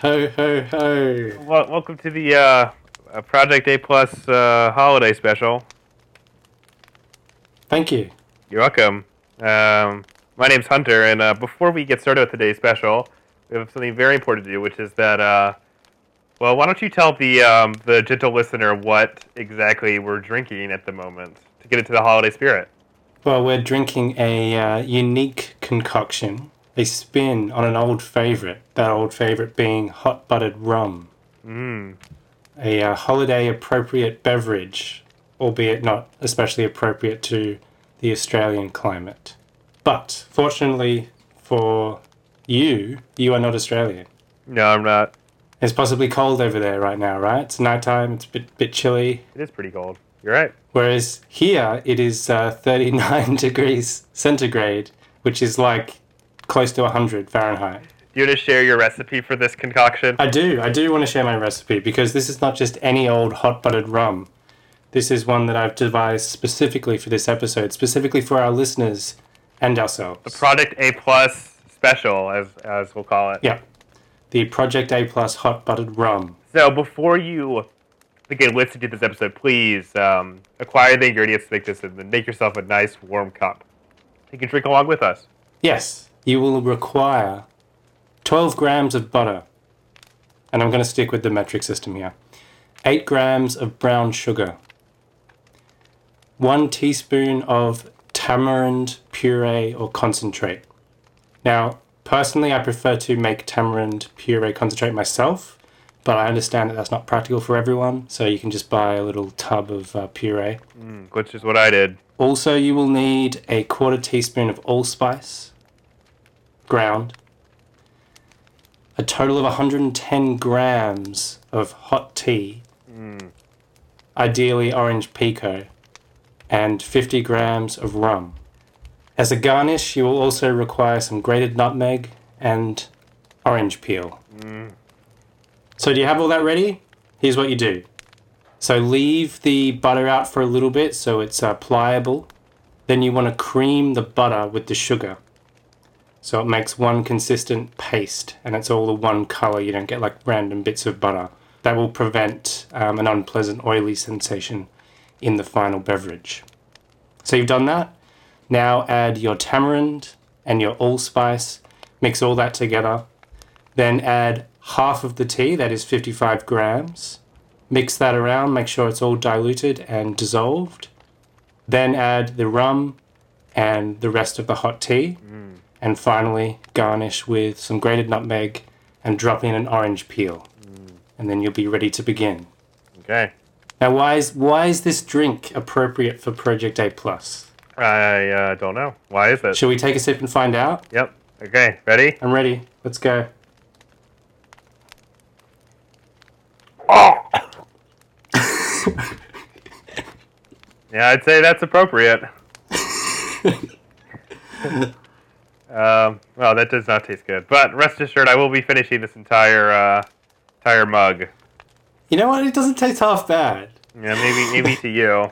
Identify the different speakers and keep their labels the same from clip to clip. Speaker 1: Ho ho ho!
Speaker 2: Well, welcome to the uh, uh, Project A Plus uh, holiday special.
Speaker 1: Thank you.
Speaker 2: You're welcome. Um, my name's Hunter, and uh, before we get started with today's special, we have something very important to do, which is that. Uh, well, why don't you tell the um, the gentle listener what exactly we're drinking at the moment to get into the holiday spirit?
Speaker 1: Well, we're drinking a uh, unique concoction, a spin on an old favourite. That old favourite being hot buttered rum,
Speaker 2: Mm.
Speaker 1: a uh, holiday appropriate beverage, albeit not especially appropriate to the Australian climate. But fortunately for you, you are not Australian.
Speaker 2: No, I'm not.
Speaker 1: It's possibly cold over there right now, right? It's nighttime, it's a bit, bit chilly.
Speaker 2: It is pretty cold. You're right.
Speaker 1: Whereas here it is uh, 39 degrees centigrade, which is like close to 100 Fahrenheit.
Speaker 2: Do you want to share your recipe for this concoction?
Speaker 1: I do, I do want to share my recipe because this is not just any old hot buttered rum. This is one that I've devised specifically for this episode, specifically for our listeners and ourselves.
Speaker 2: Project A Plus special, as as we'll call it.
Speaker 1: yeah. The Project A Plus hot buttered rum.
Speaker 2: So before you begin listening to this episode, please um, acquire the ingredients to make this and then make yourself a nice warm cup. You can drink along with us.
Speaker 1: Yes, you will require 12 grams of butter. And I'm going to stick with the metric system here. 8 grams of brown sugar. 1 teaspoon of tamarind puree or concentrate. Now, personally, I prefer to make tamarind puree concentrate myself, but I understand that that's not practical for everyone, so you can just buy a little tub of uh, puree.
Speaker 2: Mm, Which is what I did.
Speaker 1: Also, you will need a quarter teaspoon of allspice, ground, a total of 110 grams of hot tea, ideally orange pico, and 50 grams of rum. As a garnish, you will also require some grated nutmeg and orange peel. So, do you have all that ready? Here's what you do. So leave the butter out for a little bit so it's uh, pliable. Then you want to cream the butter with the sugar. So it makes one consistent paste and it's all the one color. You don't get like random bits of butter. That will prevent um, an unpleasant oily sensation in the final beverage. So you've done that. Now add your tamarind and your allspice. Mix all that together. Then add half of the tea, that is 55 grams mix that around, make sure it's all diluted and dissolved. Then add the rum and the rest of the hot tea. And finally, garnish with some grated nutmeg and drop in an orange peel. And then you'll be ready to begin.
Speaker 2: Okay.
Speaker 1: Now, why is, why is this drink appropriate for Project A? Plus?
Speaker 2: I uh, don't know. Why is that?
Speaker 1: Shall we take a sip and find out?
Speaker 2: Yep. Okay. Ready?
Speaker 1: I'm ready. Let's go.
Speaker 2: Yeah, I'd say that's appropriate. um, well, that does not taste good. But rest assured, I will be finishing this entire uh, entire mug.
Speaker 1: You know what? It doesn't taste half bad.
Speaker 2: Yeah, maybe maybe to you.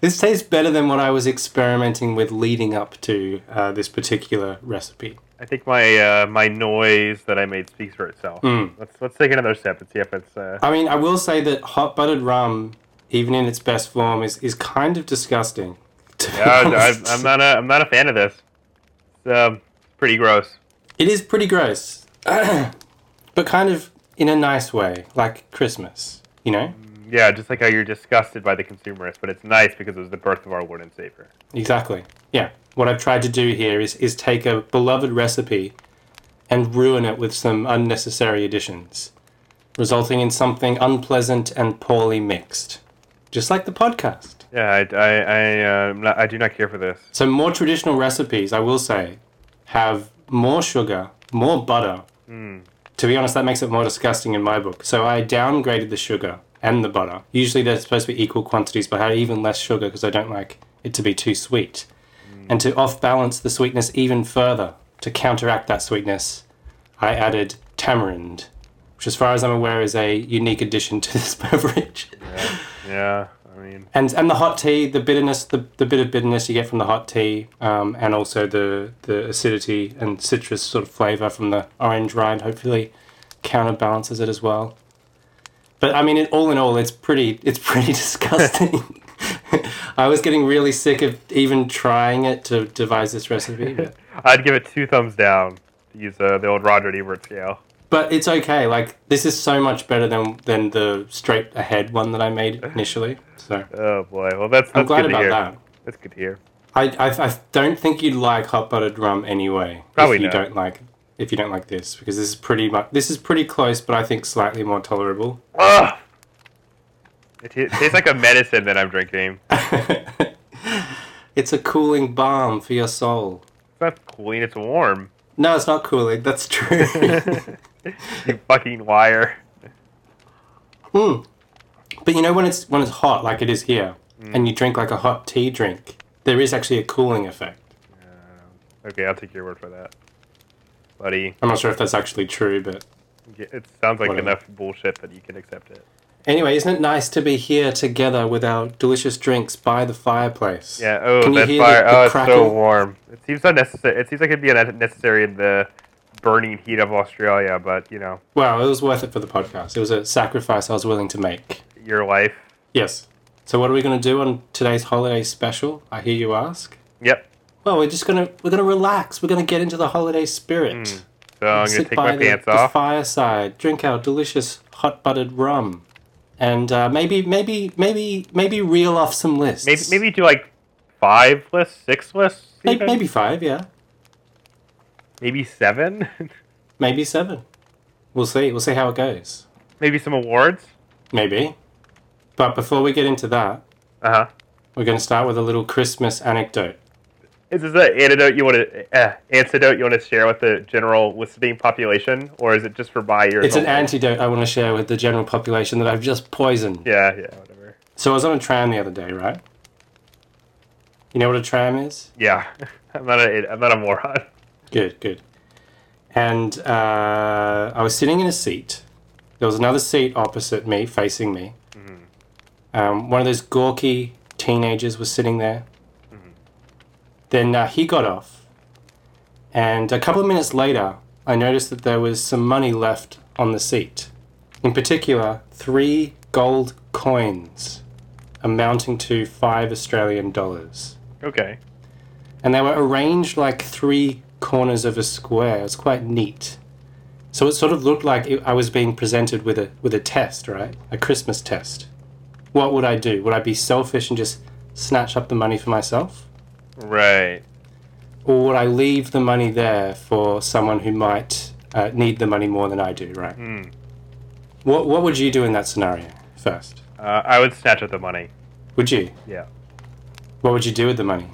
Speaker 1: This tastes better than what I was experimenting with leading up to uh, this particular recipe.
Speaker 2: I think my uh, my noise that I made speaks for itself.
Speaker 1: Hmm.
Speaker 2: Let's let's take another sip and see if it's. Uh,
Speaker 1: I mean, I will say that hot buttered rum, even in its best form, is, is kind of disgusting. to be
Speaker 2: yeah, I,
Speaker 1: honest.
Speaker 2: I'm not a I'm not a fan of this. It's um, pretty gross.
Speaker 1: It is pretty gross, but kind of in a nice way, like Christmas, you know?
Speaker 2: Yeah, just like how you're disgusted by the consumerist, but it's nice because it was the birth of our Lord and Savior.
Speaker 1: Exactly. Yeah. What I've tried to do here is, is take a beloved recipe and ruin it with some unnecessary additions, resulting in something unpleasant and poorly mixed, just like the podcast.
Speaker 2: Yeah, I I I, uh, am not, I do not care for this.
Speaker 1: So more traditional recipes, I will say, have more sugar, more butter. To be honest, that makes it more disgusting in my book. So I downgraded the sugar and the butter. Usually they're supposed to be equal quantities, but I had even less sugar because I don't like it to be too sweet. And to off balance the sweetness even further, to counteract that sweetness, I added tamarind, which, as far as I'm aware, is a unique addition to this beverage.
Speaker 2: Yeah, I mean,
Speaker 1: and and the hot tea, the bitterness, the, the bit of bitterness you get from the hot tea, um, and also the the acidity and citrus sort of flavor from the orange rind, hopefully, counterbalances it as well. But I mean, it, all in all, it's pretty it's pretty disgusting. I was getting really sick of even trying it to devise this recipe, but,
Speaker 2: I'd give it two thumbs down to use uh, the old Roger Ebert scale.
Speaker 1: but it's okay. Like this is so much better than than the straight ahead one that I made initially. So
Speaker 2: Oh boy. Well, that's that's
Speaker 1: I'm glad
Speaker 2: good to
Speaker 1: about
Speaker 2: hear.
Speaker 1: that.
Speaker 2: That's good to hear.
Speaker 1: I, I, I don't think you'd like hot buttered rum anyway.
Speaker 2: Probably
Speaker 1: if you
Speaker 2: not.
Speaker 1: don't like if you don't like this because this is pretty much this is pretty close, but I think slightly more tolerable.
Speaker 2: Ugh. It t- tastes like a medicine that I'm drinking.
Speaker 1: it's a cooling balm for your soul.
Speaker 2: It's not cooling. It's warm.
Speaker 1: No, it's not cooling. That's true.
Speaker 2: you fucking liar.
Speaker 1: Mm. But you know when it's when it's hot like it is here,
Speaker 2: Mm.
Speaker 1: and you drink like a hot tea drink, there is actually a cooling effect.
Speaker 2: Okay, I'll take your word for that, buddy.
Speaker 1: I'm not sure if that's actually true, but
Speaker 2: It sounds like
Speaker 1: Whatever.
Speaker 2: enough bullshit that you can accept it.
Speaker 1: anyway, isn't it nice to be here together with our delicious drinks by the fireplace?
Speaker 2: Yeah. Oh,
Speaker 1: Can you
Speaker 2: that
Speaker 1: hear
Speaker 2: fire.
Speaker 1: the- the
Speaker 2: oh, it's so
Speaker 1: crackle?
Speaker 2: warm. It seems unnecessary. It seems like it'd be unnecessary in the burning heat of Australia, but you know,
Speaker 1: Well, it was worth it for the podcast. It was a sacrifice I was willing to make.
Speaker 2: your life.
Speaker 1: Yes. So what are we going to do on today's holiday special? I hear you ask.
Speaker 2: Yep.
Speaker 1: Well, we're just gonna we're gonna relax. We're gonna get into the holiday spirit.
Speaker 2: So Hmm. I'm gonna
Speaker 1: Sit
Speaker 2: take
Speaker 1: by
Speaker 2: my
Speaker 1: the,
Speaker 2: pants
Speaker 1: the
Speaker 2: off.
Speaker 1: fireside, drink our delicious hot buttered rum, and uh, maybe maybe maybe maybe reel off some lists.
Speaker 2: Maybe maybe do like five lists, six lists,
Speaker 1: maybe,
Speaker 2: even?
Speaker 1: maybe five, yeah,
Speaker 2: maybe seven,
Speaker 1: maybe seven. We'll see. We'll see how it goes.
Speaker 2: maybe some awards.
Speaker 1: Maybe. But before we get into that,
Speaker 2: Uh huh.
Speaker 1: we're going to start with a little Christmas anecdote.
Speaker 2: Is this an antidote you want to uh, antidote you want to share with the general listening population, or is it just for my ears?
Speaker 1: It's an
Speaker 2: only?
Speaker 1: antidote I want to share with the general population that I've just poisoned.
Speaker 2: Yeah, yeah, whatever.
Speaker 1: So I was on a tram the other day, right? You know what a tram is?
Speaker 2: Yeah, I'm not a I'm not a moron.
Speaker 1: Good, good. And uh, I was sitting in a seat. There was another seat opposite me, facing me. Um, one of those gawky teenagers was sitting there. Then uh, he got off. And a couple of minutes later, I noticed that there was some money left on the seat. In particular, three gold coins amounting to five Australian dollars
Speaker 2: Okay.
Speaker 1: and they were arranged like three corners of a square. It's quite neat. So it sort of looked like it, I was being presented with a with a test, right? A Christmas test. What would I do? Would I be selfish and just snatch up the money for myself,
Speaker 2: Right.
Speaker 1: or would I leave the money there for someone who might uh, need the money more than I do? Right.
Speaker 2: Mm.
Speaker 1: What What would you do in that scenario first?
Speaker 2: Uh, I would snatch up the money.
Speaker 1: Would you?
Speaker 2: Yeah.
Speaker 1: What would you do with the money?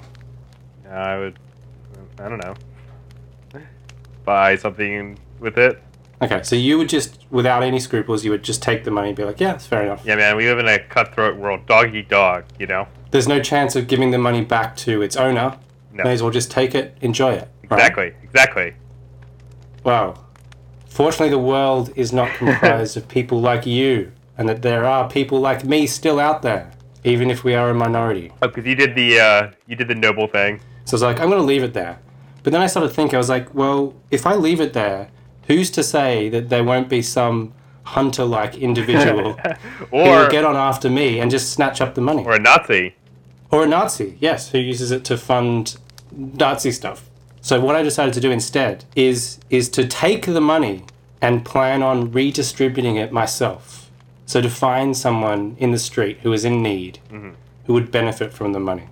Speaker 2: I would. I don't know. Buy something with it.
Speaker 1: Okay, so you would just, without any scruples, you would just take the money and be like, yeah, it's fair enough.
Speaker 2: Yeah, man. We live in a cutthroat world. Dog eat dog. You know.
Speaker 1: there's no chance of giving the money back to its owner.
Speaker 2: No.
Speaker 1: May as well just take it, enjoy it. right?
Speaker 2: Exactly. Exactly.
Speaker 1: Wow. Fortunately, the world is not comprised of people like you, and that there are people like me still out there, even if we are a minority.
Speaker 2: Oh, because you did the uh, you did the noble thing.
Speaker 1: So I was like, I'm going to leave it there. But then I started thinking, I was like, well, if I leave it there, who's to say that there won't be some hunter like individual who will
Speaker 2: or
Speaker 1: get on after me and just snatch up the money?
Speaker 2: or a Nazi.
Speaker 1: Or a Nazi, yes, who uses it to fund Nazi stuff. So what I decided to do instead is is to take the money and plan on redistributing it myself. So to find someone in the street who is in need who would benefit from the money.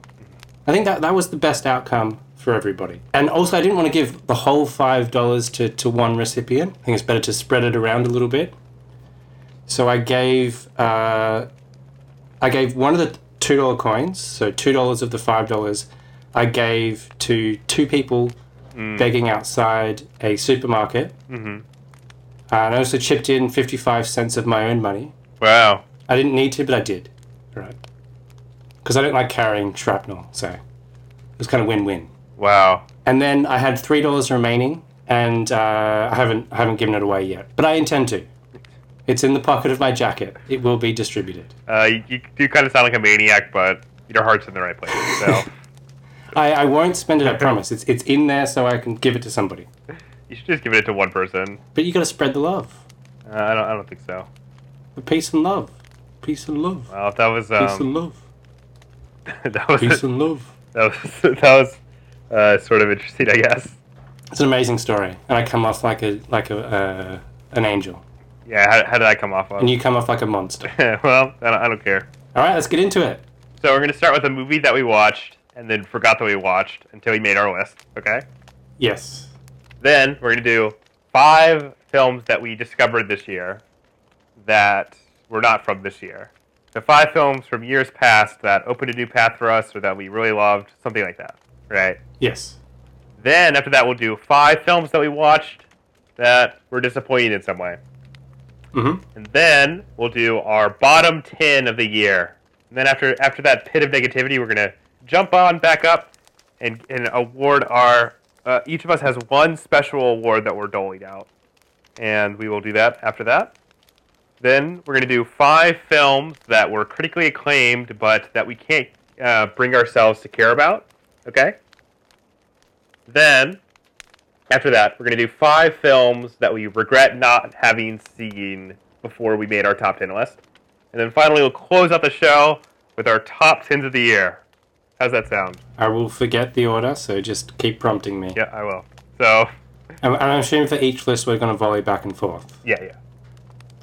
Speaker 1: I think that, that was the best outcome for everybody. And also I didn't want to give the whole five dollars to, to one recipient. I think it's better to spread it around a little bit. So I gave uh, I gave one of the two dollar coins, so two dollars of the five dollars, I gave to two people begging outside a supermarket. Mm-hmm. Uh, and I also chipped in fifty five cents of my own money.
Speaker 2: Wow.
Speaker 1: I didn't need to, but I did. Right. Because I don't like carrying shrapnel, so it was kind of win win.
Speaker 2: Wow.
Speaker 1: And then I had three dollars remaining, and uh, I haven't I haven't given it away yet, but I intend to. It's in the pocket of my jacket. It will be distributed.
Speaker 2: Uh, you, you do kind of sound like a maniac, but your heart's in the right place. So
Speaker 1: I, I won't spend it. I promise. It's it's in there, so I can give it to somebody.
Speaker 2: you should just give it to one person.
Speaker 1: But you got to spread the love.
Speaker 2: Uh, I don't. I don't think so.
Speaker 1: Peace and love. Peace and love.
Speaker 2: Well, if that was
Speaker 1: Peace
Speaker 2: um,
Speaker 1: and love.
Speaker 2: that was
Speaker 1: Peace and love.
Speaker 2: that was that was uh, sort of interesting, I guess.
Speaker 1: It's an amazing story, and I come off like a like a uh, an angel,
Speaker 2: Yeah. How, how did I come off on?
Speaker 1: and you come off like a monster.
Speaker 2: well, I don't, I don't care.
Speaker 1: All right, let's get into it.
Speaker 2: So we're gonna start with a movie that we watched and then forgot that we watched until we made our list. Okay.
Speaker 1: Yes.
Speaker 2: Then we're gonna do five films that we discovered this year that were not from this year. So five films from years past that opened a new path for us or that we really loved, something like that. Right.
Speaker 1: Yes.
Speaker 2: Then after that we'll do five films that we watched that were disappointing in some way.
Speaker 1: Mm-hmm.
Speaker 2: And then we'll do our bottom ten of the year. And then after after that pit of negativity, we're gonna jump on back up and, and award our uh, each of us has one special award that we're doling out. And we will do that after that. Then we're gonna do five films that were critically acclaimed but that we can't uh, bring ourselves to care about. Okay. Then after that, we're going to do five films that we regret not having seen before we made our top 10 list. And then finally, we'll close out the show with our top 10s of the year. How's that sound?
Speaker 1: I will forget the order, so just keep prompting me.
Speaker 2: Yeah, I will. So,
Speaker 1: And and I'm assuming for each list we're going to volley back and forth
Speaker 2: yeah, yeah.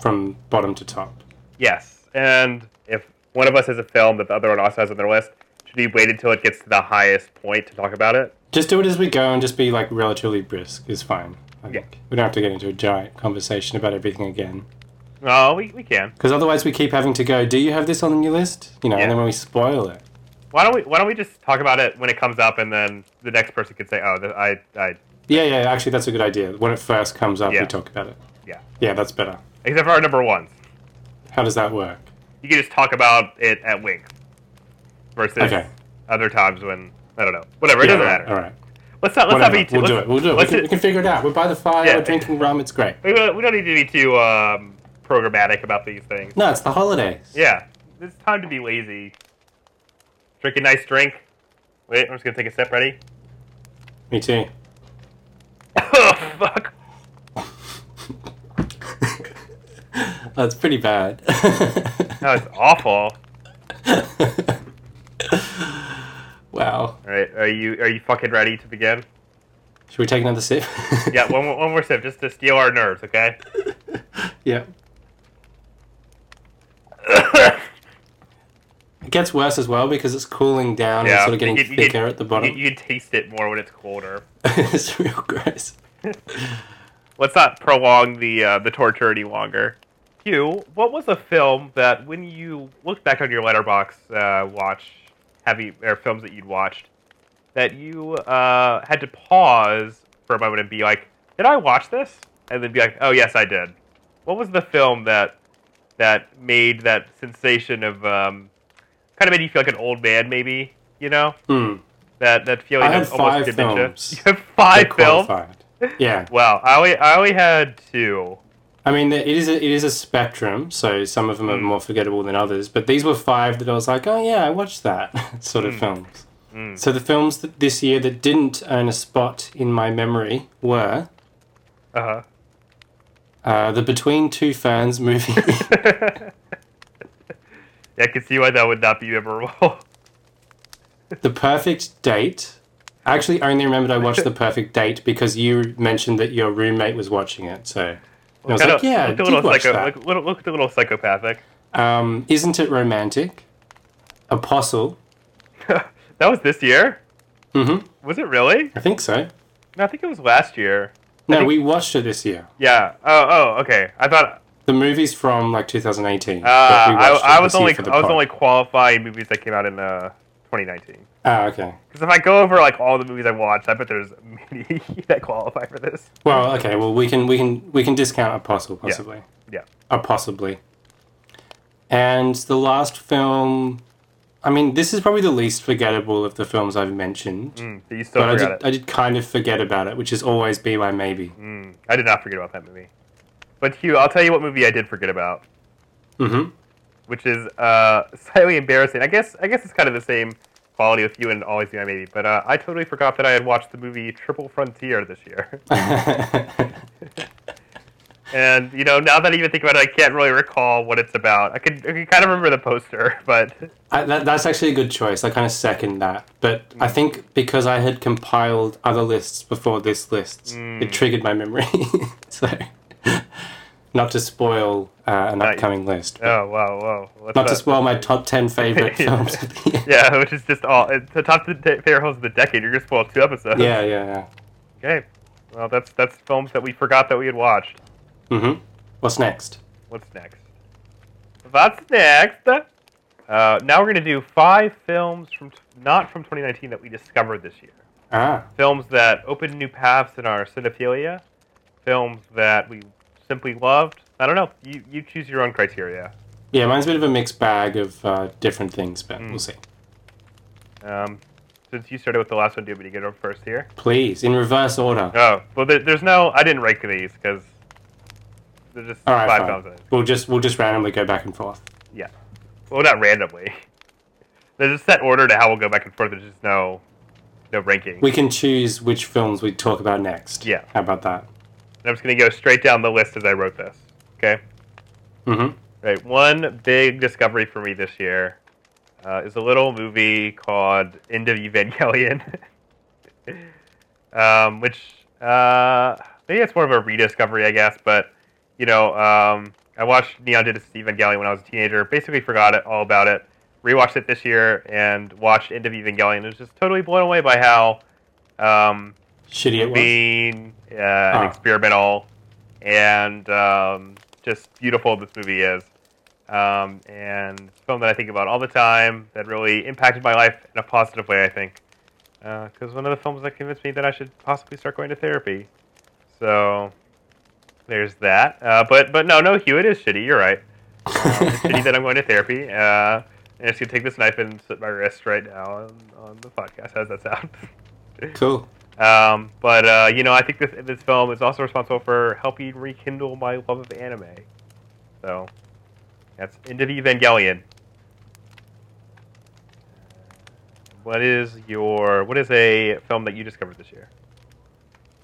Speaker 1: from bottom to top.
Speaker 2: Yes. And if one of us has a film that the other one also has on their list, should we wait until it gets to the highest point to talk about it?
Speaker 1: Just do it as we go and just be like relatively brisk is fine. I
Speaker 2: Yeah.
Speaker 1: think. We don't have to get into a giant conversation about everything again.
Speaker 2: Oh, we, we can.
Speaker 1: Because otherwise, we keep having to go, do you have this on your list? You know,
Speaker 2: Yeah.
Speaker 1: and then when we spoil it.
Speaker 2: Why don't we Why don't we just talk about it when it comes up, and then the next person could say, "Oh, th- I, I."
Speaker 1: Yeah, yeah, actually, that's a good idea. When it first comes up,
Speaker 2: Yeah.
Speaker 1: we talk about it.
Speaker 2: Yeah.
Speaker 1: Yeah, that's better.
Speaker 2: Except for our number ones.
Speaker 1: How does that work?
Speaker 2: you can just talk about it at length versus
Speaker 1: Okay.
Speaker 2: other times when I don't know. Whatever, it
Speaker 1: Yeah,
Speaker 2: doesn't
Speaker 1: all right,
Speaker 2: matter.
Speaker 1: All right.
Speaker 2: Let's not. Let's
Speaker 1: Whatever.
Speaker 2: not be too.
Speaker 1: we'll do
Speaker 2: let's-
Speaker 1: it. We'll do it. We
Speaker 2: let's
Speaker 1: can, we can figure it out. We're by the fire.
Speaker 2: Yeah.
Speaker 1: We're drinking rum. It's great.
Speaker 2: we don't- we don't need to be too um, programmatic about these things.
Speaker 1: No, it's the holidays.
Speaker 2: Yeah, it's time to be lazy. Drink a nice drink. Wait, I'm just gonna take a sip. Ready?
Speaker 1: Me too.
Speaker 2: oh fuck!
Speaker 1: That's pretty bad.
Speaker 2: That was awful. All
Speaker 1: wow.
Speaker 2: right, are you are you fucking ready to begin?
Speaker 1: Should we take another sip?
Speaker 2: Yeah, one more, one more sip just to steal our nerves. Okay.
Speaker 1: yeah. It gets worse as well because it's cooling down and
Speaker 2: yeah,
Speaker 1: sort of getting
Speaker 2: you can- you
Speaker 1: thicker
Speaker 2: can-
Speaker 1: at the bottom.
Speaker 2: You, you can taste it more when it's colder.
Speaker 1: it's real gross.
Speaker 2: let's not prolong the uh, the torture any longer. Hugh, what was a film that when you look back on your letterbox uh, watch heavy or films that you'd watched that you uh, had to pause for a moment and be like, "Did I watch this?" And then be like, "Oh yes, I did." What was the film that that made that sensation of um, kind of made you feel like an old man, maybe you know
Speaker 1: Hmm.
Speaker 2: that that feeling
Speaker 1: I had
Speaker 2: of almost
Speaker 1: five
Speaker 2: dementia?
Speaker 1: films
Speaker 2: You have five
Speaker 1: They're
Speaker 2: films.
Speaker 1: qualified. Yeah.
Speaker 2: Wow, I only I only had two.
Speaker 1: I mean, it is a, it is a spectrum, so some of them are
Speaker 2: Mm.
Speaker 1: more forgettable than others. But these were five that I was like, oh yeah, I watched that sort of
Speaker 2: Mm.
Speaker 1: films.
Speaker 2: Mm.
Speaker 1: So the films that this year that didn't earn a spot in my memory were
Speaker 2: Uh
Speaker 1: uh, the Between Two Ferns movie,
Speaker 2: huh. I can see why that would not be memorable.
Speaker 1: The Perfect Date. I actually only remembered I watched The Perfect Date because you mentioned that your roommate was watching it. So and I was
Speaker 2: Kinda
Speaker 1: like, yeah, I
Speaker 2: looked
Speaker 1: did
Speaker 2: a little
Speaker 1: watch
Speaker 2: psycho-
Speaker 1: that.
Speaker 2: Look, little, looked a little psychopathic.
Speaker 1: Um, Isn't It Romantic? Apostle.
Speaker 2: that was this year.
Speaker 1: hmm
Speaker 2: Was it really?
Speaker 1: I think so.
Speaker 2: No, I think it was last year.
Speaker 1: No,
Speaker 2: think-
Speaker 1: we watched it this year.
Speaker 2: Yeah. Oh, oh, okay. I thought
Speaker 1: The movie's from like 2018.
Speaker 2: uh,
Speaker 1: but we watched it
Speaker 2: I, I was
Speaker 1: this year
Speaker 2: only
Speaker 1: for the
Speaker 2: I was
Speaker 1: pod.
Speaker 2: only qualifying movies that came out in uh, 2019.
Speaker 1: Ah, okay.
Speaker 2: Because if I go over like all the movies I watched, I bet there's many that qualify for this.
Speaker 1: Well, okay. Well, we can we can we can discount Apostle possibly.
Speaker 2: Yeah.
Speaker 1: Uh, possibly. And the last film, I mean, this is probably the least forgettable of the films I've mentioned.
Speaker 2: Mm, so you still
Speaker 1: but I
Speaker 2: forgot
Speaker 1: did,
Speaker 2: it.
Speaker 1: I did kind of forget about it, which is always be my maybe.
Speaker 2: Mm, I did not forget about that movie. But Hugh, I'll tell you what movie I did forget about.
Speaker 1: Mm-hmm.
Speaker 2: which is uh, slightly embarrassing. I guess I guess it's kind of the same quality with you and Always Be My Maybe, but uh, I totally forgot Mm. that I had watched the movie Triple Frontier this year. And you know, now that I even think about it, I can't really recall what it's about. I could, I could kind of remember the poster, but
Speaker 1: I, that, that's actually a good choice. I kind of second that. But
Speaker 2: Mm.
Speaker 1: I think because I had compiled other lists before this list,
Speaker 2: Mm.
Speaker 1: it triggered my memory. so, not to spoil uh, an
Speaker 2: Nice.
Speaker 1: upcoming list, but
Speaker 2: oh wow, wow. Let's
Speaker 1: not to spoil my top 10 favorite films of the year.
Speaker 2: yeah, which is just all it's the top ten favorite films of the decade. You're gonna spoil two episodes.
Speaker 1: Yeah, yeah,
Speaker 2: Okay. Well, that's that's films that we forgot that we had watched.
Speaker 1: yeah. hmm What's next?
Speaker 2: What's next? What's next? Uh, now we're gonna do five films from t- not from 2019 that we discovered this year.
Speaker 1: Ah,
Speaker 2: films that opened new paths in our cinephilia, films that we simply loved. I don't know. You you choose your own criteria.
Speaker 1: yeah, mine's a bit of a mixed bag of uh, different things, but we'll see.
Speaker 2: Um, since you started with the last one, do you want me to get over first here?
Speaker 1: Please, in reverse order.
Speaker 2: Oh, well, there, there's no. I didn't rank these because they're just
Speaker 1: All right,
Speaker 2: five
Speaker 1: fine.
Speaker 2: films. in it.
Speaker 1: We'll just we'll just randomly go back and forth.
Speaker 2: Yeah. Well, not randomly. There's a set order to how we'll go back and forth. There's just no no ranking.
Speaker 1: We can choose which films we talk about next.
Speaker 2: Yeah.
Speaker 1: How about that?
Speaker 2: And I'm just gonna go straight down the list as I wrote this. Okay.
Speaker 1: Mm-hmm.
Speaker 2: Right. One big discovery for me this year uh, is a little movie called End of Evangelion, um, which uh, maybe it's more of a rediscovery, I guess. But you know, um, I watched Neon Genesis Evangelion when I was a teenager. Basically, forgot it all about it. Rewatched it this year and watched End of Evangelion. and was just totally blown away by how um,
Speaker 1: Shitty it was.
Speaker 2: being uh, an
Speaker 1: Ah.
Speaker 2: experimental and um, just beautiful this movie is. Um, and it's a film that I think about all the time that really impacted my life in a positive way, I think. Because one of the films that convinced me that I should possibly start going to therapy. So there's that. Uh, but but no, no, Hugh, it is shitty. You're right. Um, it's shitty that I'm going to therapy. Uh, and it's going to take this knife and slit my wrist right now on, on the podcast. How's that sound?
Speaker 1: Cool.
Speaker 2: Um, but uh, you know, I think this this film is also responsible for helping rekindle my love of anime. So that's End of Evangelion. What is your what is a film that you discovered this year?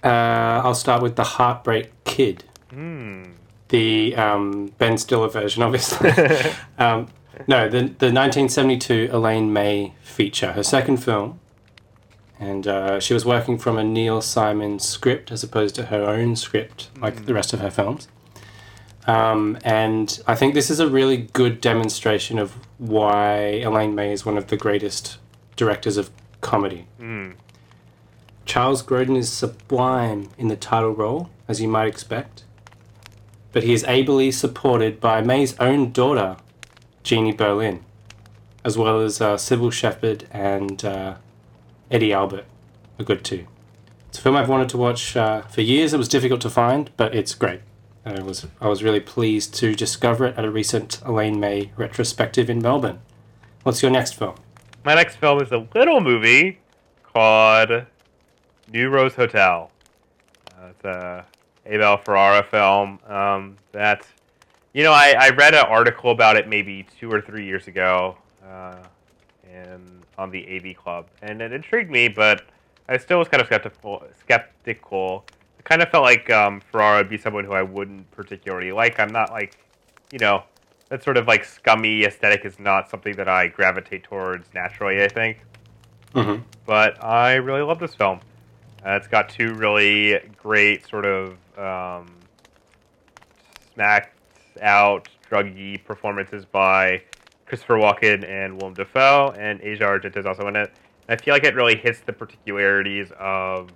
Speaker 1: Uh, I'll start with the Heartbreak Kid,
Speaker 2: Hmm.
Speaker 1: the um, Ben Stiller version, obviously. um, no, the the 1972 Elaine May feature, her second film, and uh, she was working from a Neil Simon script as opposed to her own script, like the rest of her films. Um, and I think this is a really good demonstration of why Elaine May is one of the greatest directors of comedy.
Speaker 2: Hmm.
Speaker 1: Charles Grodin is sublime in the title role, as you might expect, but he is ably supported by May's own daughter, Jeannie Berlin, as well as uh, Sybil Shepherd and uh, Eddie Albert, a good two. It's a film I've wanted to watch uh, for years. It was difficult to find, but it's great. And I was I was really pleased to discover it at a recent Elaine May retrospective in Melbourne. What's your next film?
Speaker 2: My next film is a little movie called New Rose Hotel. Uh, it's a Abel Ferrara film um, that, you know, I, I read an article about it maybe two or three years ago uh, in, on the AV Club, and it intrigued me, but I still was kind of skeptical. skeptical. It kind of felt like um, Ferrara would be someone who I wouldn't particularly like. I'm not like, you know, that sort of like scummy aesthetic is not something that I gravitate towards naturally, I think.
Speaker 1: Mm-hmm.
Speaker 2: But I really love this film. Uh, it's got two really great sort of um, smacked out druggy performances by Christopher Walken and Willem Dafoe, and Asia Argent is also in it. And I feel like it really hits the particularities of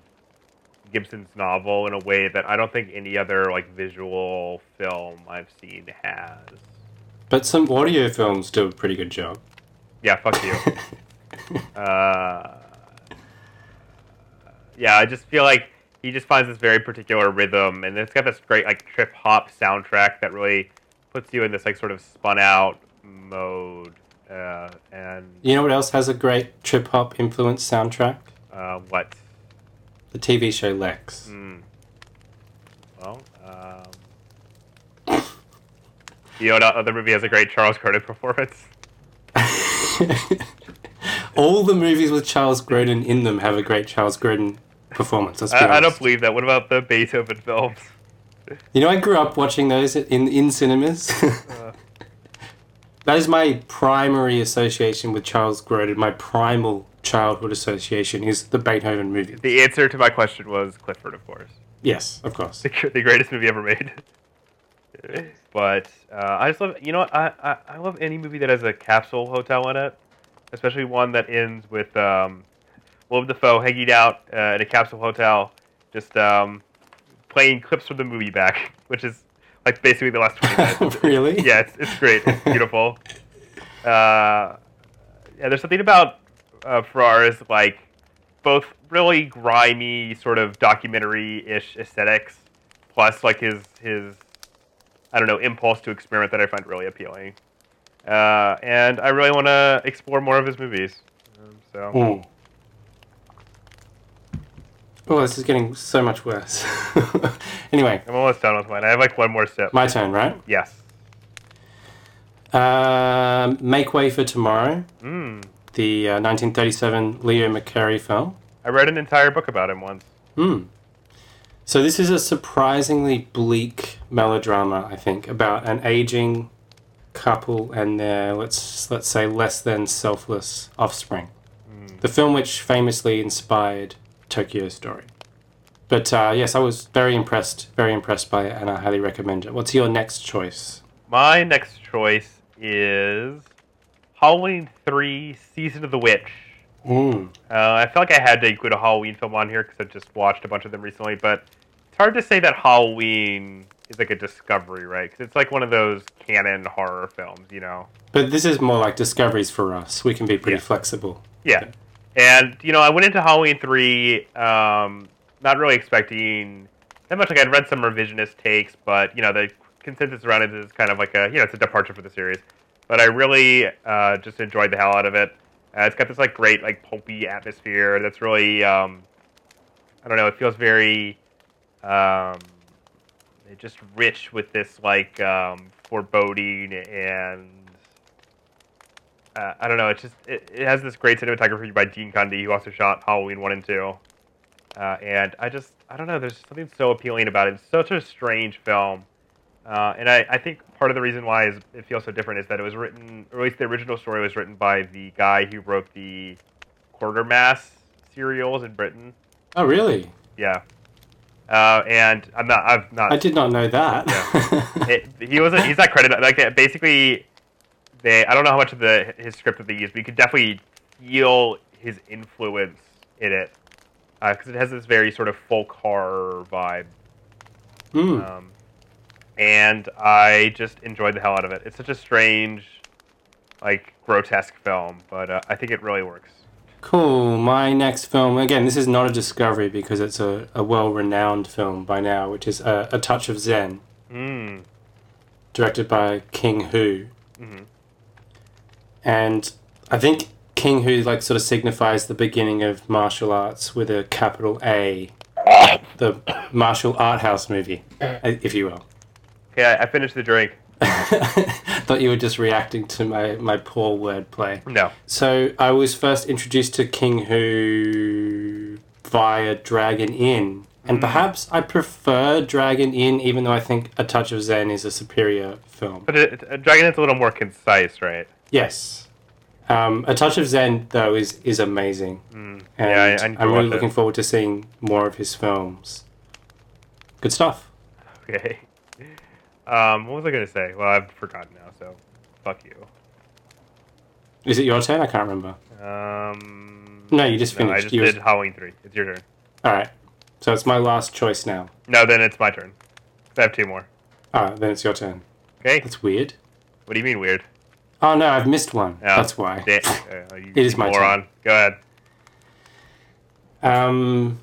Speaker 2: Gibson's novel in a way that I don't think any other like visual film I've seen has.
Speaker 1: But some audio films do a pretty good job.
Speaker 2: Yeah, fuck you. uh, yeah, I just feel like he just finds this very particular rhythm, and it's got this great like trip hop soundtrack that really puts you in this like sort of spun out mode. Uh, and
Speaker 1: You know what else has a great trip hop influence soundtrack?
Speaker 2: uh, what?
Speaker 1: The TV show Lex.
Speaker 2: Hmm. Well, um, you know, the other movie has a great Charles Grodin performance.
Speaker 1: All the movies with Charles Grodin in them have a great Charles Grodin performance. Let's be
Speaker 2: I, I don't
Speaker 1: honest.
Speaker 2: believe that. What about the Beethoven films?
Speaker 1: You know, I grew up watching those in in cinemas. that is my primary association with Charles Grodin. My primal childhood association is the Beethoven movie.
Speaker 2: The answer to my question was Clifford, of course.
Speaker 1: Yes, of course.
Speaker 2: The, gr- the greatest movie ever made. but uh, I just love, you know what? I, I, I love any movie that has a capsule hotel in it, especially one that ends with um, Willem Dafoe hanging out uh, at a capsule hotel, just um, playing clips from the movie back, which is like basically the last 20 minutes.
Speaker 1: really?
Speaker 2: yeah, it's, it's great. It's beautiful. Uh, yeah, there's something about uh, Ferrara's like both really grimy sort of documentary-ish aesthetics, plus like his his I don't know impulse to experiment that I find really appealing. Uh, and I really want to explore more of his movies. Um, so
Speaker 1: Mm. Oh, this is getting so much worse. anyway,
Speaker 2: I'm almost done with mine. I have like one more sip.
Speaker 1: my turn, right?
Speaker 2: yes.
Speaker 1: Um, Make Way for Tomorrow,
Speaker 2: Mm.
Speaker 1: the uh, 1937 Leo McCarey film.
Speaker 2: I read an entire book about him once.
Speaker 1: Hmm. So this is a surprisingly bleak melodrama, I think, about an aging couple and their let's let's say less than selfless offspring. The film which famously inspired Tokyo Story. But uh, yes, I was very impressed, very impressed by it, and I highly recommend it. What's your next choice?
Speaker 2: My next choice is Halloween 3 Season of the Witch.
Speaker 1: Mm.
Speaker 2: Uh, I felt like I had to include a Halloween film on here because I just watched a bunch of them recently, but it's hard to say that Halloween is like a discovery, right? Because it's like one of those canon horror films, you know?
Speaker 1: But this is more like discoveries for us. We can be pretty
Speaker 2: Yeah.
Speaker 1: flexible.
Speaker 2: Yeah. And, you know, I went into Halloween 3 um, not really expecting that much. Like, I'd read some revisionist takes, but, you know, the consensus around it is kind of like a, you know, it's a departure for the series. But I really uh, just enjoyed the hell out of it. Uh, it's got this, like, great, like, pulpy atmosphere that's really, um, I don't know, it feels very um, just rich with this, like, um, foreboding and uh, I don't know. It's just it, it has this great cinematography by Gene Cundy, who also shot Halloween one and two. Uh, and I just I don't know. There's something so appealing about it. It's such a strange film, uh, and I, I think part of the reason why is it feels so different is that it was written, or at least the original story was written by the guy who wrote the Quartermass serials in Britain.
Speaker 1: Oh, really?
Speaker 2: Yeah, uh, and I'm not I've not
Speaker 1: I did not know that.
Speaker 2: it, he wasn't. He's not credited. Like uh, basically, they. I don't know how much of the his script that they used, but you could definitely feel his influence in it because it has this very sort of folk horror vibe.
Speaker 1: Hmm.
Speaker 2: Um, and I just enjoyed the hell out of it. It's such a strange, like grotesque film, but uh, I think it really works.
Speaker 1: Cool. My next film, again, this is not a discovery because it's a, a well renowned film by now, which is uh, A Touch of Zen,
Speaker 2: Mm.
Speaker 1: directed by King Hu.
Speaker 2: Mhm.
Speaker 1: And I think King Hu, like, sort of signifies the beginning of martial arts with a capital A, the martial art house movie, if you will.
Speaker 2: Okay, I, I finished the drink.
Speaker 1: Thought you were just reacting to my, my poor wordplay.
Speaker 2: No.
Speaker 1: So I was first introduced to King Who via Dragon Inn. And
Speaker 2: Mm.
Speaker 1: perhaps I prefer Dragon Inn, even though I think A Touch of Zen is a superior film.
Speaker 2: But it, it, Dragon Head's a little more concise, right?
Speaker 1: Yes. Um, a Touch of Zen, though, is, is amazing. And
Speaker 2: Mm. Yeah, I- I need to
Speaker 1: I'm
Speaker 2: watch
Speaker 1: really
Speaker 2: that.
Speaker 1: looking forward to seeing more of his films. Good stuff.
Speaker 2: Okay. Um, what was I gonna say? Well, I've forgotten now, so fuck you.
Speaker 1: Is it your turn? I can't remember.
Speaker 2: Um,
Speaker 1: No, you just
Speaker 2: I
Speaker 1: finished.
Speaker 2: just
Speaker 1: You
Speaker 2: did
Speaker 1: was-
Speaker 2: Halloween three. It's your turn.
Speaker 1: All right. So it's my last choice now.
Speaker 2: No, then it's my turn. I have two more.
Speaker 1: All right, then it's your turn.
Speaker 2: Okay.
Speaker 1: That's weird.
Speaker 2: What do you mean weird?
Speaker 1: Oh, no, I've missed one.
Speaker 2: Oh,
Speaker 1: That's why.
Speaker 2: Da- uh, you
Speaker 1: It is my
Speaker 2: moron. Go ahead.
Speaker 1: Um,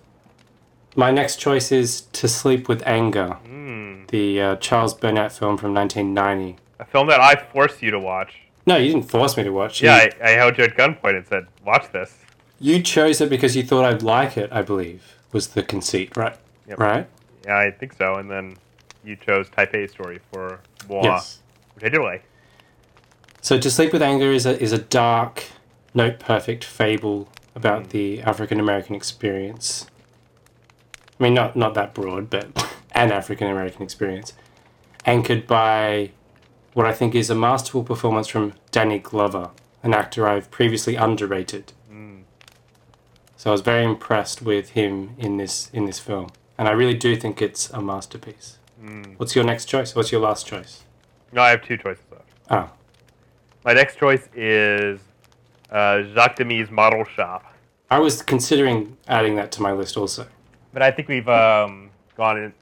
Speaker 1: my next choice is To Sleep with Anger,
Speaker 2: Mm,
Speaker 1: the uh, Charles Burnett film from 1990.
Speaker 2: a film that I forced you to watch.
Speaker 1: No, you didn't force me to watch.
Speaker 2: Yeah,
Speaker 1: You,
Speaker 2: I, I held you at gunpoint and said, "Watch this."
Speaker 1: you chose it because you thought I'd like it, I believe, was the conceit, right?
Speaker 2: Yep.
Speaker 1: Right?
Speaker 2: Yeah, I think so. And then you chose Taipei Story for moi,
Speaker 1: Yes.
Speaker 2: which I do like.
Speaker 1: So To Sleep with Anger is a, is a dark, note perfect fable about the African American experience. I mean, not, not that broad, but and African American experience, anchored by what I think is a masterful performance from Danny Glover, an actor I've previously underrated. So I was very impressed with him in this in this film, and I really do think it's a masterpiece. What's your next choice? What's your last choice?
Speaker 2: No, I have two choices left.
Speaker 1: Oh,
Speaker 2: My next choice is uh, Jacques Demy's Model Shop,
Speaker 1: I was considering adding that to my list also.
Speaker 2: but I think we've um, gone in,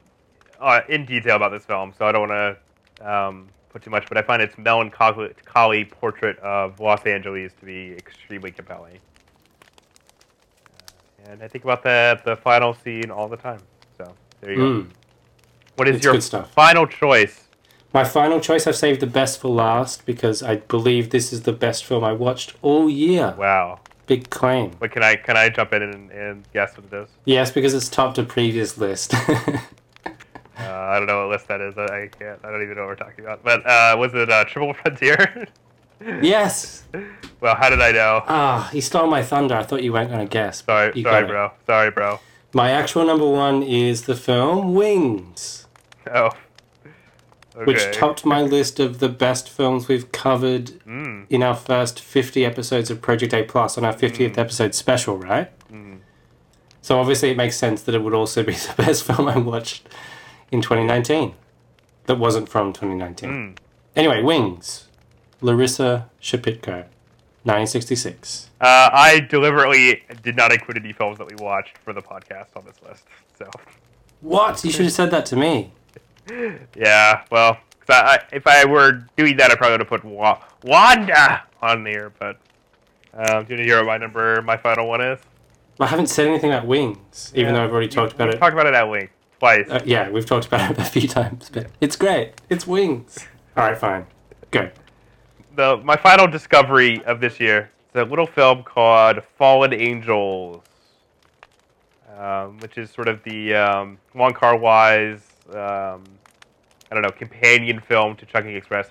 Speaker 2: uh, in detail about this film, so I don't want to um, put too much. But I find its melancholy portrait of Los Angeles to be extremely compelling, Uh, and I think about that the final scene all the time. So there you go.
Speaker 1: Mm.
Speaker 2: What is
Speaker 1: It's
Speaker 2: your
Speaker 1: good stuff.
Speaker 2: final choice?
Speaker 1: My final choice, I've saved the best for last because I believe this is the best film I watched all year.
Speaker 2: Wow.
Speaker 1: Big claim.
Speaker 2: But can I can I jump in and, and guess what it is?
Speaker 1: Yes, because it's topped a previous list.
Speaker 2: Uh, I don't know what list that is. I, I can't. I don't even know what we're talking about. But uh, was it uh, Triple Frontier?
Speaker 1: yes!
Speaker 2: well, how did I know?
Speaker 1: Ah, he stole my thunder. I thought you weren't going to guess. but
Speaker 2: Sorry,
Speaker 1: you
Speaker 2: sorry,
Speaker 1: got it.
Speaker 2: bro. Sorry, bro.
Speaker 1: My actual number one is the film Wings,
Speaker 2: Oh. Okay.
Speaker 1: which topped my list of the best films we've covered
Speaker 2: Mm,
Speaker 1: in our first 50 episodes of Project A Plus on our 50th episode special, right?
Speaker 2: mm.
Speaker 1: So obviously it makes sense that it would also be the best film I watched in 2019 that wasn't from 2019.
Speaker 2: Mm.
Speaker 1: Anyway, Wings, Larissa Shepitko, 1966.
Speaker 2: Uh, I deliberately did not include any films that we watched for the podcast on this list. So,
Speaker 1: What? You should have said that to me.
Speaker 2: yeah. Well, 'cause I, I, if I were doing that, I probably would have put Wa- Wanda on there. But um, do you want to hear what my number, my final one is?
Speaker 1: I haven't said anything about Wings, even
Speaker 2: Yeah.
Speaker 1: though I've already talked about
Speaker 2: we
Speaker 1: it.
Speaker 2: talked about it at length twice.
Speaker 1: uh, yeah, we've talked about it a few times, but it's great. It's Wings. All right, fine. Go.
Speaker 2: the my final discovery of this year. It's a little film called Fallen Angels, um, which is sort of the um, Wong Kar Wai's um, I don't know companion film to Chucking Express.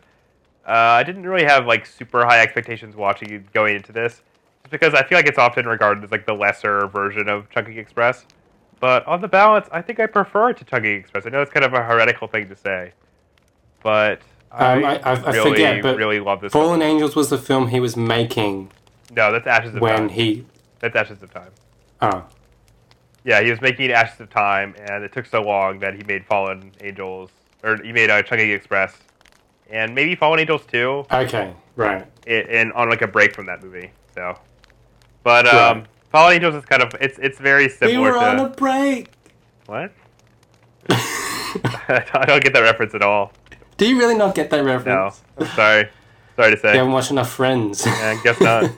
Speaker 2: Uh, I didn't really have like super high expectations watching going into this, just because I feel like it's often regarded as like the lesser version of Chucking Express. But on the balance, I think I prefer it to Chucking Express. I know it's kind of a heretical thing to say, but
Speaker 1: Um, I- I- I
Speaker 2: really,
Speaker 1: forget, but
Speaker 2: really love this. film.
Speaker 1: Fallen Angels was the film he was making
Speaker 2: No, that's Ashes of
Speaker 1: when
Speaker 2: Time.
Speaker 1: he.
Speaker 2: That's Ashes of Time.
Speaker 1: Oh,
Speaker 2: Yeah, he was making Ashes of Time, and it took so long that he made Fallen Angels, or he made uh, Chucky Express, and maybe Fallen Angels too,
Speaker 1: okay, right.
Speaker 2: i- and on like a break from that movie. So, but
Speaker 1: Right.
Speaker 2: um, Fallen Angels is kind of it's it's very
Speaker 1: We
Speaker 2: similar
Speaker 1: were on
Speaker 2: to
Speaker 1: a break.
Speaker 2: what? I don't get that reference at all.
Speaker 1: Do you really not get that
Speaker 2: No,
Speaker 1: reference?
Speaker 2: I'm sorry, sorry to say.
Speaker 1: You haven't watched enough Friends.
Speaker 2: Yeah, I guess not.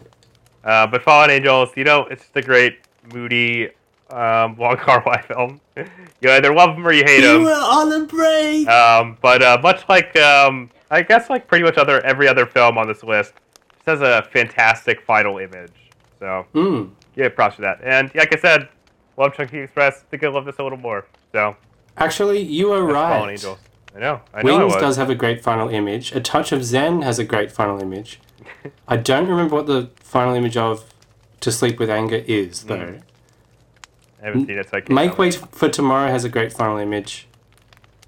Speaker 2: Uh, but Fallen Angels, you know, it's just a great, moody, um, Wong Kar Wai film. you either love him or you hate
Speaker 1: you were
Speaker 2: him.
Speaker 1: on a break.
Speaker 2: Um, but uh, much like, um, I guess, like pretty much other every other film on this list, this has a fantastic final image. So
Speaker 1: Mm.
Speaker 2: yeah, props to that. And like I said, love Chunky Express. Think I love this a little more. So
Speaker 1: Actually, you are
Speaker 2: that's Fallen
Speaker 1: right.
Speaker 2: Angels. I know. I know. I
Speaker 1: Wings
Speaker 2: was.
Speaker 1: does have a great final image. A Touch of Zen has a great final image. I don't remember what the final image of To Sleep with Anger is, though.
Speaker 2: Hmm. I haven't seen it, so I can't.
Speaker 1: Make
Speaker 2: comment.
Speaker 1: Way for Tomorrow has a great final image.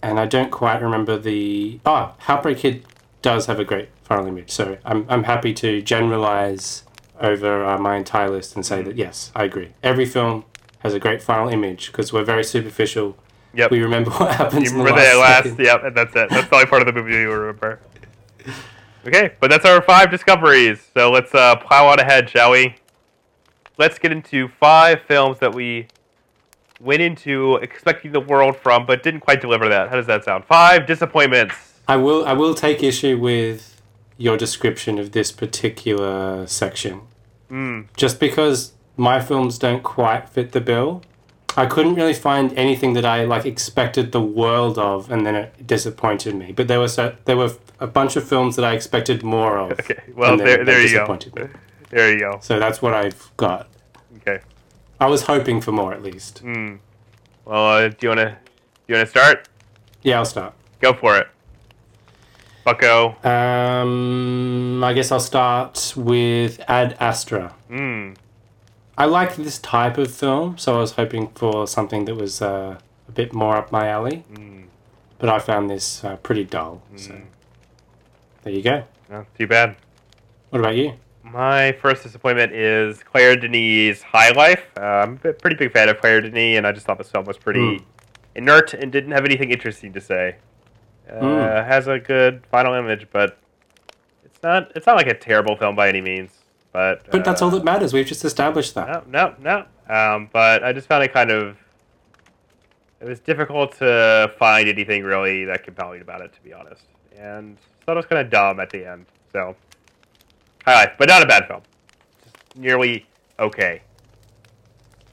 Speaker 1: And I don't quite remember the. Ah, Heartbreak Kid does have a great final image. So I'm, I'm happy to generalize over uh, my entire list and say that yes, I agree. Every film has a great final image because we're very superficial.
Speaker 2: Yep.
Speaker 1: We remember what happens
Speaker 2: You
Speaker 1: in the
Speaker 2: remember that
Speaker 1: last
Speaker 2: last?
Speaker 1: second.
Speaker 2: Yep, and that's it. That's the only part of the movie you remember. Okay, but that's our five discoveries. So let's uh, plow on ahead, shall we? Let's get into five films that we went into expecting the world from, but didn't quite deliver that. How does that sound? Five disappointments.
Speaker 1: I will I will take issue with your description of this particular section.
Speaker 2: Mm,
Speaker 1: Just because my films don't quite fit the bill, I couldn't really find anything that I like expected the world of and then it disappointed me. But there were so, there were a bunch of films that I expected more of.
Speaker 2: okay. Well,
Speaker 1: and then
Speaker 2: there,
Speaker 1: they
Speaker 2: there you go.
Speaker 1: disappointed me.
Speaker 2: There you go.
Speaker 1: So that's what I've got.
Speaker 2: Okay.
Speaker 1: I was hoping for more at least.
Speaker 2: Mm. Well, uh, do you wanna do you wanna start?
Speaker 1: Yeah, I'll start.
Speaker 2: Go for it, Bucko.
Speaker 1: Um, I guess I'll start with Ad Astra.
Speaker 2: Mm.
Speaker 1: I like this type of film, so I was hoping for something that was uh, a bit more up my alley,
Speaker 2: Mm,
Speaker 1: but I found this uh, pretty dull. So
Speaker 2: mm.
Speaker 1: there you go.
Speaker 2: No, too bad.
Speaker 1: What about you?
Speaker 2: My first disappointment is Claire Denis' High Life. Uh, I'm a bit- pretty big fan of Claire Denis, and I just thought this film was pretty
Speaker 1: Hmm.
Speaker 2: inert and didn't have anything interesting to say. Uh,
Speaker 1: Hmm.
Speaker 2: Has a good final image, but it's not. It's not like a terrible film by any means. But
Speaker 1: But that's all
Speaker 2: uh,
Speaker 1: that matters. We've just established that.
Speaker 2: No, no, no. Um, but I just found it kind of. It was difficult to find anything really that compelling about it, to be honest. And thought it was kind of dumb at the end. So, high life, but not a bad film. Just nearly okay.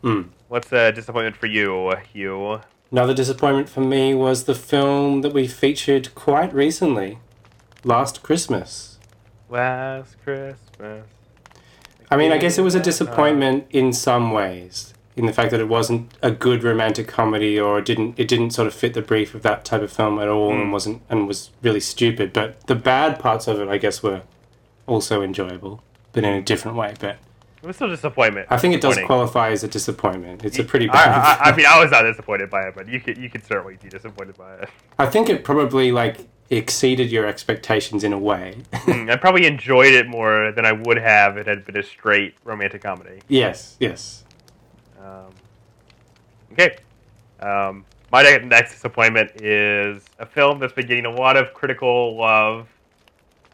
Speaker 1: Mm.
Speaker 2: What's a disappointment for you, Hugh?
Speaker 1: Another disappointment for me was the film that we featured quite recently, Last Christmas.
Speaker 2: Last Christmas.
Speaker 1: I mean, I guess it was
Speaker 2: Uh,
Speaker 1: a disappointment in some ways, in the fact that it wasn't a good romantic comedy, or it didn't it didn't sort of fit the brief of that type of film at all,
Speaker 2: Mm.
Speaker 1: and wasn't and was really stupid. But the bad parts of it, I guess, were also enjoyable, but in a different way. But
Speaker 2: It was still a disappointment.
Speaker 1: I think it does
Speaker 2: Disappointing.
Speaker 1: qualify as a disappointment. It's a pretty bad.
Speaker 2: I, I, I mean, I was not disappointed by it, but you could you could certainly be disappointed by it.
Speaker 1: I think it probably like exceeded your expectations in a way.
Speaker 2: Mm, I probably enjoyed it more than I would have if it had been a straight romantic comedy.
Speaker 1: yes, yes.
Speaker 2: Um, okay. Um, my ne- next disappointment is a film that's been getting a lot of critical love,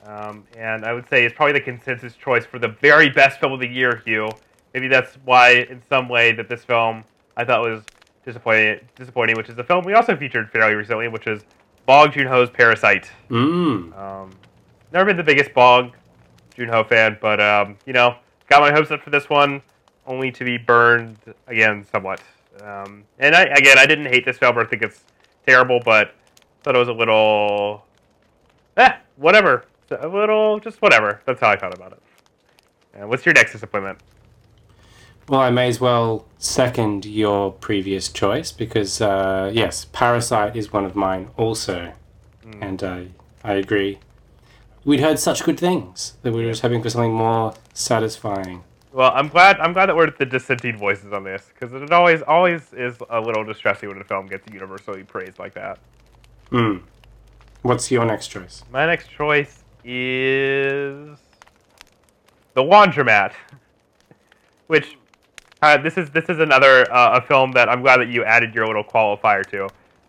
Speaker 2: um, and I would say it's probably the consensus choice for the very best film of the year, Hugh. Maybe that's why, in some way, that this film I thought was disappointing, disappointing which is the film we also featured fairly recently, which is Bong Joon-ho's Parasite.
Speaker 1: Mm.
Speaker 2: Um, never been the biggest Bog Junho fan, but um, you know, got my hopes up for this one, only to be burned again somewhat. Um, and I, again, I didn't hate this film or think it's terrible, but thought it was a little, eh, whatever, a little, just whatever. That's how I felt about it. Uh, what's your next disappointment?
Speaker 1: Well, I may as well second your previous choice because, uh, yes, Parasite is one of mine also.
Speaker 2: Hmm.
Speaker 1: And I, I agree. We'd heard such good things that we were just hoping for something more satisfying.
Speaker 2: Well, I'm glad I'm glad that we're the dissenting voices on this because it always always is a little distressing when a film gets universally praised like that.
Speaker 1: Mm. What's your next choice?
Speaker 2: My next choice is the Laundromat, which uh, this is this is another uh, a film that I'm glad that you added your little qualifier to,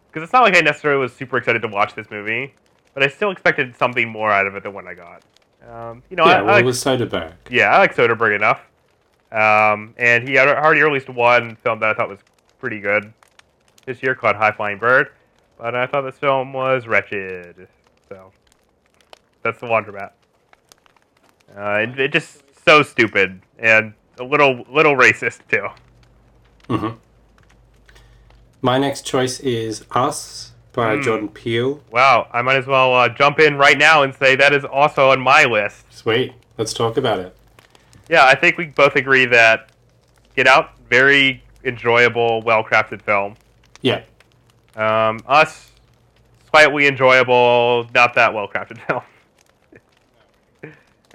Speaker 2: because it's not like I necessarily was super excited to watch this movie, but I still expected something more out of it than what I got. Um, you know, I,
Speaker 1: yeah,
Speaker 2: I
Speaker 1: well,
Speaker 2: like-
Speaker 1: it was Soderbergh.
Speaker 2: yeah, I like Soderbergh enough. Um, and he had already released one film that I thought was pretty good this year called High Flying Bird, but I thought this film was wretched. So that's the laundromat. Uh, it, it just so stupid and a little little racist too.
Speaker 1: hmm My next choice is Us by
Speaker 2: Mm.
Speaker 1: Jordan Peele.
Speaker 2: Wow, I might as well uh, jump in right now and say that is also on my list.
Speaker 1: Sweet. Let's talk about it.
Speaker 2: Yeah, I think we both agree that Get Out very enjoyable, well crafted film.
Speaker 1: Yeah.
Speaker 2: Um, us, slightly enjoyable, not that well crafted film.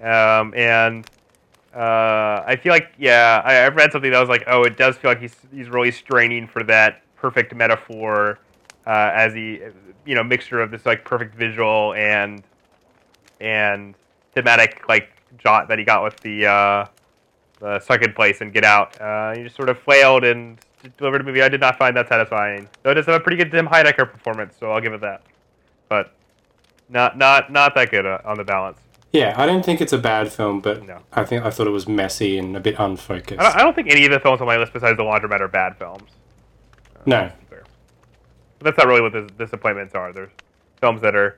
Speaker 2: um, and uh, I feel like, yeah, I, I read something that was like, oh, it does feel like he's he's really straining for that perfect metaphor uh, as he, you know, mixture of this like perfect visual and and thematic like jot that he got with the uh, the second place and get out. Uh, he just sort of flailed and delivered a movie I did not find that satisfying. Though it does have a pretty good Tim Heidecker performance, so I'll give it that. But not not not that good uh, on the balance.
Speaker 1: Yeah, I don't think it's a bad film, but
Speaker 2: No.
Speaker 1: I think I thought it was messy and a bit unfocused.
Speaker 2: I don't, I don't think any of the films on my list besides The Laundromat are bad films.
Speaker 1: no.
Speaker 2: But that's not really what the disappointments are. There's films that are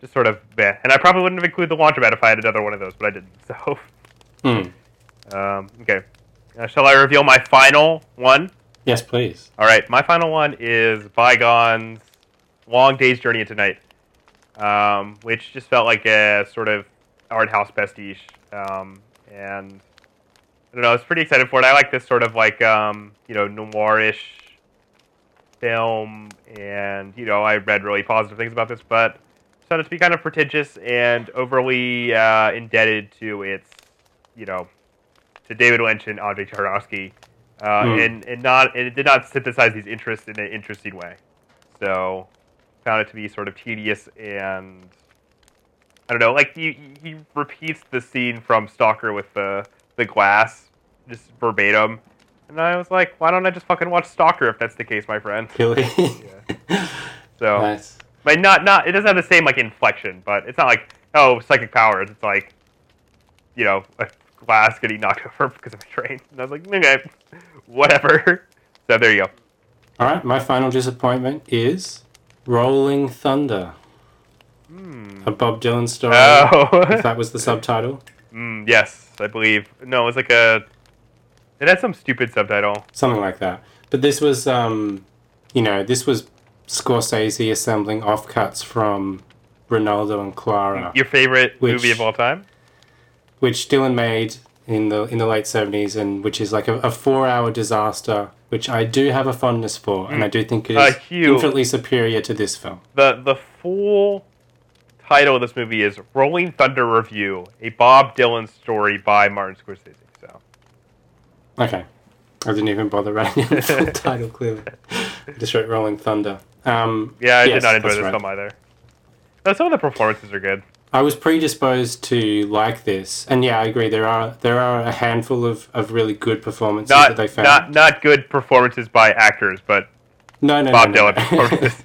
Speaker 2: just sort of meh. And I probably wouldn't have included The Laundromat if I had another one of those, but I didn't. So,
Speaker 1: Mm.
Speaker 2: um, okay. Uh, shall I reveal my final one?
Speaker 1: Yes, please.
Speaker 2: All right, my final one is Bygone's Long Day's Journey into Night, um, which just felt like a sort of art house pastiche. Um, and I don't know, I was pretty excited for it. I like this sort of like, um, you know, noirish film, and, you know, I read really positive things about this, but it started to be kind of pretentious and overly uh, indebted to its, you know, to David Lynch and Andre Tarkovsky uh, and and not and it did not synthesize these interests in an interesting way. So found it to be sort of tedious and I don't know. Like he he repeats the scene from Stalker with the the glass just verbatim, and I was like, why don't I just fucking watch Stalker if that's the case, my friend?
Speaker 1: Really?
Speaker 2: So.
Speaker 1: nice.
Speaker 2: But not not it doesn't have the same like inflection, but it's not like oh psychic powers. It's like you know a glass getting knocked over because of a train. And I was like okay, whatever. So there you go.
Speaker 1: All right, my final disappointment is Rolling Thunder,
Speaker 2: Hmm.
Speaker 1: a Bob Dylan story. If
Speaker 2: Oh.
Speaker 1: that was the subtitle,
Speaker 2: mm, yes, I believe. No, it was like a. It had some stupid subtitle.
Speaker 1: something like that. But this was, um, you know, this was Scorsese assembling offcuts from Ronaldo and Clara,
Speaker 2: Your favorite
Speaker 1: Which-
Speaker 2: movie of all time?
Speaker 1: which Dylan made in the in the late seventies, and which is like a, a four-hour disaster, which I do have a fondness for, and I do think it
Speaker 2: Uh,
Speaker 1: is
Speaker 2: Hugh.
Speaker 1: infinitely superior to this film.
Speaker 2: the The full title of this movie is "Rolling Thunder Review: A Bob Dylan Story" by Martin Scorsese. So.
Speaker 1: Okay. I didn't even bother writing the full title clearly. Just wrote Rolling Thunder. Um,
Speaker 2: Yeah, I
Speaker 1: Yes,
Speaker 2: did not enjoy
Speaker 1: that's
Speaker 2: this
Speaker 1: right.
Speaker 2: film either. Though some of the performances are good.
Speaker 1: I was predisposed to like this, and yeah, I agree. There are there are a handful of, of really good performances
Speaker 2: Not
Speaker 1: that they found.
Speaker 2: not not good performances by actors, but
Speaker 1: no, no,
Speaker 2: Bob
Speaker 1: no, no,
Speaker 2: Dylan
Speaker 1: no.
Speaker 2: performances.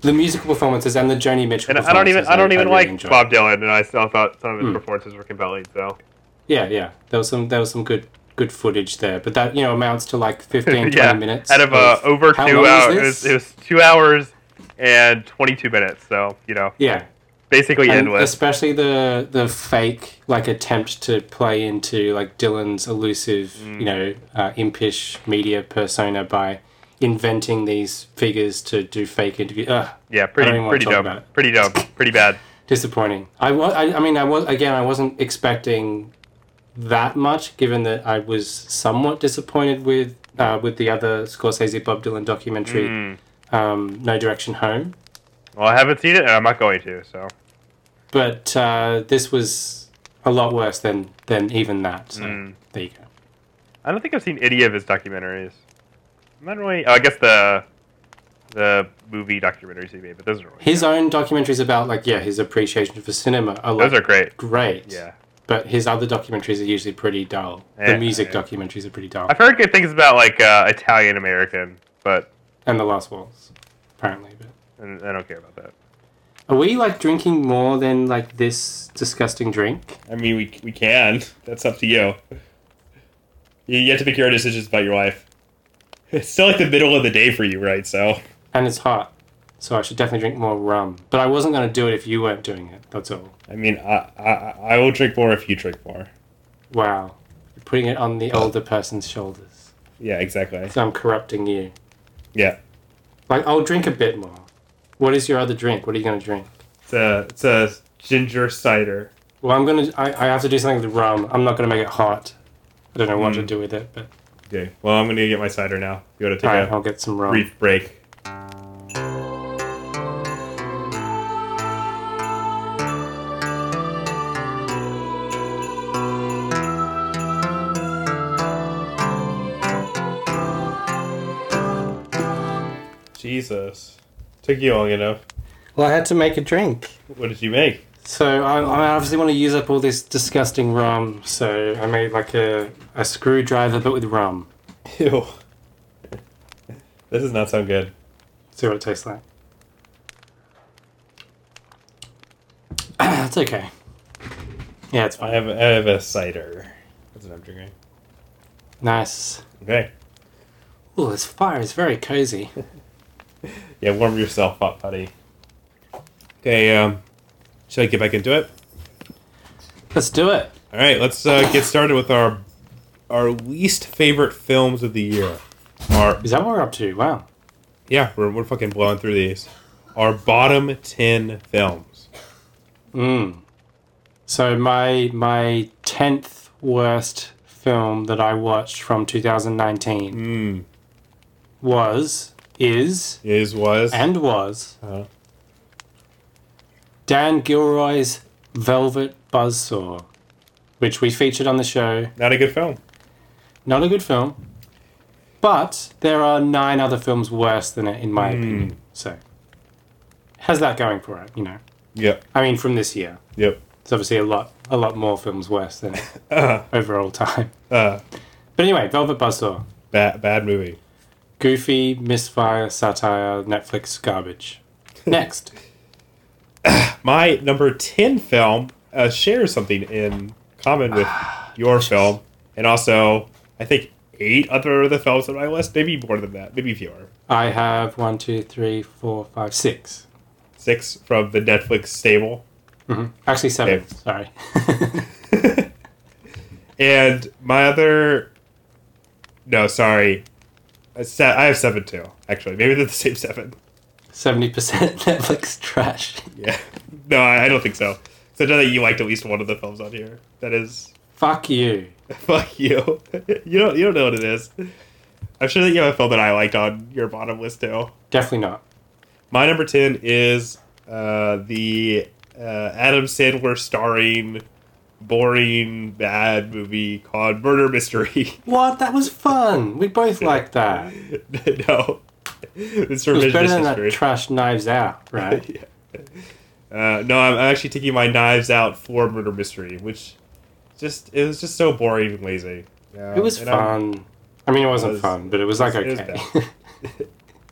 Speaker 1: the musical performances and the Joni Mitchell.
Speaker 2: and I don't
Speaker 1: performances
Speaker 2: even I don't even
Speaker 1: really
Speaker 2: like
Speaker 1: enjoyed. Hmm.
Speaker 2: Bob Dylan, and I still thought some of his performances were compelling. So
Speaker 1: Yeah, yeah. There was some there was some good good footage there, but that you know amounts to like 15, 20
Speaker 2: yeah,
Speaker 1: minutes
Speaker 2: out of uh, over
Speaker 1: how
Speaker 2: two
Speaker 1: long is
Speaker 2: hours, it
Speaker 1: this?
Speaker 2: was, it was two hours and twenty two minutes. So you know,
Speaker 1: yeah,
Speaker 2: basically
Speaker 1: And
Speaker 2: endless.
Speaker 1: especially the the fake like attempt to play into like Dylan's elusive,
Speaker 2: Mm.
Speaker 1: you know, uh, impish media persona by inventing these figures to do fake interview. Ugh,
Speaker 2: Yeah, pretty
Speaker 1: even wanna
Speaker 2: pretty
Speaker 1: talk
Speaker 2: dumb,
Speaker 1: about it.
Speaker 2: pretty dumb, pretty bad.
Speaker 1: disappointing. I was. I, I mean, I was again. I wasn't expecting that much, given that I was somewhat disappointed with uh, with the other Scorsese Bob Dylan documentary,
Speaker 2: Mm.
Speaker 1: um, No Direction Home.
Speaker 2: Well, I haven't seen it, and I'm not going to. So
Speaker 1: but uh, this was a lot worse than than even that. So
Speaker 2: Mm.
Speaker 1: there you go.
Speaker 2: I don't think I've seen any of his documentaries. I'm not really. Oh, I guess the the movie documentaries he made, but those are really
Speaker 1: His own documentaries about like yeah his appreciation for cinema are like
Speaker 2: those are great.
Speaker 1: great.
Speaker 2: Yeah,
Speaker 1: But his other documentaries are usually pretty dull.
Speaker 2: Yeah,
Speaker 1: the music
Speaker 2: yeah.
Speaker 1: documentaries are pretty dull,
Speaker 2: I've heard good things about like uh, Italian American, but
Speaker 1: and the Last Waltz, apparently. But
Speaker 2: I I don't care about that.
Speaker 1: are we like drinking more than like this disgusting drink?
Speaker 3: I mean, we we can. That's up to you. You, you have to make your own decisions about your life. It's still like the middle of the day for you, right? So
Speaker 1: And it's hot, so I should definitely drink more rum. But I wasn't going to do it if you weren't doing it. That's all.
Speaker 3: I mean, I I, I will drink more if you drink more.
Speaker 1: Wow, you're putting it on the
Speaker 2: Oh.
Speaker 1: older person's shoulders.
Speaker 3: Yeah, exactly.
Speaker 1: So I'm corrupting you.
Speaker 3: Yeah,
Speaker 1: Like, I'll drink a bit more. What is your other drink? What are you going to drink?
Speaker 3: it's a it's a ginger cider.
Speaker 1: Well, I'm going to. I I have to do something with the rum. I'm not going to make it hot. I don't know what to do with it, but.
Speaker 3: Okay. Well, I'm gonna get my cider now. You gotta take
Speaker 1: Alright,
Speaker 3: a
Speaker 1: I'll get some rum.
Speaker 3: brief break. Jesus, took you long enough.
Speaker 1: Well, I had to make a drink.
Speaker 3: What did you make?
Speaker 1: So I, I obviously want to use up all this disgusting rum, so I made like a, a screwdriver but with rum.
Speaker 3: Ew. this does not sound good.
Speaker 1: See what it tastes like. it's okay. Yeah, it's
Speaker 3: I
Speaker 1: fine.
Speaker 3: have I have a cider. That's what I'm drinking.
Speaker 1: Nice.
Speaker 3: Okay.
Speaker 1: Oh, this fire is very cozy.
Speaker 3: Yeah, warm yourself up, buddy. Okay, um, should I get back into it?
Speaker 1: Let's do it.
Speaker 3: All right, let's uh, get started with our our least favorite films of the year. Our
Speaker 1: Is that what we're up to? Wow.
Speaker 3: yeah, we're we're fucking blowing through these. Our bottom ten films.
Speaker 1: Mm. So my my tenth worst film that I watched from 2019
Speaker 3: Mm,
Speaker 1: was is
Speaker 3: is was
Speaker 1: and was
Speaker 3: Uh-huh.
Speaker 1: Dan Gilroy's Velvet Buzzsaw, which we featured on the show.
Speaker 3: not a good film.
Speaker 1: Not a good film. But there are nine other films worse than it, in my opinion. So, it has that going for it, you know?
Speaker 2: Yep.
Speaker 1: I mean, from this year,
Speaker 2: Yep.
Speaker 1: it's obviously a lot, a lot more films worse than it
Speaker 2: Uh,
Speaker 1: overall time.
Speaker 2: uh,
Speaker 1: But anyway, Velvet Buzzsaw,
Speaker 2: bad, bad movie.
Speaker 1: goofy, misfire, satire, Netflix garbage. Next,
Speaker 2: My number 10 film uh, shares something in common with your film, and also, I think, eight other of the films on my list, maybe more than that, maybe fewer.
Speaker 1: I have one, two, three, four, five, six.
Speaker 2: Six from the Netflix stable.
Speaker 1: Mhm. Actually, seven.
Speaker 2: Okay.
Speaker 1: Sorry.
Speaker 2: And my other. No, sorry. I se- I have seven too, actually. Maybe they're the same seven.
Speaker 1: Seventy percent Netflix trash.
Speaker 2: Yeah. No, I, I don't think so. So now that you liked at least one of the films on here, that is
Speaker 1: Fuck you.
Speaker 2: Fuck you. you don't you don't know what it is. I'm sure that you have a film that I liked on your bottom list too.
Speaker 1: Definitely not.
Speaker 2: My number ten is uh, the uh, Adam Sandler starring boring bad movie called Murder Mystery.
Speaker 1: What? That was fun. We both liked that. It
Speaker 2: no,
Speaker 1: was
Speaker 2: it's
Speaker 1: better
Speaker 2: revisionist
Speaker 1: than
Speaker 2: history.
Speaker 1: that trash Knives Out, right?
Speaker 2: Yeah. Uh, no, I'm actually taking my knives out for Murder Mystery, which just it was just so boring and lazy. Yeah,
Speaker 1: It was
Speaker 2: and I'm-
Speaker 1: fun. I mean, it wasn't
Speaker 2: was-
Speaker 1: fun, but it was like
Speaker 2: it was
Speaker 1: okay.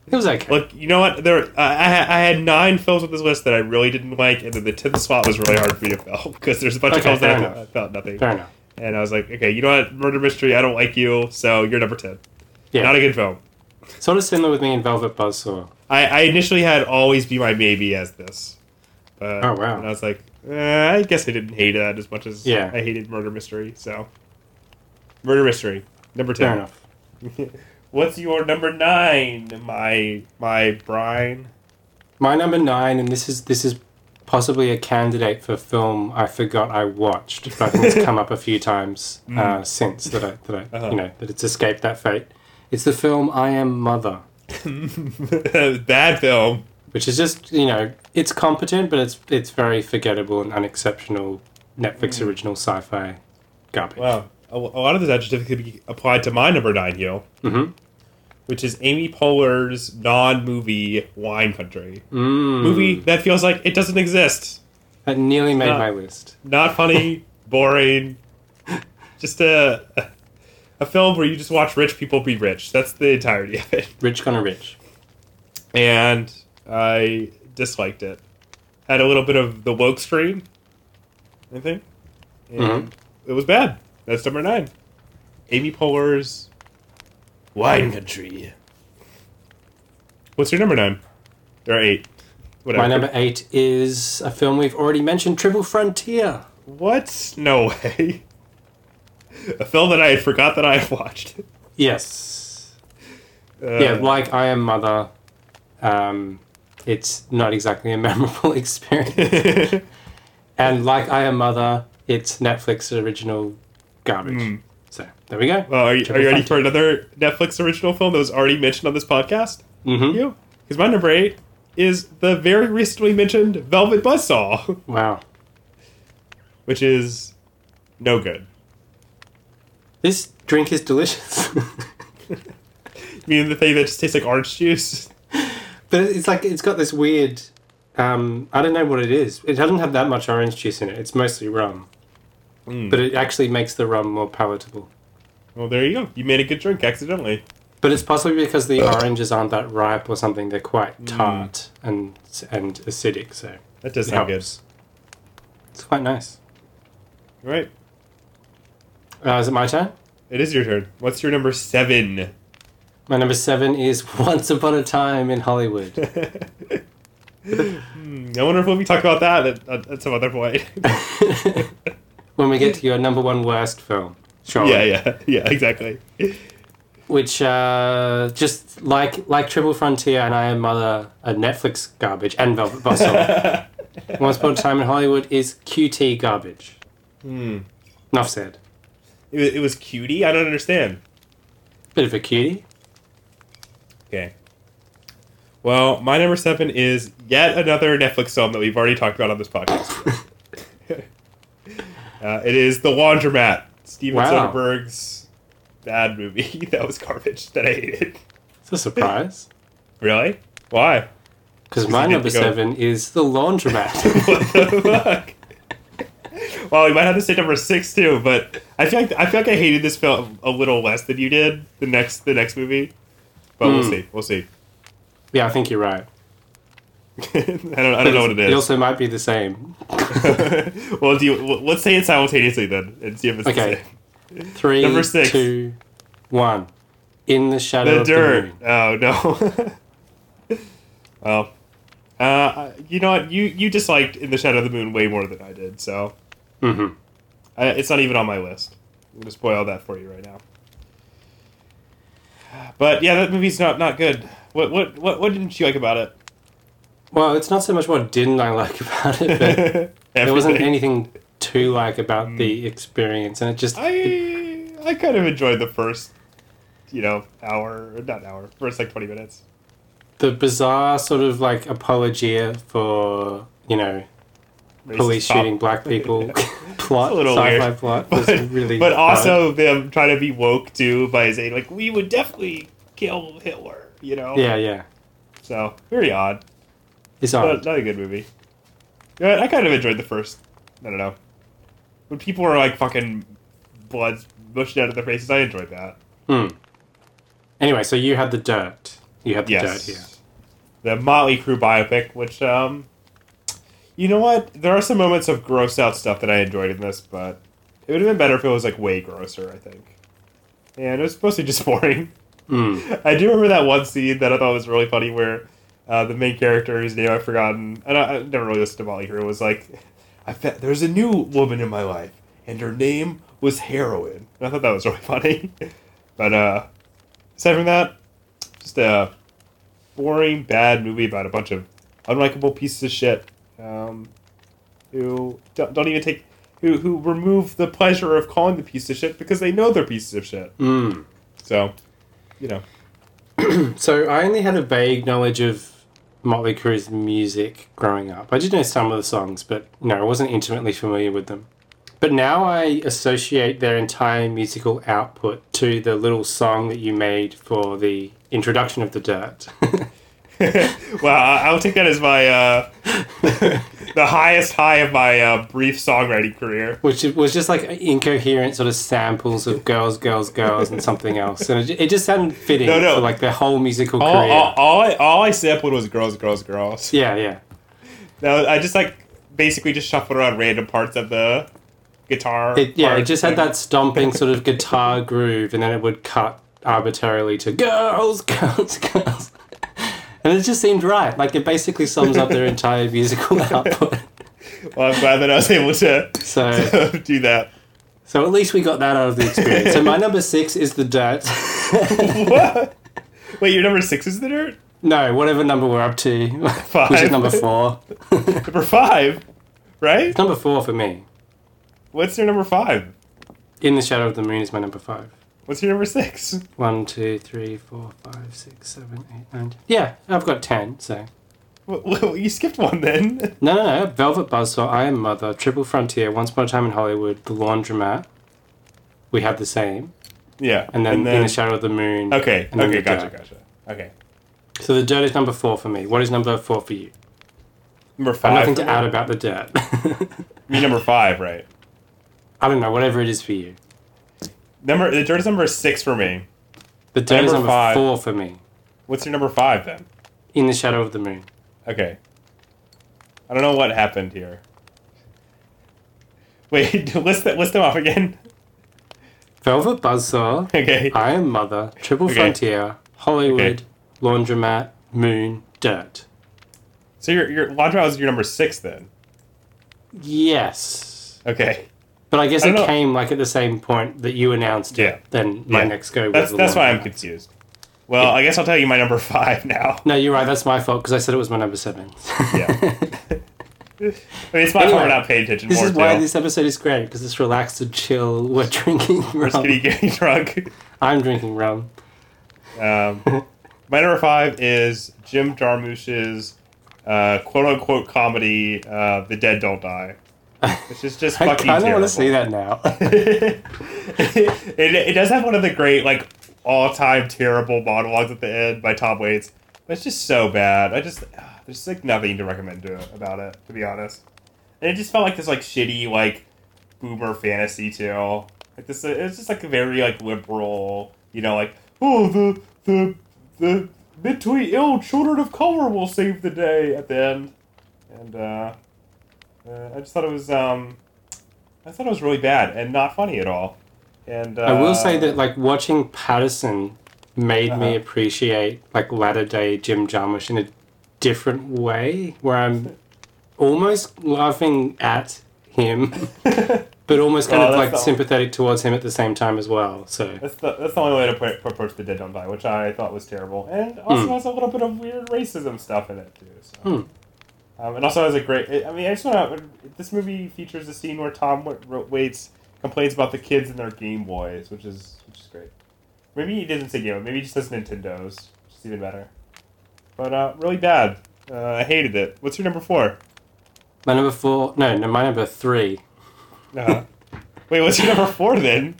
Speaker 1: It was okay.
Speaker 2: Look, you know what? There, I, I had- I had nine films on this list that I really didn't like, and then the tenth spot was really hard for me to fill because there's a bunch
Speaker 1: Okay,
Speaker 2: of films that I
Speaker 1: fair
Speaker 2: thought- I
Speaker 1: enough.
Speaker 2: felt nothing.
Speaker 1: Fair enough.
Speaker 2: And I was like, okay, you know what? Murder mystery, I don't like you, so you're number ten.
Speaker 1: Yeah.
Speaker 2: Not a good film.
Speaker 1: Sort of similar with me in Velvet Buzzsaw.
Speaker 2: I, I initially had Always Be My Maybe as this, but
Speaker 1: Oh, wow.
Speaker 2: and I was like, eh, I guess I didn't hate that as much as
Speaker 1: Yeah.
Speaker 2: I hated Murder Mystery. So, Murder Mystery, number
Speaker 1: Fair
Speaker 2: ten.
Speaker 1: enough.
Speaker 2: What's your number nine? My my brine.
Speaker 1: My number nine, and this is this is possibly a candidate for film I forgot I watched, but I think it's come up a few times uh, since that I, that I,
Speaker 2: Mm. Uh-huh.
Speaker 1: you know that it's escaped that fate. It's the film I Am Mother,
Speaker 2: Bad film.
Speaker 1: which is just you know it's competent, but it's it's very forgettable and unexceptional Netflix original sci-fi garbage.
Speaker 2: Mm. Wow. A, a lot of this adjective could be applied to my number nine heel,
Speaker 1: Mhm.
Speaker 2: which is Amy Poehler's non-movie Wine Country
Speaker 1: Mm.
Speaker 2: movie that feels like it doesn't exist.
Speaker 1: that nearly made
Speaker 2: Uh,
Speaker 1: my list.
Speaker 2: Not funny, boring, just a a film where you just watch rich people be rich. That's the entirety of it,
Speaker 1: Rich gonna rich.
Speaker 2: and I disliked it. Had a little bit of the woke screen, I think, and
Speaker 1: Mhm.
Speaker 2: it was bad. That's number nine. Amy Poehler's Wine Country. What's your number nine? There are eight. Whatever.
Speaker 1: My number eight is a film we've already mentioned, Triple Frontier.
Speaker 2: What? No way. A film that I had forgot that I had watched.
Speaker 1: Yes.
Speaker 2: Uh,
Speaker 1: yeah, like I am mother. Um, it's not exactly a memorable experience, and like I am mother, it's Netflix original garbage. So there we go.
Speaker 2: well, are you, are you ready
Speaker 1: Triple
Speaker 2: for another Netflix original film that was already mentioned on this podcast?
Speaker 1: Mhm.
Speaker 2: You? Because my number eight is the very recently mentioned Velvet Buzzsaw,
Speaker 1: Wow,
Speaker 2: which is no good.
Speaker 1: this drink is delicious,
Speaker 2: I mean, the thing that just tastes like orange juice.
Speaker 1: but it's like it's got this weird. Um, I don't know what it is. It doesn't have that much orange juice in it. It's mostly rum, but it actually makes the rum more palatable.
Speaker 2: Well, there you go. You made a good drink accidentally.
Speaker 1: But it's possibly because the oranges aren't that ripe or something. They're quite tart and and acidic. So.
Speaker 2: That does sound good.
Speaker 1: Helps. It's quite nice.
Speaker 2: Right.
Speaker 1: Uh, is it my turn?
Speaker 2: It is your turn. What's your number seven?
Speaker 1: My number seven is Once Upon a Time in Hollywood.
Speaker 2: Hmm, I wonder if we'll be talking about that uh, at, at some other point.
Speaker 1: when we get to your number one worst film. Sure.
Speaker 2: yeah, yeah, yeah, exactly.
Speaker 1: Which, uh, just like like Triple Frontier and I Am Mother, a Netflix garbage and Velvet Buzzsaw. Once Upon a Time in Hollywood is QT garbage. Hmm. Enough said.
Speaker 2: It, wa- it was cutie. I don't understand.
Speaker 1: Bit of a cutie.
Speaker 2: Okay. Well, my number seven is yet another Netflix film that we've already talked about on this podcast. uh, it is The Laundromat, Steven
Speaker 1: Wow.
Speaker 2: Soderbergh's bad movie that was garbage that I hated.
Speaker 1: It's a surprise.
Speaker 2: Really? Why?
Speaker 1: Because my
Speaker 2: didn't
Speaker 1: number
Speaker 2: go.
Speaker 1: seven is The Laundromat.
Speaker 2: What the fuck? Well, we might have to say number six too, but I feel like I feel like I hated this film a little less than you did the next the next movie. But we'll
Speaker 1: Hmm.
Speaker 2: see. We'll see.
Speaker 1: yeah, I think you're right.
Speaker 2: I don't I don't know what it
Speaker 1: It
Speaker 2: is.
Speaker 1: also might be the same.
Speaker 2: well, do you, well, let's say it simultaneously then, and see if it's
Speaker 1: Okay.
Speaker 2: the same.
Speaker 1: Three, two, one.
Speaker 2: Number six.
Speaker 1: In the shadow
Speaker 2: The
Speaker 1: of the
Speaker 2: dirt.
Speaker 1: moon.
Speaker 2: Oh no. well, uh, you know what? You you disliked In the Shadow of the Moon way more than I did, so
Speaker 1: Mm-hmm.
Speaker 2: I, it's not even on my list. I'm gonna spoil that for you right now. But yeah, that movie's not not good. What what what, what didn't you like about it?
Speaker 1: Well, it's not so much what didn't I like about it, but there wasn't
Speaker 2: Everything. Hmm.
Speaker 1: anything to like about the experience, and it just
Speaker 2: I I kind of enjoyed the first, you know, hour not hour first like twenty minutes.
Speaker 1: the bizarre sort of like apologia for you know
Speaker 2: Racist
Speaker 1: police
Speaker 2: cop.
Speaker 1: shooting black people plot,
Speaker 2: It's a little
Speaker 1: sci-fi
Speaker 2: weird.
Speaker 1: plot was
Speaker 2: but,
Speaker 1: really.
Speaker 2: but
Speaker 1: bad.
Speaker 2: also them trying to be woke too by saying like we would definitely kill Hitler, you know.
Speaker 1: yeah, yeah,
Speaker 2: So very odd.
Speaker 1: it's
Speaker 2: Not,
Speaker 1: odd.
Speaker 2: not a good movie. Yeah, I kind of enjoyed the first. I don't know. When people were like fucking bloods mushed out of their faces, I enjoyed that.
Speaker 1: Hmm. Anyway, so you had the dirt. You had the
Speaker 2: Yes.
Speaker 1: dirt here.
Speaker 2: The Motley Crue biopic, which um, you know what? There are some moments of gross out stuff that I enjoyed in this, but it would have been better if it was like way grosser. I think. And it was mostly just boring.
Speaker 1: Mm.
Speaker 2: I do remember that one scene that I thought was really funny where uh, the main character, whose name I've forgotten, and I, I never really listened to Molly Hero, was like, I fe- There's a new woman in my life, and her name was Heroin. And I thought that was really funny. but uh, aside from that, just a boring, bad movie about a bunch of unlikable pieces of shit um, who don't, don't even take. Who, who remove the pleasure of calling the piece of shit because they know they're pieces of shit.
Speaker 1: Mm.
Speaker 2: So, you know.
Speaker 1: So I only had a vague knowledge of Motley Crue's music growing up. I did know some of the songs, but no, I wasn't intimately familiar with them. But now I associate their entire musical output to the little song that you made for the introduction of the dirt.
Speaker 2: well, I- I'll take that as my uh, the highest high of my uh, brief songwriting career.
Speaker 1: which it was just like incoherent sort of samples of girls, girls, girls, and something else, and it, ju- it just sounded fitting
Speaker 2: No, Oh, no.
Speaker 1: for like their whole musical
Speaker 2: All,
Speaker 1: career.
Speaker 2: all, all, I, all I sampled was girls, girls, girls.
Speaker 1: Yeah, yeah,
Speaker 2: No, I just like basically just shuffled around random parts of the guitar.
Speaker 1: it, yeah. It
Speaker 2: parts
Speaker 1: just had
Speaker 2: and-
Speaker 1: that stomping sort of guitar groove, and then it would cut arbitrarily to girls, girls, girls, and it just seemed right. Like it basically sums up their entire musical output.
Speaker 2: Well, I'm glad that I was able to
Speaker 1: So.
Speaker 2: do that.
Speaker 1: So at least we got that out of the experience. so my number six is the dirt.
Speaker 2: What? Wait, your number six is the dirt.
Speaker 1: no, whatever number we're up to, which is
Speaker 2: Five.
Speaker 1: number four.
Speaker 2: Number five, right?
Speaker 1: number four for me.
Speaker 2: What's your number five?
Speaker 1: In the Shadow of the Moon is my number five.
Speaker 2: What's your number six?
Speaker 1: One, two, three, four, five, six, seven, eight, nine. ten. Yeah, I've got ten. So
Speaker 2: Well, well, you skipped one then.
Speaker 1: no, no, no. Velvet Buzzsaw, I Am Mother, Triple Frontier, Once Upon a Time in Hollywood, The Laundromat. We had the same,
Speaker 2: Yeah,
Speaker 1: and then, In the Shadow of the Moon.
Speaker 2: Okay.
Speaker 1: and then
Speaker 2: okay.
Speaker 1: The
Speaker 2: Gotcha.
Speaker 1: Dirt.
Speaker 2: Gotcha. Okay.
Speaker 1: So the dirt is number four for me. What is number four for you?
Speaker 2: Number
Speaker 1: I've
Speaker 2: five.
Speaker 1: nothing to add about the dirt.
Speaker 2: Me number five, right?
Speaker 1: I don't know. Whatever it is for you,
Speaker 2: Number the dirt is number six for me.
Speaker 1: the dirt is
Speaker 2: Number
Speaker 1: number
Speaker 2: five.
Speaker 1: four for me.
Speaker 2: What's your number five then?
Speaker 1: In the Shadow of the Moon.
Speaker 2: Okay. I don't know what happened here. Wait, list that list them off again.
Speaker 1: Velvet Buzzsaw,
Speaker 2: Okay.
Speaker 1: I Am Mother, Triple
Speaker 2: Okay.
Speaker 1: Frontier, Hollywood,
Speaker 2: Okay.
Speaker 1: Laundromat, Moon, Dirt.
Speaker 2: So your your Laundromat is your number six then.
Speaker 1: Yes.
Speaker 2: Okay.
Speaker 1: But I guess
Speaker 2: I
Speaker 1: it
Speaker 2: don't know.
Speaker 1: came like at the same point that you announced
Speaker 2: Yeah.
Speaker 1: it. Then my
Speaker 2: Yeah.
Speaker 1: next go was
Speaker 2: That's
Speaker 1: the
Speaker 2: that's why I'm
Speaker 1: Laundromat.
Speaker 2: confused. Well, I guess I'll tell you my number five now.
Speaker 1: No, you're right. That's my fault because I said it was my number seven.
Speaker 2: Yeah. I mean, it's my
Speaker 1: Anyway,
Speaker 2: fault we're not paying attention
Speaker 1: this
Speaker 2: more
Speaker 1: is why
Speaker 2: to.
Speaker 1: this episode is great because it's relaxed and chill. We're drinking
Speaker 2: We're just
Speaker 1: rum.
Speaker 2: getting, getting drunk.
Speaker 1: I'm drinking rum.
Speaker 2: Um, my number five is Jim Jarmusch's uh, quote unquote comedy, uh, The Dead Don't Die. Which is just
Speaker 1: I
Speaker 2: fucking
Speaker 1: kind of want
Speaker 2: terrible.
Speaker 1: to see that now.
Speaker 2: it, it does have one of the great, like, all time terrible monologues at the end by Tom Waits, but it's just so bad. I just, ah, there's like nothing to recommend to about it, to be honest. And it just felt like this, like, shitty, like, boomer fantasy tale. Like, this, it's just like a very, like, liberal, you know, like, oh, the, the, the mentally ill children of color will save the day at the end. And, uh, uh, I just thought it was, um, I thought it was really bad and not funny at all. And uh,
Speaker 1: I will say that like watching Patterson made me
Speaker 2: Uh-huh.
Speaker 1: appreciate like latter day Jim Jarmusch in a different way, where I'm almost laughing at him, but almost kind
Speaker 2: Oh,
Speaker 1: of
Speaker 2: that's
Speaker 1: like
Speaker 2: the-
Speaker 1: sympathetic towards him at the same time as well. So
Speaker 2: That's the, that's the only way to put, approach the Dead Don't Die, which I thought was terrible, and also has a little bit of weird racism stuff in it too. So. Um, and also has a great. I mean, I just want to. This movie features a scene where Tom Wa- Wa- Waits complains about the kids and their Game Boys, which is which is great. Maybe he didn't say Game Boy. Maybe he just says Nintendos, which is even better. But uh, really bad. Uh, I hated it. What's your number four?
Speaker 1: my number four, no, no, my number three,
Speaker 2: Uh, wait, what's your number four then?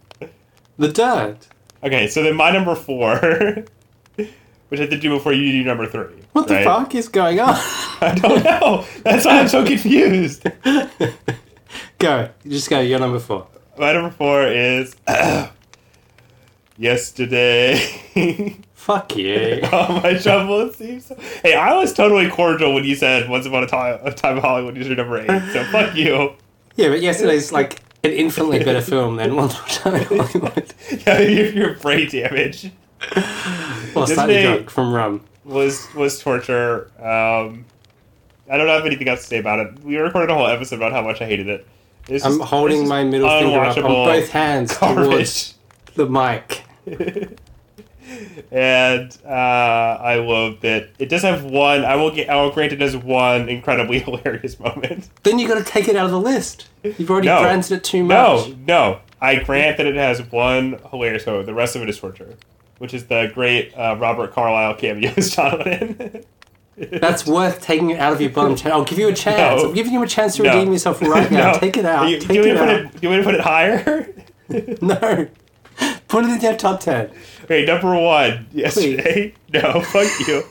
Speaker 1: The Dirt.
Speaker 2: Okay, so then my number four, which I have to do before you do number three.
Speaker 1: What the
Speaker 2: right?
Speaker 1: fuck is going on?
Speaker 2: I don't know. That's why I'm so confused.
Speaker 1: go, you just go. You're number four.
Speaker 2: My number four is yesterday.
Speaker 1: Fuck you.
Speaker 2: oh, my trouble it seems. So... Hey, I was totally cordial when you said "Once Upon a Time, a time in Hollywood" is your number eight. So fuck you.
Speaker 1: yeah, but yesterday's like an infinitely better film than One More Time in Hollywood.
Speaker 2: Yeah, if you're brain damage.
Speaker 1: Or slightly
Speaker 2: Yesterday-
Speaker 1: drunk from rum.
Speaker 2: was was torture. Um, I don't have anything else to say about it. We recorded a whole episode about how much I hated it. It's
Speaker 1: I'm
Speaker 2: just-
Speaker 1: holding
Speaker 2: it's
Speaker 1: my middle finger up on
Speaker 2: unwatchable
Speaker 1: both hands towards
Speaker 2: garbage.
Speaker 1: the mic.
Speaker 2: and uh, I love that it does have one. I will get. I will grant it has one incredibly hilarious moment.
Speaker 1: Then you got to take it out of the list. You've already
Speaker 2: No.
Speaker 1: granted it too much.
Speaker 2: No, no. I grant that it has one hilarious moment. The rest of it is torture, which is the great uh, Robert Carlyle cameo as Jonathan.
Speaker 1: That's worth taking it out of your bottom chan- I'll give you a chance.
Speaker 2: No.
Speaker 1: I'm giving you a chance to
Speaker 2: No.
Speaker 1: redeem yourself right now.
Speaker 2: No.
Speaker 1: Take it out.
Speaker 2: You,
Speaker 1: take
Speaker 2: do, you
Speaker 1: it
Speaker 2: want me to
Speaker 1: out.
Speaker 2: put it, do you want me to put it higher?
Speaker 1: No. Put it in your top 10.
Speaker 2: Okay, number one yesterday. No, fuck you.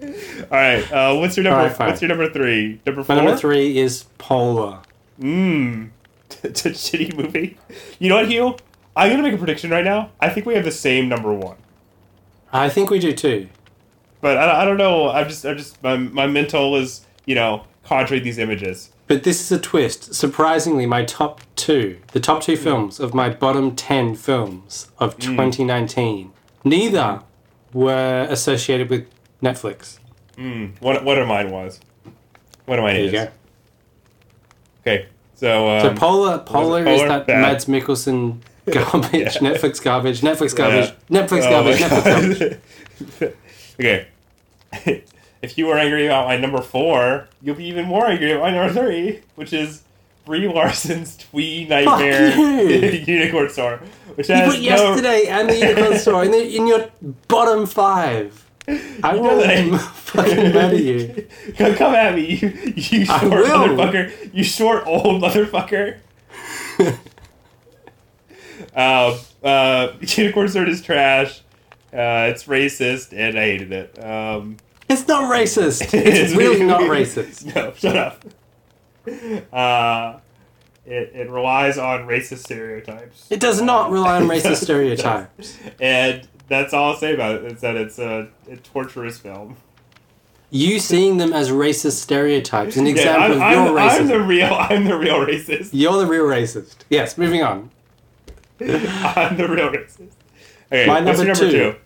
Speaker 2: All right, uh, what's your number?
Speaker 1: All right, fine.
Speaker 2: what's your number three? Number
Speaker 1: My
Speaker 2: four.
Speaker 1: number three is Polar.
Speaker 2: Mmm, it's a shitty movie. You know what, Hugh? I'm gonna make a prediction right now. I think we have the same number one,
Speaker 1: I think we do too.
Speaker 2: but I, I don't know. I'm just, I'm just, my, my mental is, you know, conjuring these images.
Speaker 1: But this is a twist. Surprisingly, my top two, the top two films of my bottom 10 films of
Speaker 2: Hmm.
Speaker 1: 2019, neither were associated with Netflix.
Speaker 2: What, what of mine was? What of mine
Speaker 1: There
Speaker 2: is?
Speaker 1: you go.
Speaker 2: Okay, so, um,
Speaker 1: So Polar, Polar is
Speaker 2: Polar?
Speaker 1: that
Speaker 2: Bad.
Speaker 1: Mads Mikkelsen garbage, Netflix garbage, Netflix garbage, Netflix
Speaker 2: Oh
Speaker 1: garbage,
Speaker 2: my
Speaker 1: Netflix garbage.
Speaker 2: God. okay. if you were angry about my number four, you'll be even more angry about my number three, which is Brie Larson's Twee Nightmare
Speaker 1: you.
Speaker 2: Unicorn Star, which
Speaker 1: You
Speaker 2: has
Speaker 1: put
Speaker 2: no-
Speaker 1: yesterday and the unicorn store in, the, in your bottom five. I will
Speaker 2: that.
Speaker 1: fucking murder you.
Speaker 2: Come, come at me, you, you
Speaker 1: I
Speaker 2: short
Speaker 1: will.
Speaker 2: motherfucker. You short old motherfucker. uh, uh, Unicorn Sword is trash. Uh, it's racist, and I hated it. Um,
Speaker 1: It's not racist. It's really not racist.
Speaker 2: No, shut up. Uh, it, it relies on racist stereotypes.
Speaker 1: It does not rely on racist stereotypes.
Speaker 2: And that's all I'll say about it, is that it's a, a torturous film.
Speaker 1: You seeing them as racist stereotypes, an
Speaker 2: Yeah, I'm,
Speaker 1: example
Speaker 2: I'm-
Speaker 1: of your
Speaker 2: I'm
Speaker 1: racism.
Speaker 2: the real, I'm the real racist.
Speaker 1: You're the real racist. Yes, moving on.
Speaker 2: I'm the real racist. Okay,
Speaker 1: My
Speaker 2: what's
Speaker 1: number
Speaker 2: your number
Speaker 1: two.
Speaker 2: two?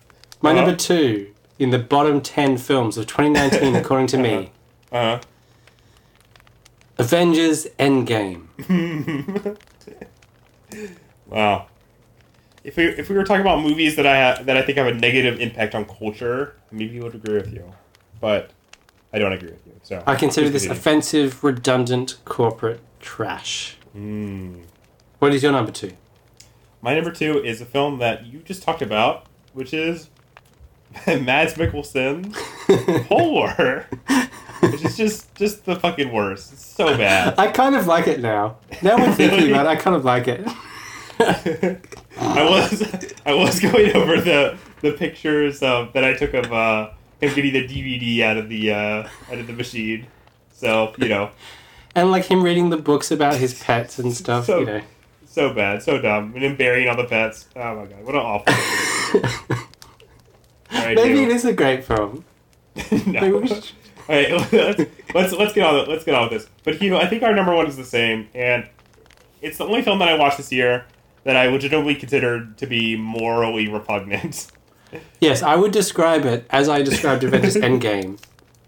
Speaker 1: My
Speaker 2: Uh-huh.
Speaker 1: number two in the bottom 10 films of 2019, according to me,
Speaker 2: Uh-huh.
Speaker 1: Avengers Endgame.
Speaker 2: Wow. If we if we were talking about movies that I ha- that I think have a negative impact on culture, maybe I would agree with you, but I don't agree with you. So
Speaker 1: I consider this
Speaker 2: continue.
Speaker 1: offensive, redundant corporate trash.
Speaker 2: Hmm.
Speaker 1: What is your number two?
Speaker 2: My number two is a film that you just talked about, which is Mads Mikkelsen Polar. which is just just the fucking worst. It's so bad.
Speaker 1: I kind of like it now. Now we're thinking about it, I kind of like it.
Speaker 2: I was I was going over the the pictures of, that I took of uh, him getting the DVD out of the uh, out of the machine. So you know,
Speaker 1: And like him reading the books about his pets and stuff,
Speaker 2: So-
Speaker 1: you know.
Speaker 2: so bad, so dumb, and then burying all the pets. Oh my god, what an awful. All right,
Speaker 1: Maybe
Speaker 2: Neil.
Speaker 1: it is a great film. Maybe
Speaker 2: no.
Speaker 1: we should-
Speaker 2: All right, let's, let's let's get on with- let's get on with this. But Hugh, I think our number one is the same, and it's the only film that I watched this year that I legitimately considered to be morally repugnant.
Speaker 1: Yes, I would describe it as I described Avengers Endgame,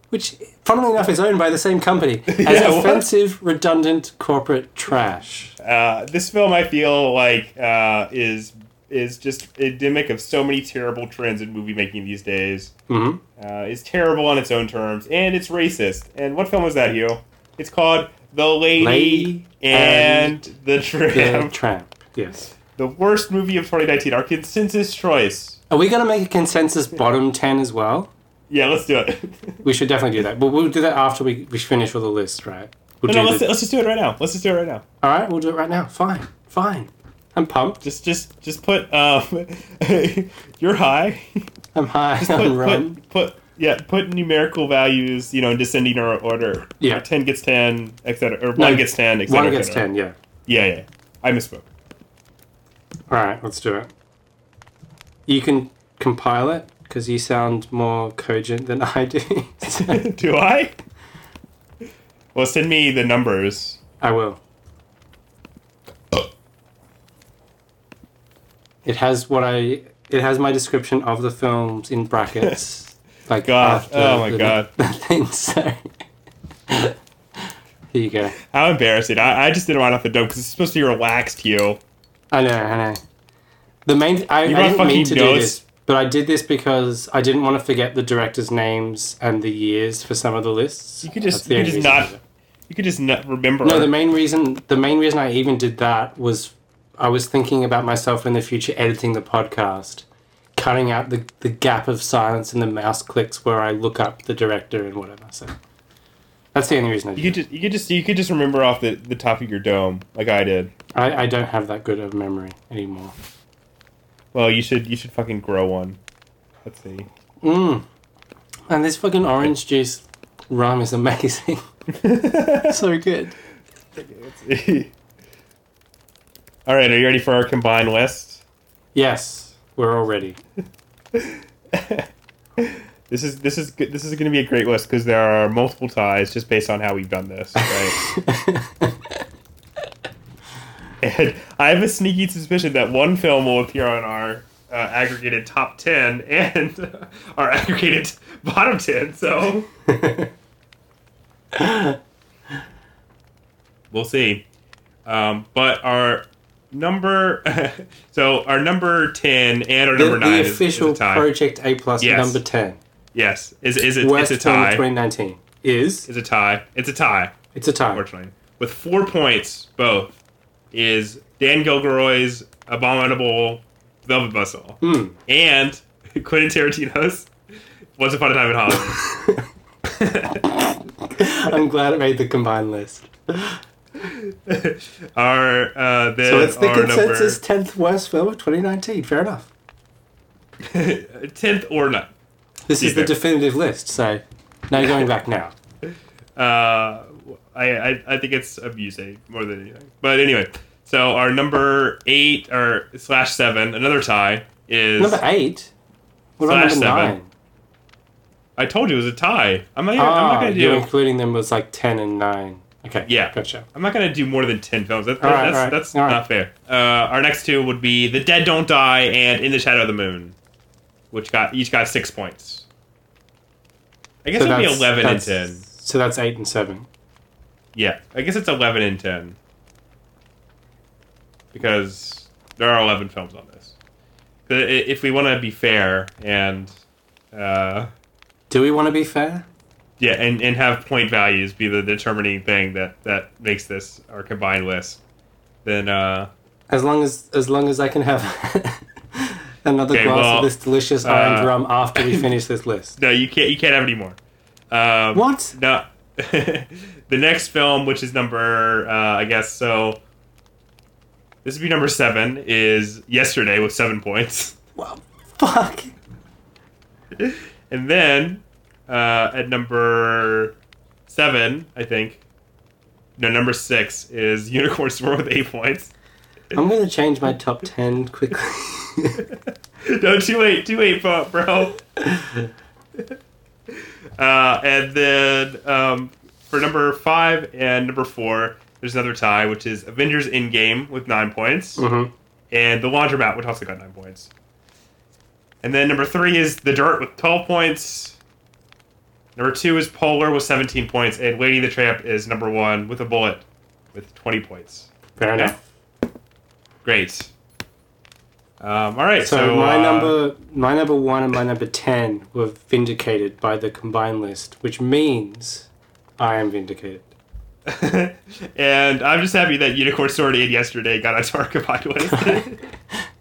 Speaker 1: which, funnily enough, is owned by the same company as
Speaker 2: Yeah, what?
Speaker 1: offensive, redundant corporate trash.
Speaker 2: Uh, this film, I feel like, uh, is is just endemic of so many terrible trends in movie making these days.
Speaker 1: hmm
Speaker 2: Uh, it's terrible on its own terms, and it's racist. And what film was that, Hugh? It's called The Lady,
Speaker 1: Lady
Speaker 2: and, the Tramp.
Speaker 1: Yeah, tramp. Yes.
Speaker 2: The worst movie of 2019. Our consensus choice.
Speaker 1: Are we going to make a consensus bottom 10 as well?
Speaker 2: Yeah, let's do it.
Speaker 1: We should definitely do that. But we'll do that after we, we finish with the list, right? We'll
Speaker 2: no, no,
Speaker 1: do
Speaker 2: let's,
Speaker 1: the-
Speaker 2: let's just do it right now. Let's just do it right now.
Speaker 1: All right, we'll do it right now. Fine. Fine. I'm pumped.
Speaker 2: Just, just, just put. Um, you're high.
Speaker 1: I'm high. I'm
Speaker 2: put,
Speaker 1: run.
Speaker 2: put, put yeah, put numerical values, you know, in descending or order.
Speaker 1: Yeah.
Speaker 2: ten gets ten, etc. Or one gets ten, etc.
Speaker 1: One gets 10, yeah.
Speaker 2: Yeah, yeah. I misspoke.
Speaker 1: All right, let's do it. You can compile it because you sound more cogent than I do. So,
Speaker 2: do I? Well, send me the numbers.
Speaker 1: I will. It has what I. It has my description of the films in brackets. Like
Speaker 2: God,
Speaker 1: after
Speaker 2: oh my
Speaker 1: the-
Speaker 2: God.
Speaker 1: The thing, so. Here you go.
Speaker 2: How embarrassing! I, I just didn't want off the dome because it's supposed to be relaxed, you.
Speaker 1: I know, I know. The main I, I
Speaker 2: brought
Speaker 1: didn't mean
Speaker 2: fucking
Speaker 1: to do
Speaker 2: notes.
Speaker 1: this, but I did this because I didn't want to forget the directors' names and the years for some of the lists.
Speaker 2: You could
Speaker 1: That's
Speaker 2: just,
Speaker 1: the
Speaker 2: you could
Speaker 1: only
Speaker 2: just
Speaker 1: reason I
Speaker 2: not,
Speaker 1: did it.
Speaker 2: you could just not remember.
Speaker 1: No, the main reason the main reason I even did that was I was thinking about myself in the future editing the podcast, cutting out the, the gap of silence and the mouse clicks where I look up the director and whatever. So that's the only reason I
Speaker 2: you
Speaker 1: did.
Speaker 2: could just, you could just, you could just remember off the, the top of your dome, like I did.
Speaker 1: it. I, I don't have that good of memory anymore.
Speaker 2: Well, you should, you should fucking grow one. Let's see.
Speaker 1: Mm. And this fucking orange juice rum is amazing. so good.
Speaker 2: All right, are you ready for our combined list?
Speaker 1: Yes, we're all ready.
Speaker 2: This is this is good- this is going to be a great list because there are multiple ties just based on how we've done this. Right? and I have a sneaky suspicion that one film will appear on our uh, aggregated top ten and our aggregated bottom ten. So we'll see. Um, but our number, so our number ten and our
Speaker 1: The,
Speaker 2: number
Speaker 1: the
Speaker 2: nine is-
Speaker 1: official
Speaker 2: is a tie.
Speaker 1: Project A Plus
Speaker 2: Yes.
Speaker 1: number 10.
Speaker 2: yes, is is it, it's
Speaker 1: Worst
Speaker 2: a
Speaker 1: film of
Speaker 2: tie.
Speaker 1: 2019 is.
Speaker 2: is a tie. It's a tie,
Speaker 1: It's a tie.
Speaker 2: unfortunately. With four points, both is Dan Gilroy's abominable Velvet Bustle
Speaker 1: Hmm.
Speaker 2: and Quentin Tarantino's Once Upon a Time in Hollywood.
Speaker 1: I'm glad it made the combined list.
Speaker 2: our uh, then
Speaker 1: So it's the
Speaker 2: our
Speaker 1: consensus 10th worst film of 2019. Fair enough.
Speaker 2: number tenth or not.
Speaker 1: This is the
Speaker 2: Either.
Speaker 1: definitive list, so no going back now.
Speaker 2: Uh, I, I I think it's abusing more than anything. But anyway, so our number eight or slash seven, another tie is.
Speaker 1: Number 8? What about
Speaker 2: Slash
Speaker 1: number
Speaker 2: seven.
Speaker 1: 9?
Speaker 2: I told you it was a tie. I'm not. I'm
Speaker 1: Ah,
Speaker 2: not gonna
Speaker 1: you're
Speaker 2: do.
Speaker 1: including them was like 10 and 9. Okay.
Speaker 2: Yeah.
Speaker 1: Gotcha.
Speaker 2: I'm not gonna do more than ten films. That, that,
Speaker 1: All right,
Speaker 2: that's
Speaker 1: all right,
Speaker 2: that's
Speaker 1: all right.
Speaker 2: not fair. Uh, our next two would be The Dead Don't Die and In the Shadow of the Moon, which got each got six points. I guess it'd be eleven and ten.
Speaker 1: So that's 8 and 7.
Speaker 2: Yeah, I guess it's eleven and ten because there are eleven films on this. But i- If we want to be fair and uh,
Speaker 1: Do we want to be fair?
Speaker 2: yeah, and, and have point values be the determining thing that that makes this our combined list, then. Uh,
Speaker 1: As long as as long as I can have another
Speaker 2: Okay,
Speaker 1: glass
Speaker 2: well,
Speaker 1: of this delicious orange
Speaker 2: uh,
Speaker 1: rum after we finish this list.
Speaker 2: No, you can't. You can't have any more. Um,
Speaker 1: What?
Speaker 2: No. the next film, which is number, uh, I guess, so this would be number seven, is Yesterday with seven points.
Speaker 1: Well, fuck.
Speaker 2: And then uh, at number seven, I think, no, number six is Unicorn Swirl with eight points.
Speaker 1: I'm gonna change my top ten quickly.
Speaker 2: no, too late, too late, bro. bro. uh, and then um, for number five and number four, there's another tie, which is Avengers Endgame with nine points,
Speaker 1: Mhm.
Speaker 2: and The Laundromat, which also got nine points. And then number three is The Dirt with 12 points. Number two is Polar with 17 points, and Lady the Tramp is number one with a bullet with 20 points.
Speaker 1: Fair
Speaker 2: Okay.
Speaker 1: enough.
Speaker 2: Great. Um, all right,
Speaker 1: So,
Speaker 2: so,
Speaker 1: my
Speaker 2: uh,
Speaker 1: number my number one and my number ten were vindicated by the combined list, which means I am vindicated.
Speaker 2: and I'm just happy that Unicorn Sword in yesterday got onto our combined list.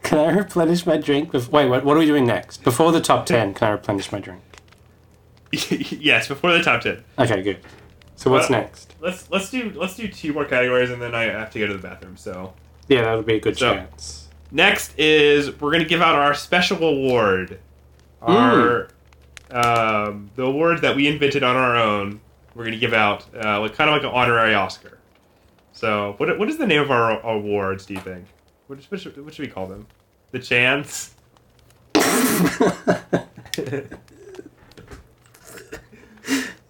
Speaker 1: Can I replenish my drink? Bef- Wait, what, what are we doing next? Before the top ten, can I replenish my drink?
Speaker 2: yes, before the top ten.
Speaker 1: Okay, good. So what's
Speaker 2: Well-
Speaker 1: next?
Speaker 2: Let's let's do let's do two more categories, and then I have to go to the bathroom. So
Speaker 1: Yeah, that'll be a good
Speaker 2: So-
Speaker 1: chance.
Speaker 2: next is we're gonna give out our special award, our um, the award that we invented on our own. We're gonna give out uh, like kind of like an honorary Oscar. So what what is the name of our awards? Do you think? What, what, should, what should we call them? The chance.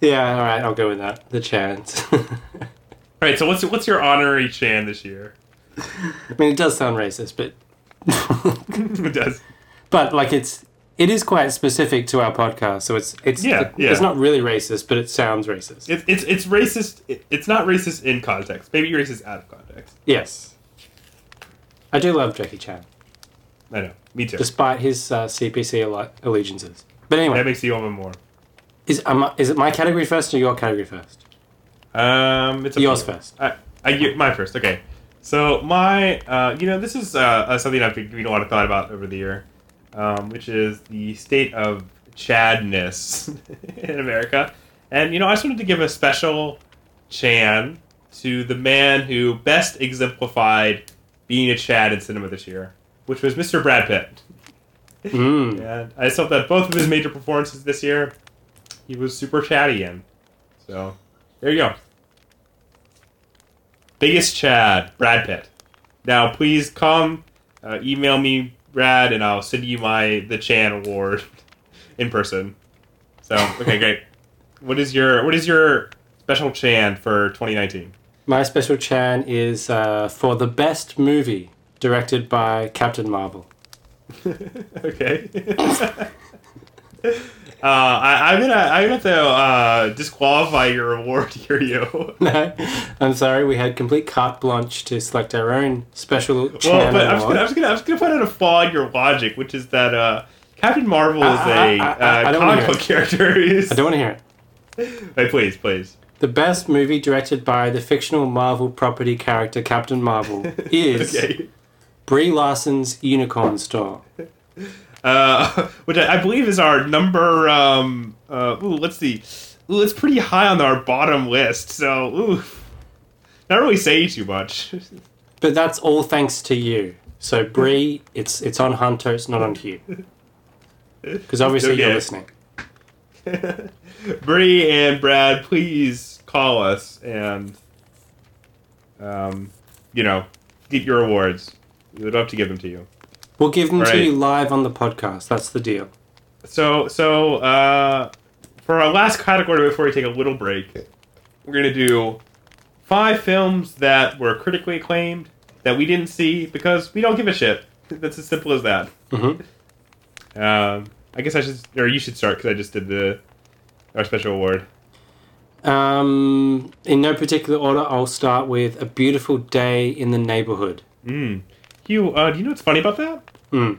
Speaker 1: yeah, all right, I'll go with that. The chance. I
Speaker 2: All right. So what's what's your honorary Chan this year?
Speaker 1: mean, it does sound racist, but
Speaker 2: it does.
Speaker 1: but like it's it is quite specific to our podcast, so it's it's
Speaker 2: Yeah,
Speaker 1: it's,
Speaker 2: yeah.
Speaker 1: not really racist, but it sounds racist.
Speaker 2: It's it's it's racist. it- It's not racist in context. Maybe racist out of context.
Speaker 1: yes, I do love Jackie Chan,
Speaker 2: I know. Me too.
Speaker 1: despite his uh, CPC alle- allegiances. But
Speaker 2: that
Speaker 1: anyway,
Speaker 2: makes you even more.
Speaker 1: is um, is it my category first or your category first?
Speaker 2: Um, it's up to
Speaker 1: Yours
Speaker 2: you.
Speaker 1: first.
Speaker 2: I, I you- my first. Okay. So my uh, you know, this is uh, uh, something I've been giving a lot of thought about over the year, um, which is the state of Chadness in America, and you know, I just wanted to give a special Chan to the man who best exemplified being a Chad in cinema this year, which was Mr. Brad Pitt.
Speaker 1: Mm.
Speaker 2: And I just thought that both of his major performances this year, he was super chatty in. So, there you go. Biggest Chad, Brad Pitt. Now, please come, uh, email me, Brad, and I'll send you my the Chan award in person. So, okay, great. What is your what is your special Chan for 2019?
Speaker 1: My special Chan is uh, for the best movie directed by Captain Marvel.
Speaker 2: okay. uh, I, I'm gonna I'm gonna have to uh, disqualify your award here, yo.
Speaker 1: No, I'm sorry, we had complete carte blanche to select our own special
Speaker 2: Well,
Speaker 1: Chan
Speaker 2: but I'm just,
Speaker 1: award.
Speaker 2: gonna, I'm just gonna I'm just gonna put out a flaw in your logic, which is that uh, Captain Marvel is
Speaker 1: I- I-
Speaker 2: a
Speaker 1: I- I- I
Speaker 2: uh,
Speaker 1: don't wanna
Speaker 2: comic book character.
Speaker 1: I don't want to hear it.
Speaker 2: Hey, please, please.
Speaker 1: The best movie directed by the fictional Marvel property character Captain Marvel is
Speaker 2: Okay.
Speaker 1: Brie Larson's Unicorn Store.
Speaker 2: Uh, which I, I believe is our number. Um, uh, ooh, let's see. Ooh, it's pretty high on our bottom list. So, ooh, not really saying too much.
Speaker 1: But that's all thanks to you. So Brie, it's it's on Hunter, it's not on you. Because obviously you're
Speaker 2: Okay.
Speaker 1: listening.
Speaker 2: Bree and Brad, please call us and, um, you know, get your awards. We would love to give them to you.
Speaker 1: We'll give them to
Speaker 2: Right.
Speaker 1: you live on the podcast. That's the deal.
Speaker 2: So, so uh, for our last category before we take a little break, we're gonna do five films that were critically acclaimed that we didn't see because we don't give a shit. That's as simple as that.
Speaker 1: Mhm.
Speaker 2: Um, I guess I should, or you should start because I just did the our special award.
Speaker 1: Um, in no particular order, I'll start with A Beautiful Day in the Neighborhood.
Speaker 2: Mm. You, uh, do you know what's funny about that?
Speaker 1: Mm.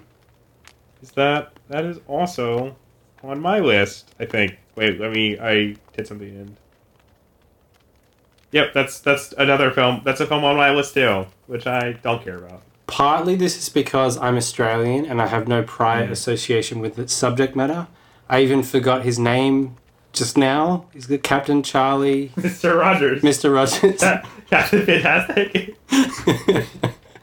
Speaker 2: Is that that is also on my list? I think. Wait, let me. I did something in. Yep, that's that's another film. That's a film on my list too, which I don't care about.
Speaker 1: Partly this is because I'm
Speaker 2: Mm.
Speaker 1: Australian and I have no prior association with the subject matter. I even forgot his name just now is the Captain Charlie,
Speaker 2: Mr. Rogers.
Speaker 1: Mr. Rogers.
Speaker 2: Captain Fantastic.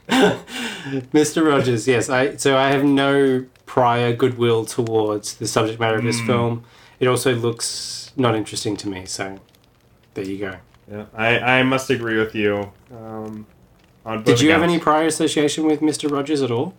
Speaker 1: Mr. Rogers, yes. I so I have no prior goodwill towards the subject matter of this
Speaker 2: Mm.
Speaker 1: film. It also looks not interesting to me, so there you go.
Speaker 2: Yeah, I, I must agree with you. Um, on both
Speaker 1: Did you have any
Speaker 2: accounts.
Speaker 1: prior association with Mr. Rogers at all?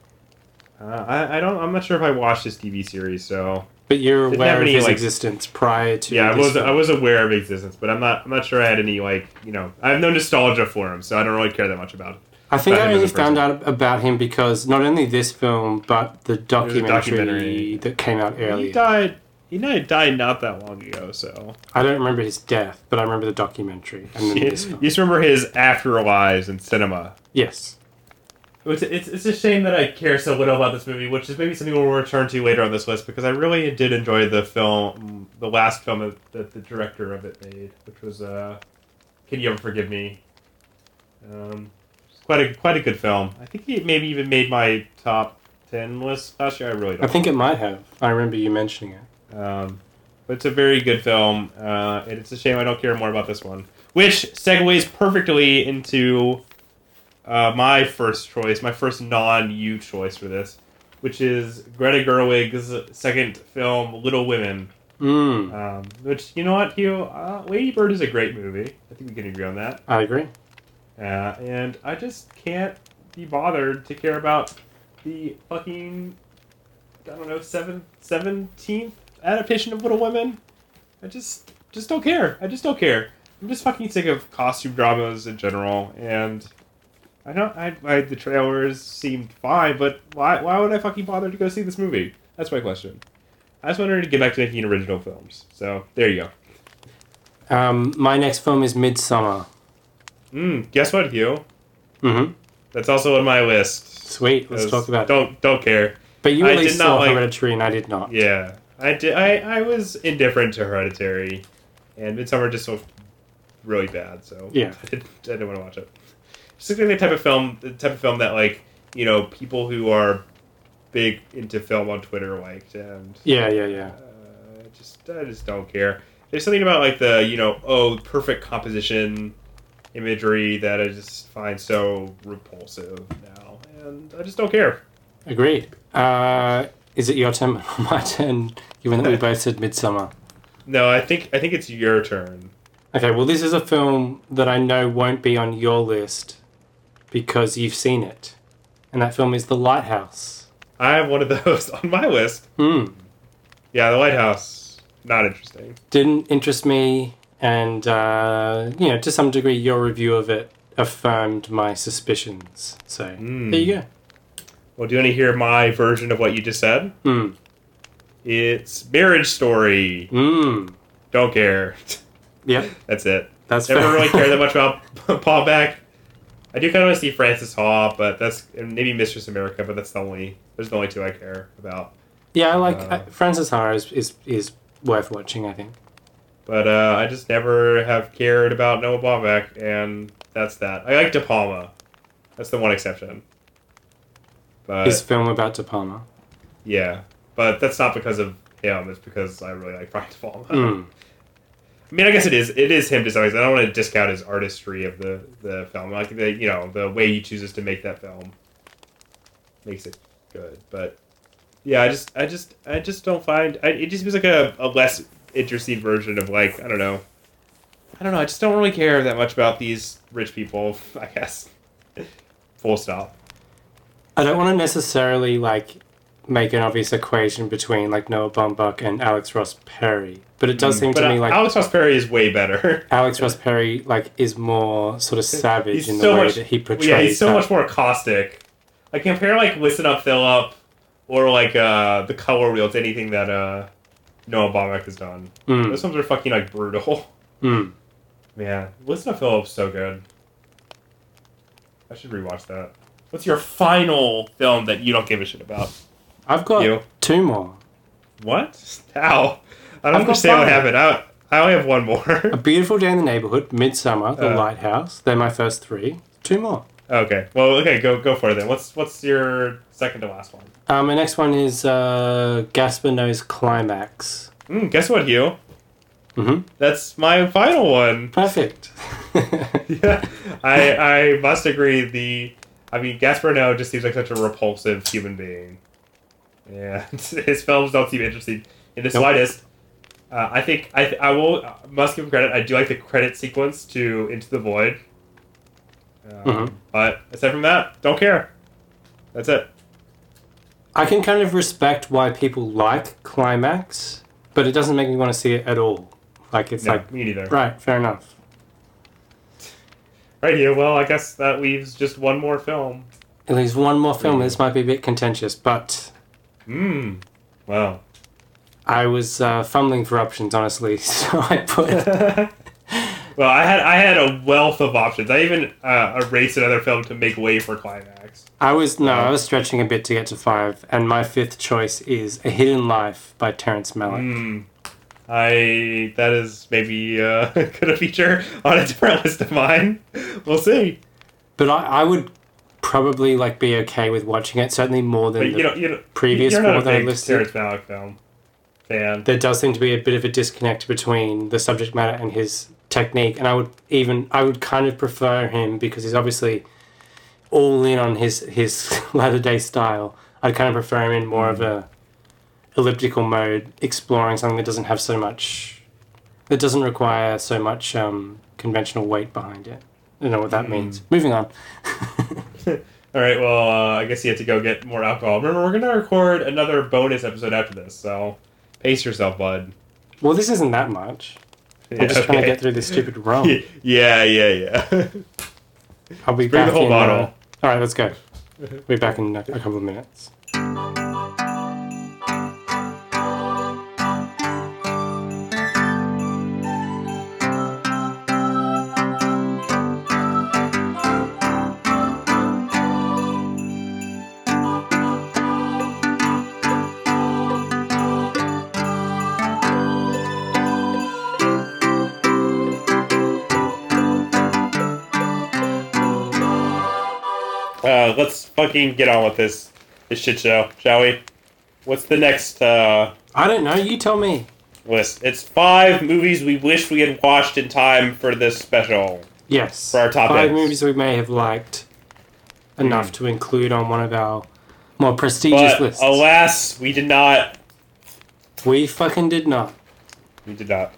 Speaker 2: Uh, I, I don't. I'm not sure if I watched this TV series, so
Speaker 1: But you're
Speaker 2: Didn't
Speaker 1: aware
Speaker 2: have
Speaker 1: of
Speaker 2: any,
Speaker 1: his
Speaker 2: like-
Speaker 1: existence prior to
Speaker 2: yeah, I
Speaker 1: this
Speaker 2: was
Speaker 1: film.
Speaker 2: I was aware of existence, but I'm not I'm not sure I had any like you know I have no nostalgia for him, so I don't really care that much about it.
Speaker 1: I think
Speaker 2: about
Speaker 1: I
Speaker 2: him as
Speaker 1: only
Speaker 2: a person.
Speaker 1: found out about him because not only this film, but the documentary,
Speaker 2: documentary.
Speaker 1: that came out
Speaker 2: He
Speaker 1: earlier.
Speaker 2: died. He died, died not that long ago, so
Speaker 1: I don't remember his death, but I remember the documentary and then
Speaker 2: you
Speaker 1: this film.
Speaker 2: just remember his afterlives in cinema.
Speaker 1: Yes.
Speaker 2: It's, it's, it's a shame that I care so little about this movie, which is maybe something we'll return to later on this list because I really did enjoy the film, the last film that- that the director of it made, which was uh, "Can You Ever Forgive Me." Um, it's quite a quite a good film. I think it maybe even made my top ten list last year. I really
Speaker 1: I
Speaker 2: don't.
Speaker 1: think it might have. I remember you mentioning it.
Speaker 2: Um, but it's a very good film, uh, and it's a shame I don't care more about this one. Which segues perfectly into uh, my first choice, my first non-you choice for this, which is Greta Gerwig's second film, Little Women.
Speaker 1: Mm,
Speaker 2: Um, which, you know what, Hugh? Uh, Lady Bird is a great movie. I think we can agree on that.
Speaker 1: I agree.
Speaker 2: Uh, and I just can't be bothered to care about the fucking I don't know seventh seventeenth adaptation of Little Women. I just just don't care. I just don't care. I'm just fucking sick of costume dramas in general, and I don't. I, I the trailers seemed fine, but why why would I fucking bother to go see this movie? That's my question. I just wanted to get back to making original films. So there you go.
Speaker 1: Um, my next film is Midsummer.
Speaker 2: Mm, guess what, Hugh?
Speaker 1: Mm-hmm.
Speaker 2: That's also on my list.
Speaker 1: Sweet. Let's talk about it.
Speaker 2: Don't don't care.
Speaker 1: But you
Speaker 2: I
Speaker 1: at least
Speaker 2: did not
Speaker 1: saw
Speaker 2: like-
Speaker 1: Hereditary and I did not.
Speaker 2: Yeah, I did. I, I was indifferent to Hereditary, and Midsummer just looked really bad. So
Speaker 1: Yeah.
Speaker 2: I didn't, I didn't want to watch it. It's like the type of film, the type of film that like you know people who are big into film on Twitter liked, and
Speaker 1: Yeah, yeah, yeah.
Speaker 2: uh, just I just don't care. There's something about like the you know oh perfect composition imagery that I just find so repulsive now, and I just don't care.
Speaker 1: Agreed. Uh, is it your turn or my turn, given that we both said Midsummer?
Speaker 2: No, I think I think it's your turn.
Speaker 1: Okay, well, this is a film that I know won't be on your list because you've seen it. And that film is The Lighthouse.
Speaker 2: I have one of those on my list.
Speaker 1: Hmm.
Speaker 2: Yeah, the lighthouse. Not interesting.
Speaker 1: Didn't interest me, and, uh, you know, to some degree, your review of it affirmed my suspicions. So,
Speaker 2: Hmm.
Speaker 1: there you
Speaker 2: Well, do you want to hear my version of what you just said?
Speaker 1: go. Mm.
Speaker 2: It's Marriage Story.
Speaker 1: Mm.
Speaker 2: Don't care.
Speaker 1: Yep,
Speaker 2: That's it.
Speaker 1: that's
Speaker 2: Never
Speaker 1: fair.
Speaker 2: really cared that much about Paul Beck. I do kind of want to see Francis Ha, but that's and maybe Mistress America, but that's the only. There's the only two I care about.
Speaker 1: Yeah, I like
Speaker 2: Uh,
Speaker 1: uh, Francis Ha is, is, is worth watching, I think.
Speaker 2: But uh, I just never have cared about Noah Baumbach, and that's that. I like De Palma. That's the one exception. But
Speaker 1: His film about De Palma.
Speaker 2: Yeah, but that's not because of him. It's because I really like Brian De Palma.
Speaker 1: Mm.
Speaker 2: I mean, I guess it is. It is him to some extent. I don't want to discount his artistry of the the film. Like the you know the way he chooses to make that film makes it good. But yeah, I just I just I just don't find I, it just seems like a, a less interesting version of like I don't know. I don't know. I just don't really care that much about these rich people. I guess. Full stop.
Speaker 1: I don't want to necessarily like make an obvious equation between like Noah Baumbach and Alex Ross Perry, but it does seem
Speaker 2: But
Speaker 1: to me
Speaker 2: uh,
Speaker 1: like
Speaker 2: Alex Ross Perry is way better.
Speaker 1: Alex Ross Perry like is more sort of savage
Speaker 2: He's
Speaker 1: in the
Speaker 2: so
Speaker 1: way
Speaker 2: much-
Speaker 1: that he portrays.
Speaker 2: yeah, he's so
Speaker 1: that.
Speaker 2: much more caustic. Like compare like Listen Up, Fill Up, or like uh the Color Wheel to anything that uh Noah Baumbach has done.
Speaker 1: Mm,
Speaker 2: Those ones are fucking like brutal.
Speaker 1: mm.
Speaker 2: Man, Listen Up, Fill Up's so good. I should rewatch that. What's your final film that you don't give a shit about?
Speaker 1: I've got
Speaker 2: You.
Speaker 1: two more.
Speaker 2: What? How? I
Speaker 1: got
Speaker 2: don't understand what
Speaker 1: five.
Speaker 2: happened. I I only have one
Speaker 1: A
Speaker 2: more.
Speaker 1: Beautiful Day in the Neighborhood, Midsummer, The
Speaker 2: Uh.
Speaker 1: Lighthouse. They're my first three. Two more.
Speaker 2: okay. Well, okay. Go go for it then. What's what's your second to last one?
Speaker 1: Um, my next one is uh, Gaspar Noe's Climax.
Speaker 2: Mm, guess what, Hmm, Hugh?
Speaker 1: Mhm.
Speaker 2: That's my final one.
Speaker 1: Perfect.
Speaker 2: Yeah, I I must agree. The I mean, Gaspar Noe just seems like such a repulsive human being. Yeah, his films don't seem interesting in the
Speaker 1: Nope.
Speaker 2: slightest. Uh, I think I I will must give him credit. I do like the credit sequence to Into the Void. Um,
Speaker 1: Mhm.
Speaker 2: But aside from that, don't care. That's it.
Speaker 1: I can kind of respect why people like climax, but it doesn't make me want to see it at all. Like it's
Speaker 2: No,
Speaker 1: like
Speaker 2: me neither.
Speaker 1: right, fair enough.
Speaker 2: Right here. Well, I guess that leaves just one more film.
Speaker 1: At least one more film. This might be a bit contentious, but
Speaker 2: Hmm. Wow.
Speaker 1: I was uh, fumbling for options honestly, so I put
Speaker 2: Well, I had I had a wealth of options. I even uh, erased another film to make way for climax.
Speaker 1: I was no, I was stretching a bit to get to five, and my fifth choice is A Hidden Life by Terrence Malick.
Speaker 2: Hmm. I that is maybe uh, could a feature on a different list of mine. We'll see.
Speaker 1: But I, I would probably like be okay with watching it, certainly more than
Speaker 2: But you
Speaker 1: the-
Speaker 2: know, you know,
Speaker 1: previous
Speaker 2: you're not
Speaker 1: four
Speaker 2: a
Speaker 1: that I
Speaker 2: big
Speaker 1: listed?
Speaker 2: Terrence Malick film fan.
Speaker 1: there does seem to be a bit of a disconnect between the subject matter and his technique and i would even i would kind of prefer him because he's obviously all in on his his latter day style i'd kind of prefer him in more of a elliptical mode exploring something that doesn't have so much that doesn't require so much um, conventional weight behind it i don't know what that means moving on
Speaker 2: All right. Well, uh, I guess you have to go get more alcohol. Remember, we're gonna record another bonus episode after this, so pace yourself, bud.
Speaker 1: well this isn't that much i'm just trying to get through this stupid rum
Speaker 2: Yeah, yeah, yeah.
Speaker 1: I'll be
Speaker 2: Bring
Speaker 1: back
Speaker 2: the whole
Speaker 1: in,
Speaker 2: bottle.
Speaker 1: uh, all right, let's go. We'll be back in a, a couple of minutes.
Speaker 2: Uh, let's fucking get on with this this shit show, shall we? What's the next uh,
Speaker 1: I don't know. You tell me.
Speaker 2: list? It's five movies we wish we had watched in time for this special.
Speaker 1: Yes.
Speaker 2: For our top
Speaker 1: five
Speaker 2: picks.
Speaker 1: movies we may have liked enough to include on one of our more prestigious
Speaker 2: Hmm. But
Speaker 1: lists.
Speaker 2: alas, we did not.
Speaker 1: we fucking did not.
Speaker 2: We did not.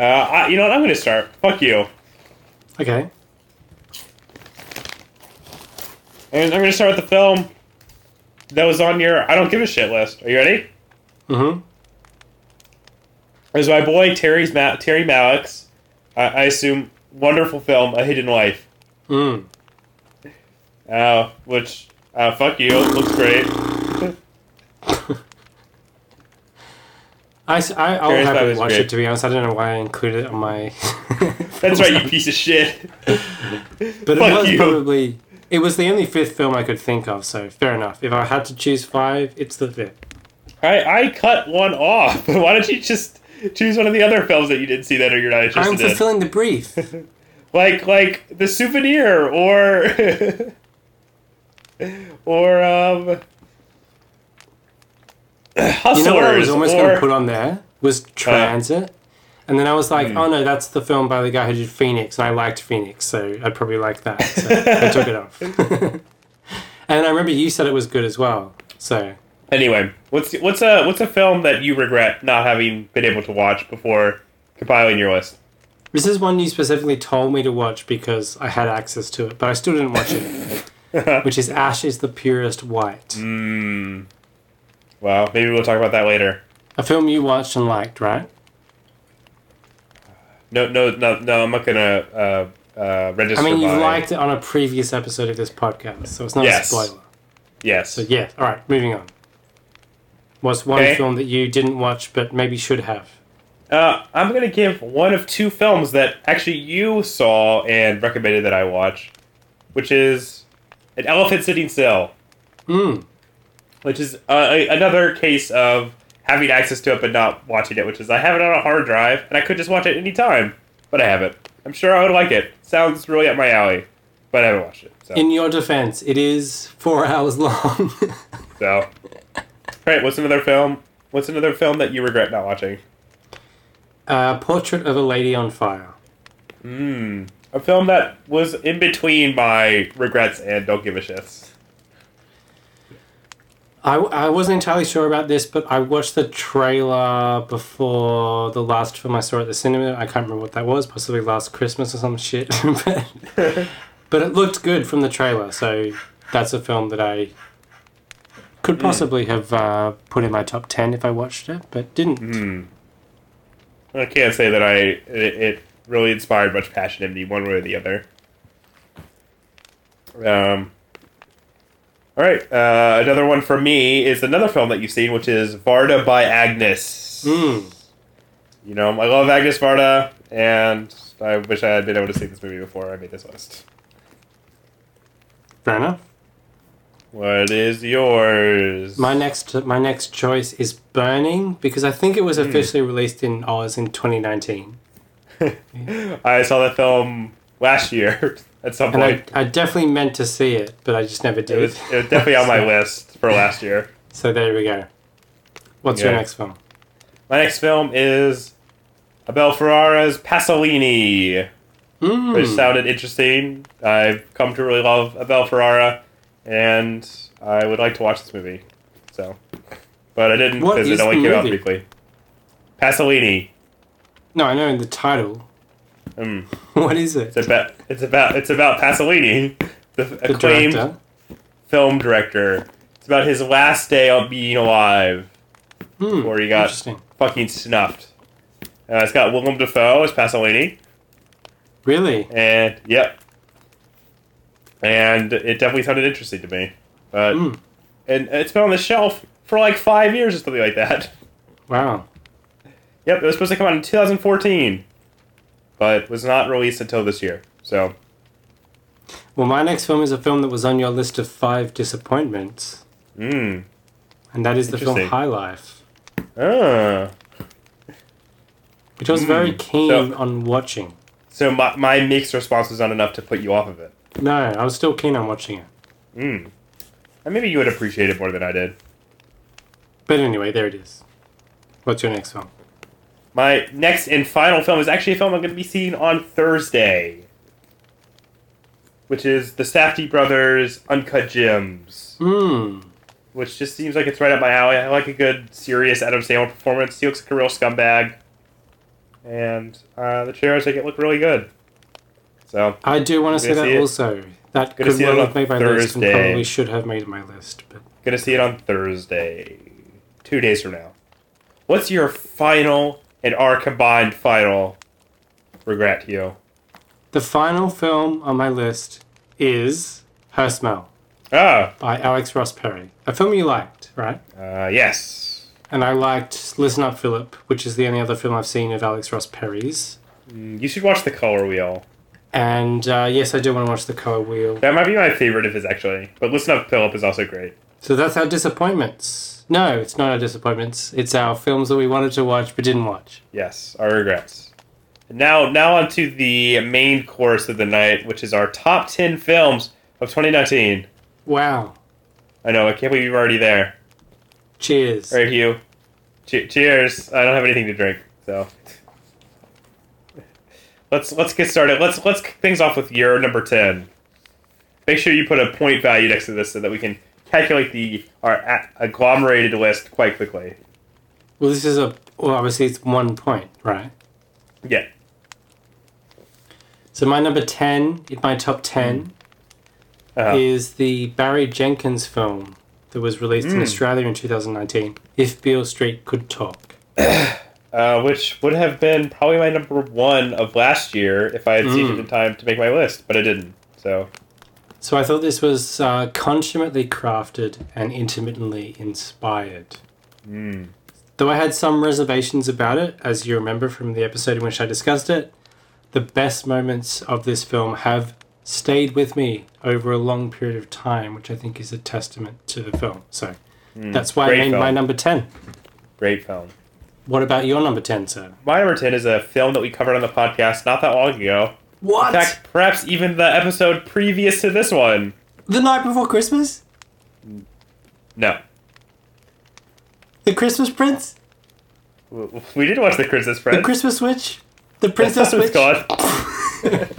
Speaker 2: Uh, I, you know what? I'm gonna start. Fuck you.
Speaker 1: Okay.
Speaker 2: And I'm gonna start with the film that was on your I don't give a shit list. Are you ready?
Speaker 1: Mm-hmm.
Speaker 2: Is my boy Terry's Ma- Terry Malick's, I, I assume, wonderful film, A Hidden Life.
Speaker 1: Mm.
Speaker 2: Uh, which, uh, fuck you, it looks great.
Speaker 1: I, s- I, will
Speaker 2: Terrence Malick
Speaker 1: happily
Speaker 2: is
Speaker 1: watch
Speaker 2: great.
Speaker 1: it, to be honest. I don't know why I included it on my...
Speaker 2: That's right, you piece of shit.
Speaker 1: But it
Speaker 2: Fuck
Speaker 1: was
Speaker 2: you.
Speaker 1: probably... It was the only fifth film I could think of, so fair enough. If I had to choose five, it's the fifth.
Speaker 2: I, I cut one off. Why don't you just choose one of the other films that you didn't see that or you're not interested
Speaker 1: I'm
Speaker 2: in?
Speaker 1: fulfilling the brief.
Speaker 2: like, like The Souvenir or. or, um. Hustlers.
Speaker 1: You know what I was almost going
Speaker 2: or, Uh.
Speaker 1: to put on there was Transit, and then I was
Speaker 2: Hmm.
Speaker 1: like, oh no, that's the film by the guy who did Phoenix, and I liked Phoenix, so I'd probably like that. So I took it off. and I remember you said it was good as well. So
Speaker 2: Anyway, what's what's a what's a film that you regret not having been able to watch before compiling your list?
Speaker 1: this is one you specifically told me to watch because I had access to it, but I still didn't watch it. Which is Ash is the purest white,
Speaker 2: Hmm. Well, maybe we'll talk about that later.
Speaker 1: a film you watched and liked, right?
Speaker 2: No, no, no, no. I'm not gonna uh, uh, register.
Speaker 1: I mean, you
Speaker 2: my-
Speaker 1: liked it on a previous episode of this podcast, so it's not
Speaker 2: Yes.
Speaker 1: a spoiler.
Speaker 2: Yes.
Speaker 1: So yeah, all right, moving on. What's one
Speaker 2: Okay.
Speaker 1: film that you didn't watch but maybe should have?
Speaker 2: Uh, I'm gonna give one of two films that actually you saw and recommended that I watch, which is an elephant sitting still,
Speaker 1: Hmm.
Speaker 2: which is uh, a, another case of having access to it but not watching it. Which is I have it on a hard drive and I could just watch it any time, but I haven't. I'm sure I would like it. Sounds really up my alley, but I haven't watched it. So,
Speaker 1: In your defense, it is four hours long.
Speaker 2: so. All right. What's another film? What's another film that you regret not watching?
Speaker 1: Uh, Portrait of a Lady on Fire.
Speaker 2: A film that was in between my regrets and don't give a shits.
Speaker 1: I, I wasn't entirely sure about this, but I watched the trailer before the last film I saw at the cinema. I can't remember what that was, possibly last Christmas or some shit. but, but it looked good from the trailer, so that's a film that I could possibly have uh, put in my top 10 if I watched it, but didn't.
Speaker 2: I can't say that I it, it really inspired much passion in me one way or the other. Um. All right, uh, another one for me is another film that you've seen, which is Varda by Agnes.
Speaker 1: Mm.
Speaker 2: You know, I love Agnes Varda, and I wish I had been able to see this movie before I made this list.
Speaker 1: Fair enough.
Speaker 2: What is yours?
Speaker 1: My next my next choice is Burning because I think it
Speaker 2: Hmm.
Speaker 1: was officially released in Oz in 2019,
Speaker 2: I saw that film last year at some
Speaker 1: and
Speaker 2: point.
Speaker 1: I, I definitely meant to see it, but I just never
Speaker 2: It
Speaker 1: did.
Speaker 2: was, it was definitely on my list for last year.
Speaker 1: So there we go. What's your
Speaker 2: Yeah.
Speaker 1: next film?
Speaker 2: My next film is Abel Ferrara's Pasolini, which
Speaker 1: Mm.
Speaker 2: sounded interesting. I've come to really love Abel Ferrara, and I would like to watch this movie. So, but I didn't
Speaker 1: What
Speaker 2: because it
Speaker 1: is
Speaker 2: only
Speaker 1: the
Speaker 2: came out
Speaker 1: movie?
Speaker 2: briefly. Pasolini.
Speaker 1: No, I know the title.
Speaker 2: Mm.
Speaker 1: What is it?
Speaker 2: It's about it's about it's about Pasolini, the
Speaker 1: The
Speaker 2: acclaimed
Speaker 1: director.
Speaker 2: film director. It's about his last day of being alive
Speaker 1: Hmm,
Speaker 2: before he got
Speaker 1: Interesting.
Speaker 2: fucking snuffed. Uh, it's got Willem Dafoe as Pasolini,
Speaker 1: Really?
Speaker 2: and yep, and it definitely sounded interesting to me. But
Speaker 1: Hmm.
Speaker 2: and it's been on the shelf for like five years or something like that.
Speaker 1: Wow.
Speaker 2: Yep, it was supposed to come out in 2014, but was not released until this year. So
Speaker 1: Well, my next film is a film that was on your list of five disappointments,
Speaker 2: Mm.
Speaker 1: and that is the film
Speaker 2: Interesting.
Speaker 1: High Life,
Speaker 2: Ah.
Speaker 1: which I was very keen
Speaker 2: Hmm. So-
Speaker 1: on watching.
Speaker 2: So my, my mixed response was not enough to put you off of it.
Speaker 1: No, I was still keen on watching it.
Speaker 2: Mm. And maybe you would appreciate it more than I did.
Speaker 1: But anyway, there it is. What's your next film?
Speaker 2: My next and final film is actually a film I'm going to be seeing on Thursday, which is the Safdie Brothers Uncut Gems,
Speaker 1: Hmm.
Speaker 2: which just seems like it's right up my alley. I like a good, serious Adam Sandler performance. He looks like a real scumbag, and uh, the trailers make it look really good. So
Speaker 1: I do want to say
Speaker 2: Gonna
Speaker 1: that
Speaker 2: see it.
Speaker 1: also. That
Speaker 2: Gonna
Speaker 1: could
Speaker 2: see it
Speaker 1: well
Speaker 2: on
Speaker 1: have made my list and
Speaker 2: Thursday.
Speaker 1: probably should have made my list. But
Speaker 2: Gonna see it on Thursday, two days from now. What's your final and our combined final regret, Hugh?
Speaker 1: the final film on my list is Her Smell
Speaker 2: Ah,
Speaker 1: by Alex Ross Perry. A film you liked, right?
Speaker 2: uh, yes.
Speaker 1: And I liked Listen Up Philip, which is the only other film I've seen of Alex Ross Perry's.
Speaker 2: Mm, You should watch The Color Wheel.
Speaker 1: And uh, yes, I do want to watch The Color Wheel.
Speaker 2: That might be my favorite of his, actually. But Listen Up, Philip is also great.
Speaker 1: So that's our disappointments. No, it's not our disappointments. It's our films that we wanted to watch but didn't watch.
Speaker 2: Yes, our regrets. Now, now on to the main course of the night, which is our top ten films of 2019.
Speaker 1: Wow.
Speaker 2: I know, I can't believe you're already there.
Speaker 1: Cheers.
Speaker 2: All right, Hugh. Che- cheers. I don't have anything to drink, so let's let's get started. Let's let's kick things off with your number ten. Make sure you put a point value next to this so that we can calculate the our a- agglomerated list quite quickly.
Speaker 1: Well, this is a well. Obviously, it's one point, right?
Speaker 2: Yeah.
Speaker 1: So my number ten in my top ten
Speaker 2: Uh,
Speaker 1: is the Barry Jenkins film that was released in Australia in 2019. If Beale Street Could Talk.
Speaker 2: uh, which would have been probably my number one of last year if I had seen
Speaker 1: Mm.
Speaker 2: it in time to make my list, but I didn't. So
Speaker 1: So I thought this was uh, consummately crafted and intermittently inspired.
Speaker 2: Hmm.
Speaker 1: Though I had some reservations about it, as you remember from the episode in which I discussed it, the best moments of this film have stayed with me over a long period of time, which I think is a testament to the film. So that's why I
Speaker 2: Hmm. Great
Speaker 1: made my
Speaker 2: film.
Speaker 1: number 10.
Speaker 2: great film.
Speaker 1: What about your number 10, sir?
Speaker 2: My number ten is a film that we covered on the podcast not that long ago.
Speaker 1: What?
Speaker 2: In fact, perhaps even the episode previous to this one.
Speaker 1: the night before Christmas?
Speaker 2: No.
Speaker 1: The Christmas Prince?
Speaker 2: We we did watch The Christmas
Speaker 1: The
Speaker 2: Friend.
Speaker 1: Christmas Witch? The Princess
Speaker 2: Uh, It's
Speaker 1: Witch?
Speaker 2: called-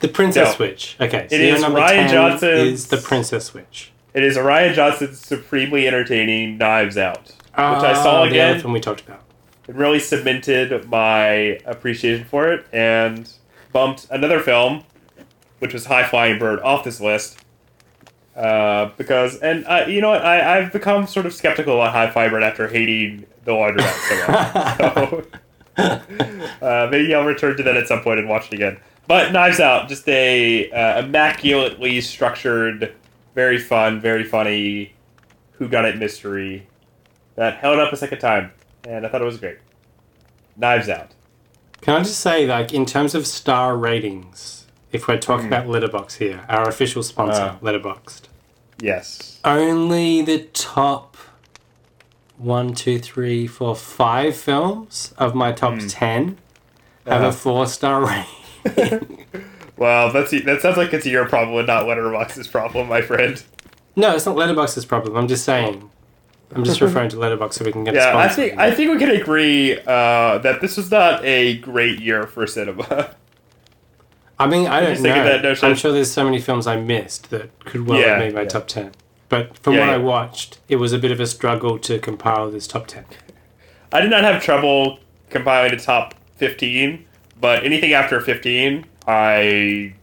Speaker 1: The Princess
Speaker 2: No.
Speaker 1: Witch. Okay, so
Speaker 2: It
Speaker 1: your
Speaker 2: is
Speaker 1: number
Speaker 2: Ryan
Speaker 1: 10
Speaker 2: Johnson's-
Speaker 1: is The Princess Witch.
Speaker 2: It is Ryan Johnson's supremely entertaining Knives Out, which I
Speaker 1: Ah,
Speaker 2: saw
Speaker 1: The other
Speaker 2: again.
Speaker 1: film we talked about.
Speaker 2: It really cemented my appreciation for it and bumped another film, which was High Flying Bird, off this list. Uh, because, and uh, you know what, I, I've become sort of skeptical about High Flying Bird after hating The Laundromat so much. So. Uh, maybe I'll return to that at some point and watch it again. But Knives Out, just a uh, immaculately structured, very fun, very funny, who got it mystery that held up a second time, and I thought it was great. Knives Out.
Speaker 1: Can I just say, like, in terms of star ratings, if we're talking about Letterbox here, our official sponsor, Letterboxd,
Speaker 2: Yes.
Speaker 1: only the top one, two, three, four, five films of my top ten have
Speaker 2: Uh-huh.
Speaker 1: a four star rating.
Speaker 2: Well, that's that sounds like it's your problem and not Letterboxd's problem, my friend.
Speaker 1: No, it's not Letterboxd's problem. I'm just saying. I'm just referring to Letterbox so we can get a
Speaker 2: Yeah, I
Speaker 1: sponsor.
Speaker 2: think I think we can agree uh, that this was not a great year for cinema.
Speaker 1: I mean, I don't
Speaker 2: just thinking
Speaker 1: know.
Speaker 2: that notion-
Speaker 1: I'm sure there's so many films I missed that could well
Speaker 2: Yeah,
Speaker 1: have made my
Speaker 2: yeah.
Speaker 1: top ten. But from
Speaker 2: Yeah,
Speaker 1: what
Speaker 2: yeah.
Speaker 1: I watched, it was a bit of a struggle to compile this top ten.
Speaker 2: I did not have trouble compiling a top 15, but anything after 15, I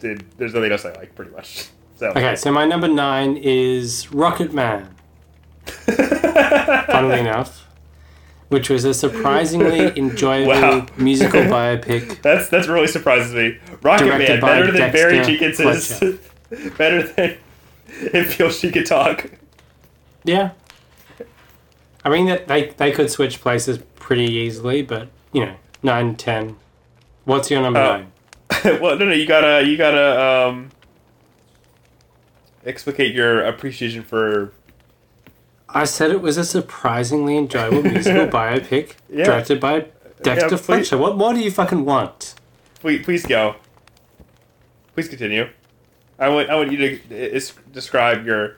Speaker 2: did. There's nothing else I like, pretty much. So
Speaker 1: Okay, so my number nine is Rocket Man. Funnily enough, which was a surprisingly enjoyable
Speaker 2: Wow.
Speaker 1: musical biopic.
Speaker 2: that's that's really surprises me. Rocket
Speaker 1: Directed
Speaker 2: Man,
Speaker 1: by
Speaker 2: better than
Speaker 1: Dexter
Speaker 2: Barry Jenkins, better than it feels she could talk.
Speaker 1: Yeah, I mean that they they could switch places pretty easily, but you know, nine, ten. What's your number
Speaker 2: Oh.
Speaker 1: nine?
Speaker 2: well, no, no, you gotta you gotta um explicate your appreciation for
Speaker 1: I said it was a surprisingly enjoyable musical biopic
Speaker 2: Yeah.
Speaker 1: directed by
Speaker 2: Yeah,
Speaker 1: Dexter
Speaker 2: please-
Speaker 1: Fletcher. What more do you fucking want?
Speaker 2: Please, please go. Please continue. I want I want you to uh, is, describe your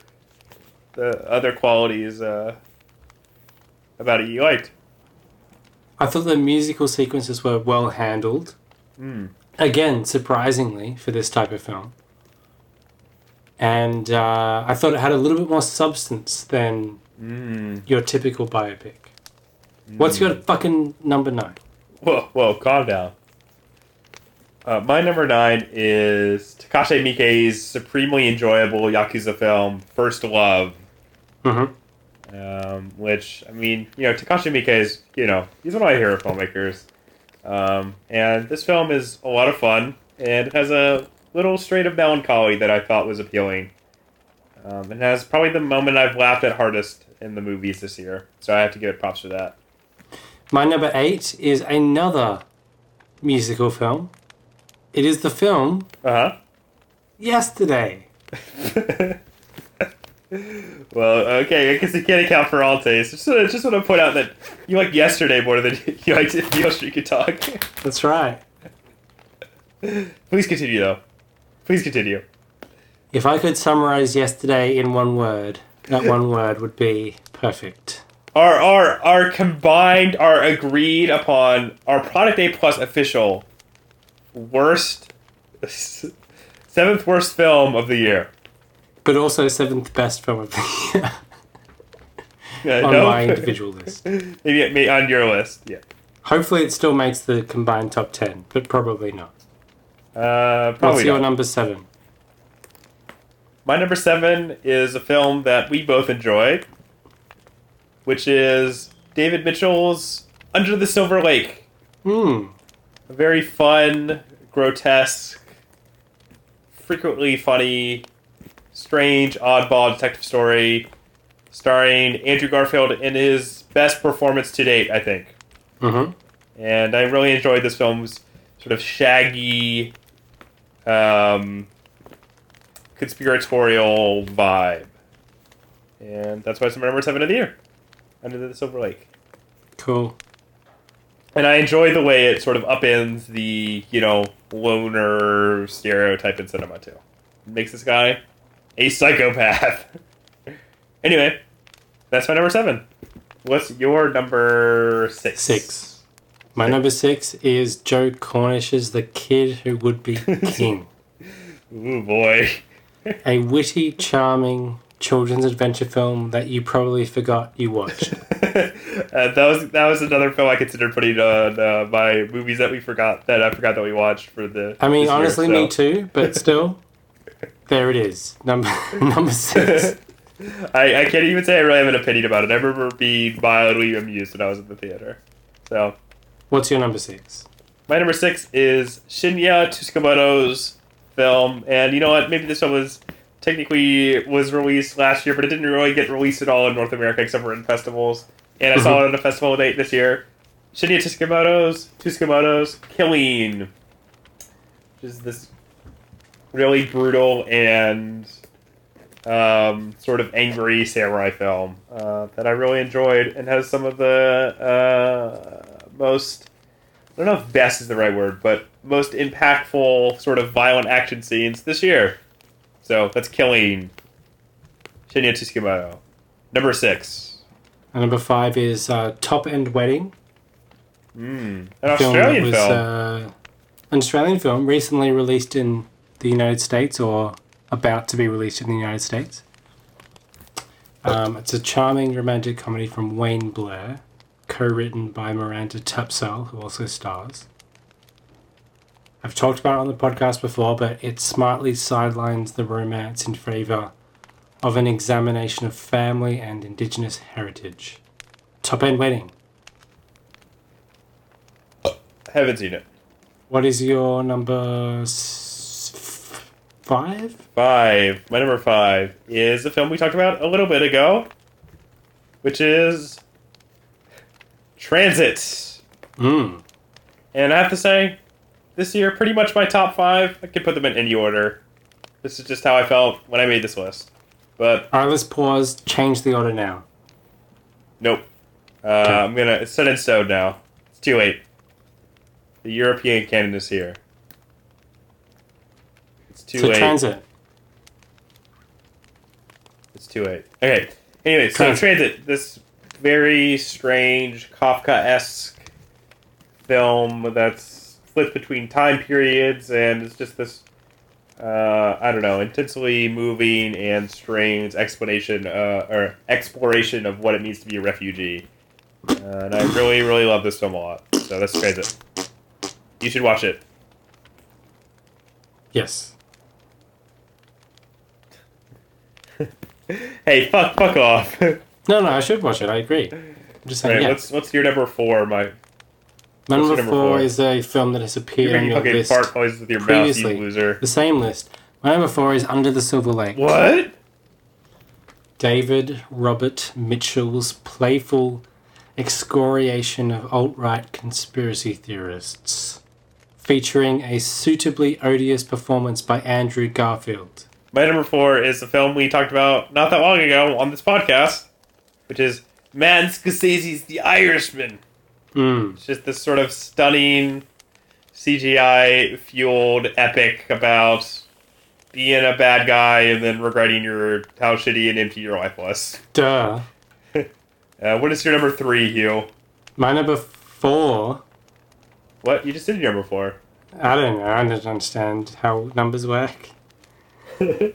Speaker 2: the other qualities uh, about E. it you liked.
Speaker 1: I thought the musical sequences were well handled.
Speaker 2: Hmm.
Speaker 1: Again, surprisingly for this type of film. And uh, I thought it had a little bit more substance than your typical biopic. What's
Speaker 2: Hmm.
Speaker 1: your fucking number nine?
Speaker 2: Whoa, whoa, calm down. Uh, my number nine is Takashi Miike's supremely enjoyable Yakuza film, First Love.
Speaker 1: Mm-hmm.
Speaker 2: um, which I mean, you know, Takashi Miike is you know he's one of my hero filmmakers, um, and this film is a lot of fun and it has a little strain of melancholy that I thought was appealing, um, and has probably the moment I've laughed at hardest in the movies this year. So I have to give it props for that.
Speaker 1: My number eight is another musical film. It is the film
Speaker 2: Uh
Speaker 1: Yesterday.
Speaker 2: huh. Well, okay, I guess you can't account for all tastes. Just, wanna- just want to point out that you like yesterday more than you liked if you Street Could Talk.
Speaker 1: That's right.
Speaker 2: Please continue, though. Please continue.
Speaker 1: If I could summarize yesterday in one word, that one word would be perfect.
Speaker 2: our our our combined our agreed upon our product A plus official worst seventh worst film of the year.
Speaker 1: But also seventh best film of the year
Speaker 2: Uh,
Speaker 1: on
Speaker 2: no?
Speaker 1: my individual list.
Speaker 2: maybe, maybe on your list. Yeah.
Speaker 1: Hopefully, it still makes the combined top ten, but probably not.
Speaker 2: Uh,
Speaker 1: What's
Speaker 2: probably
Speaker 1: your
Speaker 2: not.
Speaker 1: number seven?
Speaker 2: My number seven is a film that we both enjoyed, which is David Mitchell's Under the Silver Lake.
Speaker 1: Hmm.
Speaker 2: a very fun, grotesque, frequently funny, strange, oddball detective story starring Andrew Garfield in his best performance to date, I think.
Speaker 1: Mm-hmm.
Speaker 2: And I really enjoyed this film's sort of shaggy, um, conspiratorial vibe. And that's why it's my number seven of the year, Under the Silver Lake
Speaker 1: Cool.
Speaker 2: and I enjoy the way it sort of upends the you know loner stereotype in cinema too. makes this guy a psychopath. anyway, that's my number seven. What's your number six?
Speaker 1: Six. My number six is Joe Cornish's The Kid Who Would Be King.
Speaker 2: Ooh boy.
Speaker 1: a witty, charming children's adventure film that you probably forgot you watched.
Speaker 2: uh, that was that was another film I considered putting on uh, my movies that we forgot that I forgot that we watched for the.
Speaker 1: I mean,
Speaker 2: this year,
Speaker 1: honestly,
Speaker 2: so.
Speaker 1: me too, but still, there it is. Number number six.
Speaker 2: I, I can't even say I really have an opinion about it. I remember being mildly amused when I was at the theater. So
Speaker 1: What's your number six?
Speaker 2: my number six is Shinya Tsukamoto's film, and you know what? Maybe this one was technically was released last year, but it didn't really get released at all in North America except for in festivals. And I saw it at a festival date this year. Shinya Tsukamoto's Tsukamoto's Killing, which is this really brutal and um, sort of angry samurai film uh, that I really enjoyed and has some of the uh, most I don't know if best is the right word, but most impactful sort of violent action scenes this year. So that's killing Shinya Tsukumoto. Number six.
Speaker 1: And number five is uh, Top End Wedding.
Speaker 2: Mm.
Speaker 1: film
Speaker 2: An
Speaker 1: that
Speaker 2: Australian
Speaker 1: was,
Speaker 2: film.
Speaker 1: Uh, an Australian film recently released in the United States or about to be released in the United States. Um, it's a charming romantic comedy from Wayne Blair, co written by Miranda Tapsell, who also stars. I've talked about it on the podcast before, but it smartly sidelines the romance in favour of an examination of family and Indigenous heritage. Top End Wedding.
Speaker 2: Haven't seen it.
Speaker 1: What is your number s- five?
Speaker 2: Five. My number five is a film we talked about a little bit ago, which is Transit. Hmm.
Speaker 1: Mm.
Speaker 2: And I have to say, this year, pretty much my top five. I could put them in any order. This is just how I felt when I made this list. But
Speaker 1: All right, let's pause. Change the order now.
Speaker 2: Nope. Uh, I'm gonna. It's set in stone now. It's too late. The European canon is here. It's too
Speaker 1: so
Speaker 2: late.
Speaker 1: transit.
Speaker 2: it's too late. Okay. Anyway, so
Speaker 1: Transit.
Speaker 2: transit. This very strange Kafka-esque film that's flipped between time periods, and it's just this. Uh, I don't know, intensely moving and strange explanation uh, or exploration of what it means to be a refugee. Uh, and I really, really love this film a lot. So that's Transit. You should watch it.
Speaker 1: Yes.
Speaker 2: Hey, fuck, fuck off. All
Speaker 1: No, no, I should watch it. I agree. I'm just saying.
Speaker 2: right,
Speaker 1: yeah.
Speaker 2: what's what's your number four?
Speaker 1: My
Speaker 2: My what's
Speaker 1: number,
Speaker 2: your number
Speaker 1: four
Speaker 2: four?
Speaker 1: is a film that has
Speaker 2: you're
Speaker 1: appeared on
Speaker 2: making
Speaker 1: your
Speaker 2: fucking
Speaker 1: list.
Speaker 2: fart noises with your mouth,
Speaker 1: previously.
Speaker 2: you loser.
Speaker 1: The same list. My number four is Under the Silver Lake.
Speaker 2: What?
Speaker 1: David Robert Mitchell's playful excoriation of alt right conspiracy theorists, featuring a suitably odious performance by Andrew Garfield.
Speaker 2: My number four is the film we talked about not that long ago on this podcast, which is Martin Scorsese's The Irishman.
Speaker 1: Mm.
Speaker 2: It's just this sort of stunning CGI fueled epic about being a bad guy and then regretting your how shitty and empty your life was.
Speaker 1: Duh.
Speaker 2: Uh, what is your number three, Hugh?
Speaker 1: My number four.
Speaker 2: What you just did your number four?
Speaker 1: I don't know. I don't understand how numbers work.
Speaker 2: what,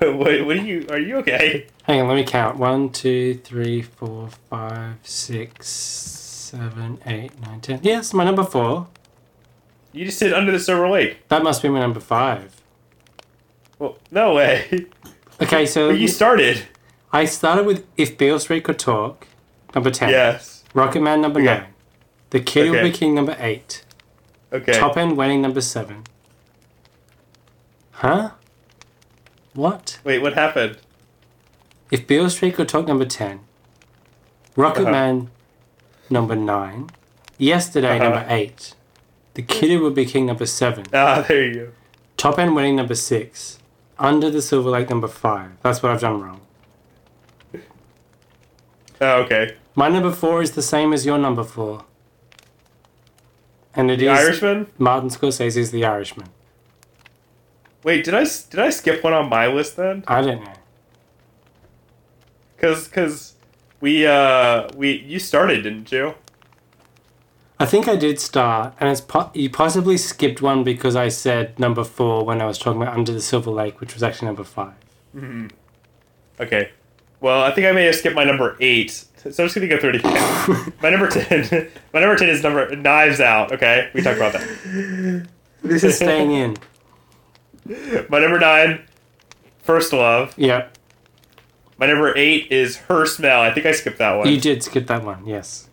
Speaker 2: what are you? Are you okay?
Speaker 1: Hang on, let me count. One, two, three, four, five, six, seven, eight, nine, ten. Yes, my number four.
Speaker 2: You just did Under the Silver Lake.
Speaker 1: That must be my number five.
Speaker 2: Well, no way.
Speaker 1: Okay, so
Speaker 2: But you started.
Speaker 1: I started with If Beale Street Could Talk, number 10.
Speaker 2: Yes.
Speaker 1: Rocket Man, number
Speaker 2: Okay.
Speaker 1: 9. The Kid Will Be
Speaker 2: Okay.
Speaker 1: King, number 8.
Speaker 2: Okay.
Speaker 1: Top End Wedding, number 7. Huh? What?
Speaker 2: Wait, what happened?
Speaker 1: If Beale Street could talk number 10, Rocket
Speaker 2: Uh-huh.
Speaker 1: Man number 9, Yesterday
Speaker 2: Uh-huh.
Speaker 1: number 8, The Kid Who Would Be King number 7,
Speaker 2: Ah, there you go.
Speaker 1: Top End Wedding number 6, Under the Silver Lake number 5. That's what I've done wrong.
Speaker 2: Oh, okay.
Speaker 1: My number 4 is the same as your number 4. And it is
Speaker 2: The Irishman.
Speaker 1: Martin Scorsese's The Irishman.
Speaker 2: Wait, did I s- did I skip one on my list then?
Speaker 1: I don't know.
Speaker 2: Cause cause we uh we you started, didn't you?
Speaker 1: I think I did start, and it's po- you possibly skipped one because I said number four when I was talking about Under the Silver Lake, which was actually number five.
Speaker 2: Okay. Well, I think I may have skipped my number eight, so I'm just gonna go through it again. my number ten, my number ten is number Knives Out. Okay, we talked about that.
Speaker 1: This is staying in.
Speaker 2: My number nine, First Love.
Speaker 1: Yep,
Speaker 2: My number eight is Her Smell. I think I skipped that one.
Speaker 1: you did skip that one. Yes.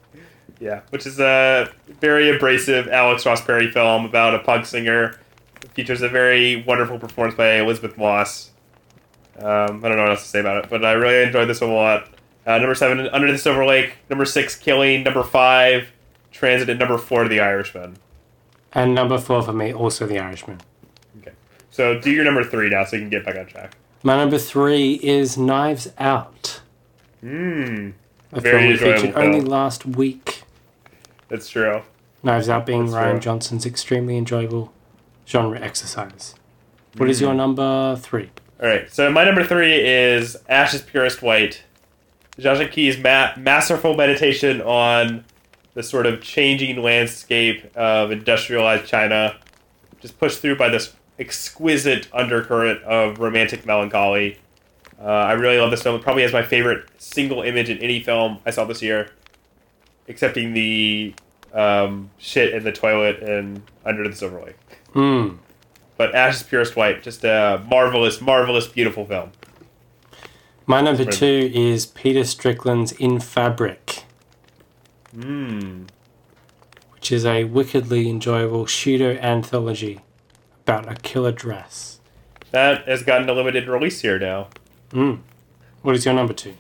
Speaker 2: Yeah, which is a very abrasive Alex Ross Perry film about a punk singer. It features a very wonderful performance by Elizabeth Moss. Um, I don't know what else to say about it, but I really enjoyed this one a lot. Uh, number seven, Under the Silver Lake. Number six, Killing. Number five, Transit. And number four, The Irishman.
Speaker 1: And number four for me, also The Irishman.
Speaker 2: Okay, so do your number three now, so you can get back on track.
Speaker 1: My number three is Knives Out,
Speaker 2: Hmm,
Speaker 1: a
Speaker 2: Very
Speaker 1: film we
Speaker 2: enjoyable
Speaker 1: featured only
Speaker 2: film.
Speaker 1: last week.
Speaker 2: that's true.
Speaker 1: Knives Out being Ryan
Speaker 2: right.
Speaker 1: Johnson's extremely enjoyable genre exercise. What
Speaker 2: Hmm.
Speaker 1: is your number three?
Speaker 2: All right, so my number three is Ashes Purest White. Zsa Key's ma- masterful meditation on the sort of changing landscape of industrialized China, just pushed through by this exquisite undercurrent of romantic melancholy. Uh, I really love this film. It probably has my favorite single image in any film I saw this year, excepting the um, shit in the toilet and Under the Silver Lake
Speaker 1: Hmm.
Speaker 2: but Ashes Purest White, just a marvelous, marvelous, beautiful film.
Speaker 1: My number
Speaker 2: Right.
Speaker 1: two is Peter Strickland's In Fabric,
Speaker 2: Mm.
Speaker 1: which is a wickedly enjoyable pseudo anthology about a killer dress.
Speaker 2: That has gotten a limited release here now.
Speaker 1: Mm. What is your number two?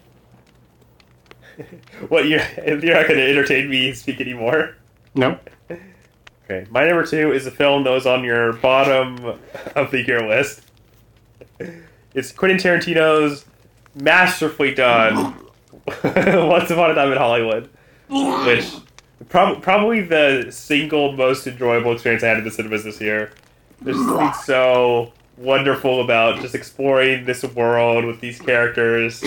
Speaker 2: What you you're not going to entertain me speak anymore?
Speaker 1: No.
Speaker 2: Okay, my number two is a film that was on your bottom of the year list. It's Quentin Tarantino's masterfully done Once Upon a Time in Hollywood, which prob- probably the single most enjoyable experience I had in the cinemas this year. There's just something so wonderful about just exploring this world with these characters.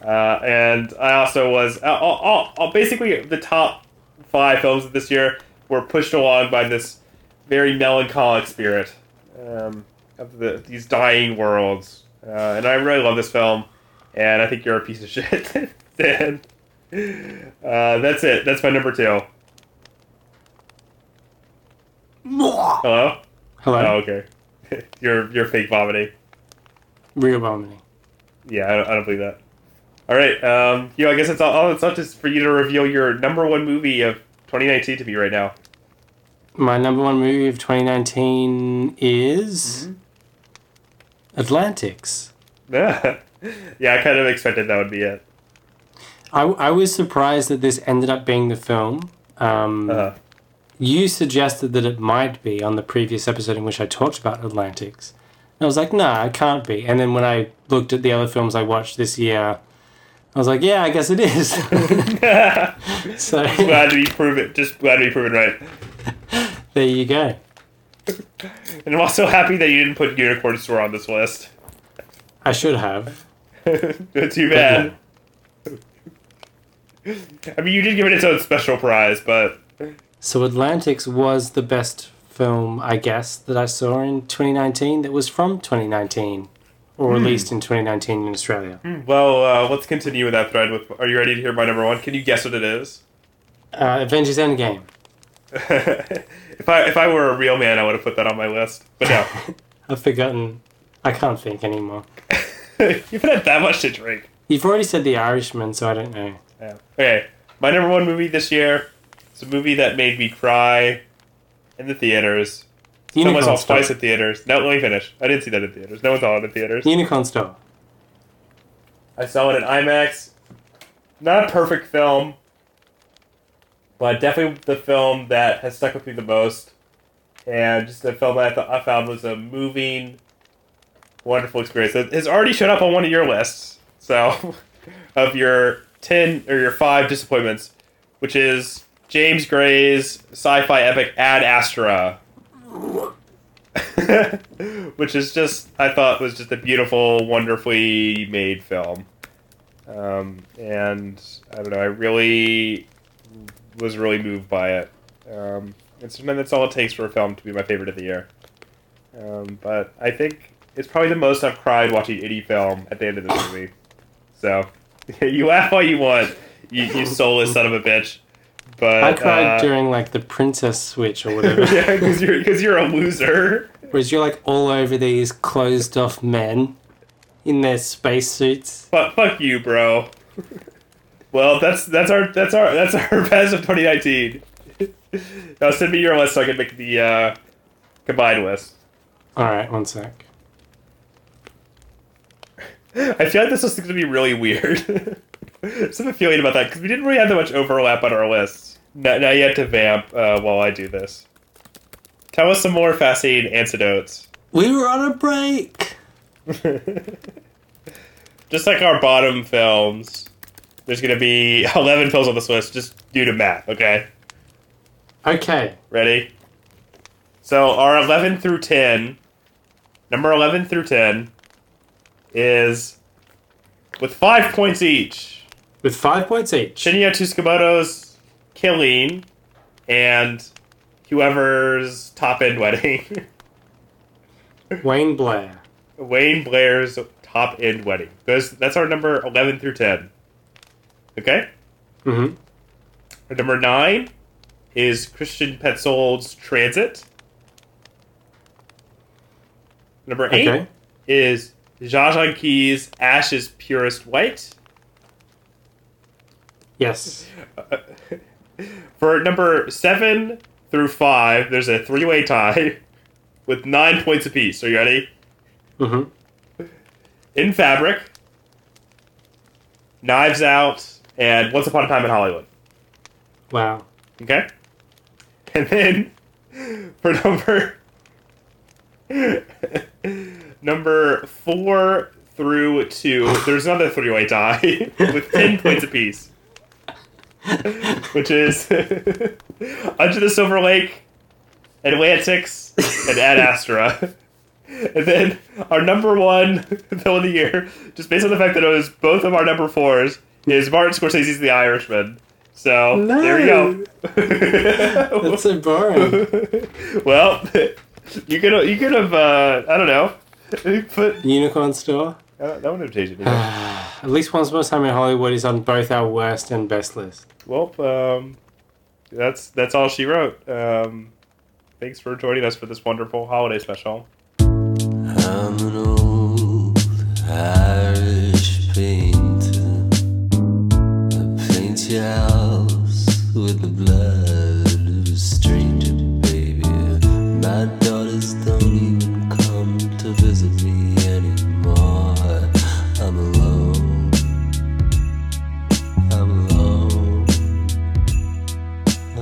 Speaker 2: Uh, and I also was uh, all, all, all, basically the top five films of this year were pushed along by this very melancholic spirit um, of the, these dying worlds. Uh, and I really love this film, and I think you're a piece of shit, Dan. Uh, that's it. That's my number two. Hello.
Speaker 1: Hello?
Speaker 2: Oh, okay. you're you're fake vomiting.
Speaker 1: Real vomiting.
Speaker 2: Yeah, I don't, I don't believe that. All right, um, you know, I guess it's all, all it's up is for you to reveal your number one movie of 2019 to me right now.
Speaker 1: My number one movie of 2019 is Atlantics.
Speaker 2: yeah, I kind of expected that would be it.
Speaker 1: I, I was surprised that this ended up being the film. Um,
Speaker 2: Uh,
Speaker 1: you suggested that it might be on the previous episode in which I talked about Atlantics. And I was like, nah, it can't be. And then when I looked at the other films I watched this year, I was like, yeah, I guess it is. so
Speaker 2: glad to be proven, just glad to be proven right.
Speaker 1: there you go.
Speaker 2: And I'm also happy that you didn't put Unicorn Store on this list.
Speaker 1: I should have.
Speaker 2: Too bad. I mean, you did give it its own special prize, but
Speaker 1: So Atlantics was the best film, I guess, that I saw in 2019 that was from 2019 or
Speaker 2: Hmm.
Speaker 1: released in 2019 in Australia.
Speaker 2: well, uh, let's continue with that thread. With Are you ready to hear my number one? Can you guess what it is?
Speaker 1: Uh, Avengers Endgame.
Speaker 2: if I if I were a real man, I would have put that on my list. But no,
Speaker 1: I've forgotten. I can't think anymore.
Speaker 2: you've had that much to drink.
Speaker 1: You've already said The Irishman, so I don't know.
Speaker 2: Yeah. Okay, my number one movie this year. It's a movie that made me cry in the theaters. No one saw
Speaker 1: Unicorn
Speaker 2: it
Speaker 1: Store.
Speaker 2: twice at theaters. No, let me finish. I didn't see that in theaters. No one saw it in theaters.
Speaker 1: Unicorn Store.
Speaker 2: I saw it in IMAX. Not a perfect film, but definitely the film that has stuck with me the most. And just a film that I, th- I found was a moving, wonderful experience. It has already showed up on one of your lists. So, of your 10 or your 5 disappointments, which is James Gray's sci fi epic Ad Astra. which is just I thought was just a beautiful, wonderfully made film. um, and I don't know. I really was really moved by it. Um, and sometimes that's all it takes for a film to be my favorite of the year. Um, but I think it's probably the most I've cried watching any film at the end of this movie. So you laugh all you want, you, you soulless son of a bitch. But
Speaker 1: I cried
Speaker 2: uh,
Speaker 1: during like the princess switch or whatever.
Speaker 2: yeah, because you're because you're a loser.
Speaker 1: Whereas you're like all over these closed off men in their spacesuits.
Speaker 2: Fuck, fuck you, bro. Well, that's that's our that's our that's our best of 2019. now send me your list so I can make the uh, combined list.
Speaker 1: All right, one sec.
Speaker 2: I feel like this is going to be really weird. Some feeling about that because we didn't really have that much overlap on our lists. Now, now you have to vamp uh, while I do this. Tell us some more fascinating antidotes.
Speaker 1: We were on a break.
Speaker 2: just like our bottom films, there's going to be 11 films on this list just due to math, okay?
Speaker 1: Okay.
Speaker 2: Ready? So our 11 through 10, number 11 through 10 is with five points each.
Speaker 1: With five points each.
Speaker 2: Shinya Tsukamoto's killing and whoever's top end wedding.
Speaker 1: Wayne Blair.
Speaker 2: Wayne Blair's top end wedding. Those, that's our number 11 through 10. Okay?
Speaker 1: Mm-hmm.
Speaker 2: Our number 9 is Christian Petzold's Transit. Number 8
Speaker 1: Okay.
Speaker 2: is Zsa Zsa Key's Ashes Purest White.
Speaker 1: Yes.
Speaker 2: For number 7 through 5, there's a three way tie with 9 points apiece. Are you ready?
Speaker 1: Mm-hmm.
Speaker 2: In Fabric, Knives Out, and Once Upon a Time in Hollywood.
Speaker 1: Wow.
Speaker 2: Okay? And then for number number four through two, there's another three way tie with ten points apiece. Which is Under the Silver Lake, Atlantics, and Ad Astra. And then our number one film of the year, just based on the fact that it was both of our number fours, is Martin Scorsese's The Irishman. So there you go.
Speaker 1: That's so boring.
Speaker 2: well, you could have- you could have uh, I don't know. Put
Speaker 1: Unicorn store.
Speaker 2: uh, that would have changed it.
Speaker 1: At least once more time in Hollywood is on both our worst and best list.
Speaker 2: well, um, that's that's all she wrote. Um, thanks for joining us for this wonderful holiday special.
Speaker 4: I'm an old Irish painter. I paint your house with the blood of a stranger, baby. My daughters don't even come to visit me anymore. I'm alone. I'm alone.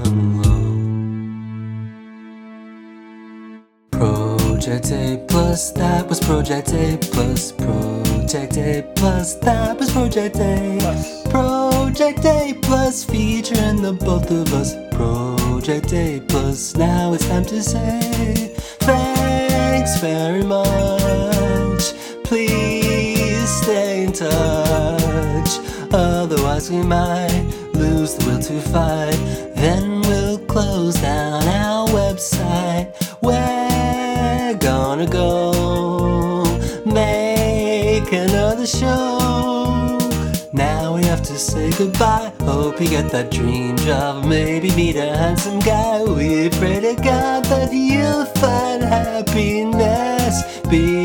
Speaker 4: I'm alone. Project A plus that was Project A plus Project A plus that was Project A
Speaker 2: Plus.
Speaker 4: Project A plus featuring the both of us Project A plus now it's time to say thanks very much please stay in touch otherwise we might lose the will to fight then we'll close down our website we're gonna go make another show. Now we have to say goodbye. Hope you get that dream job. Maybe meet a handsome guy. We pray to God that you'll find happiness. Be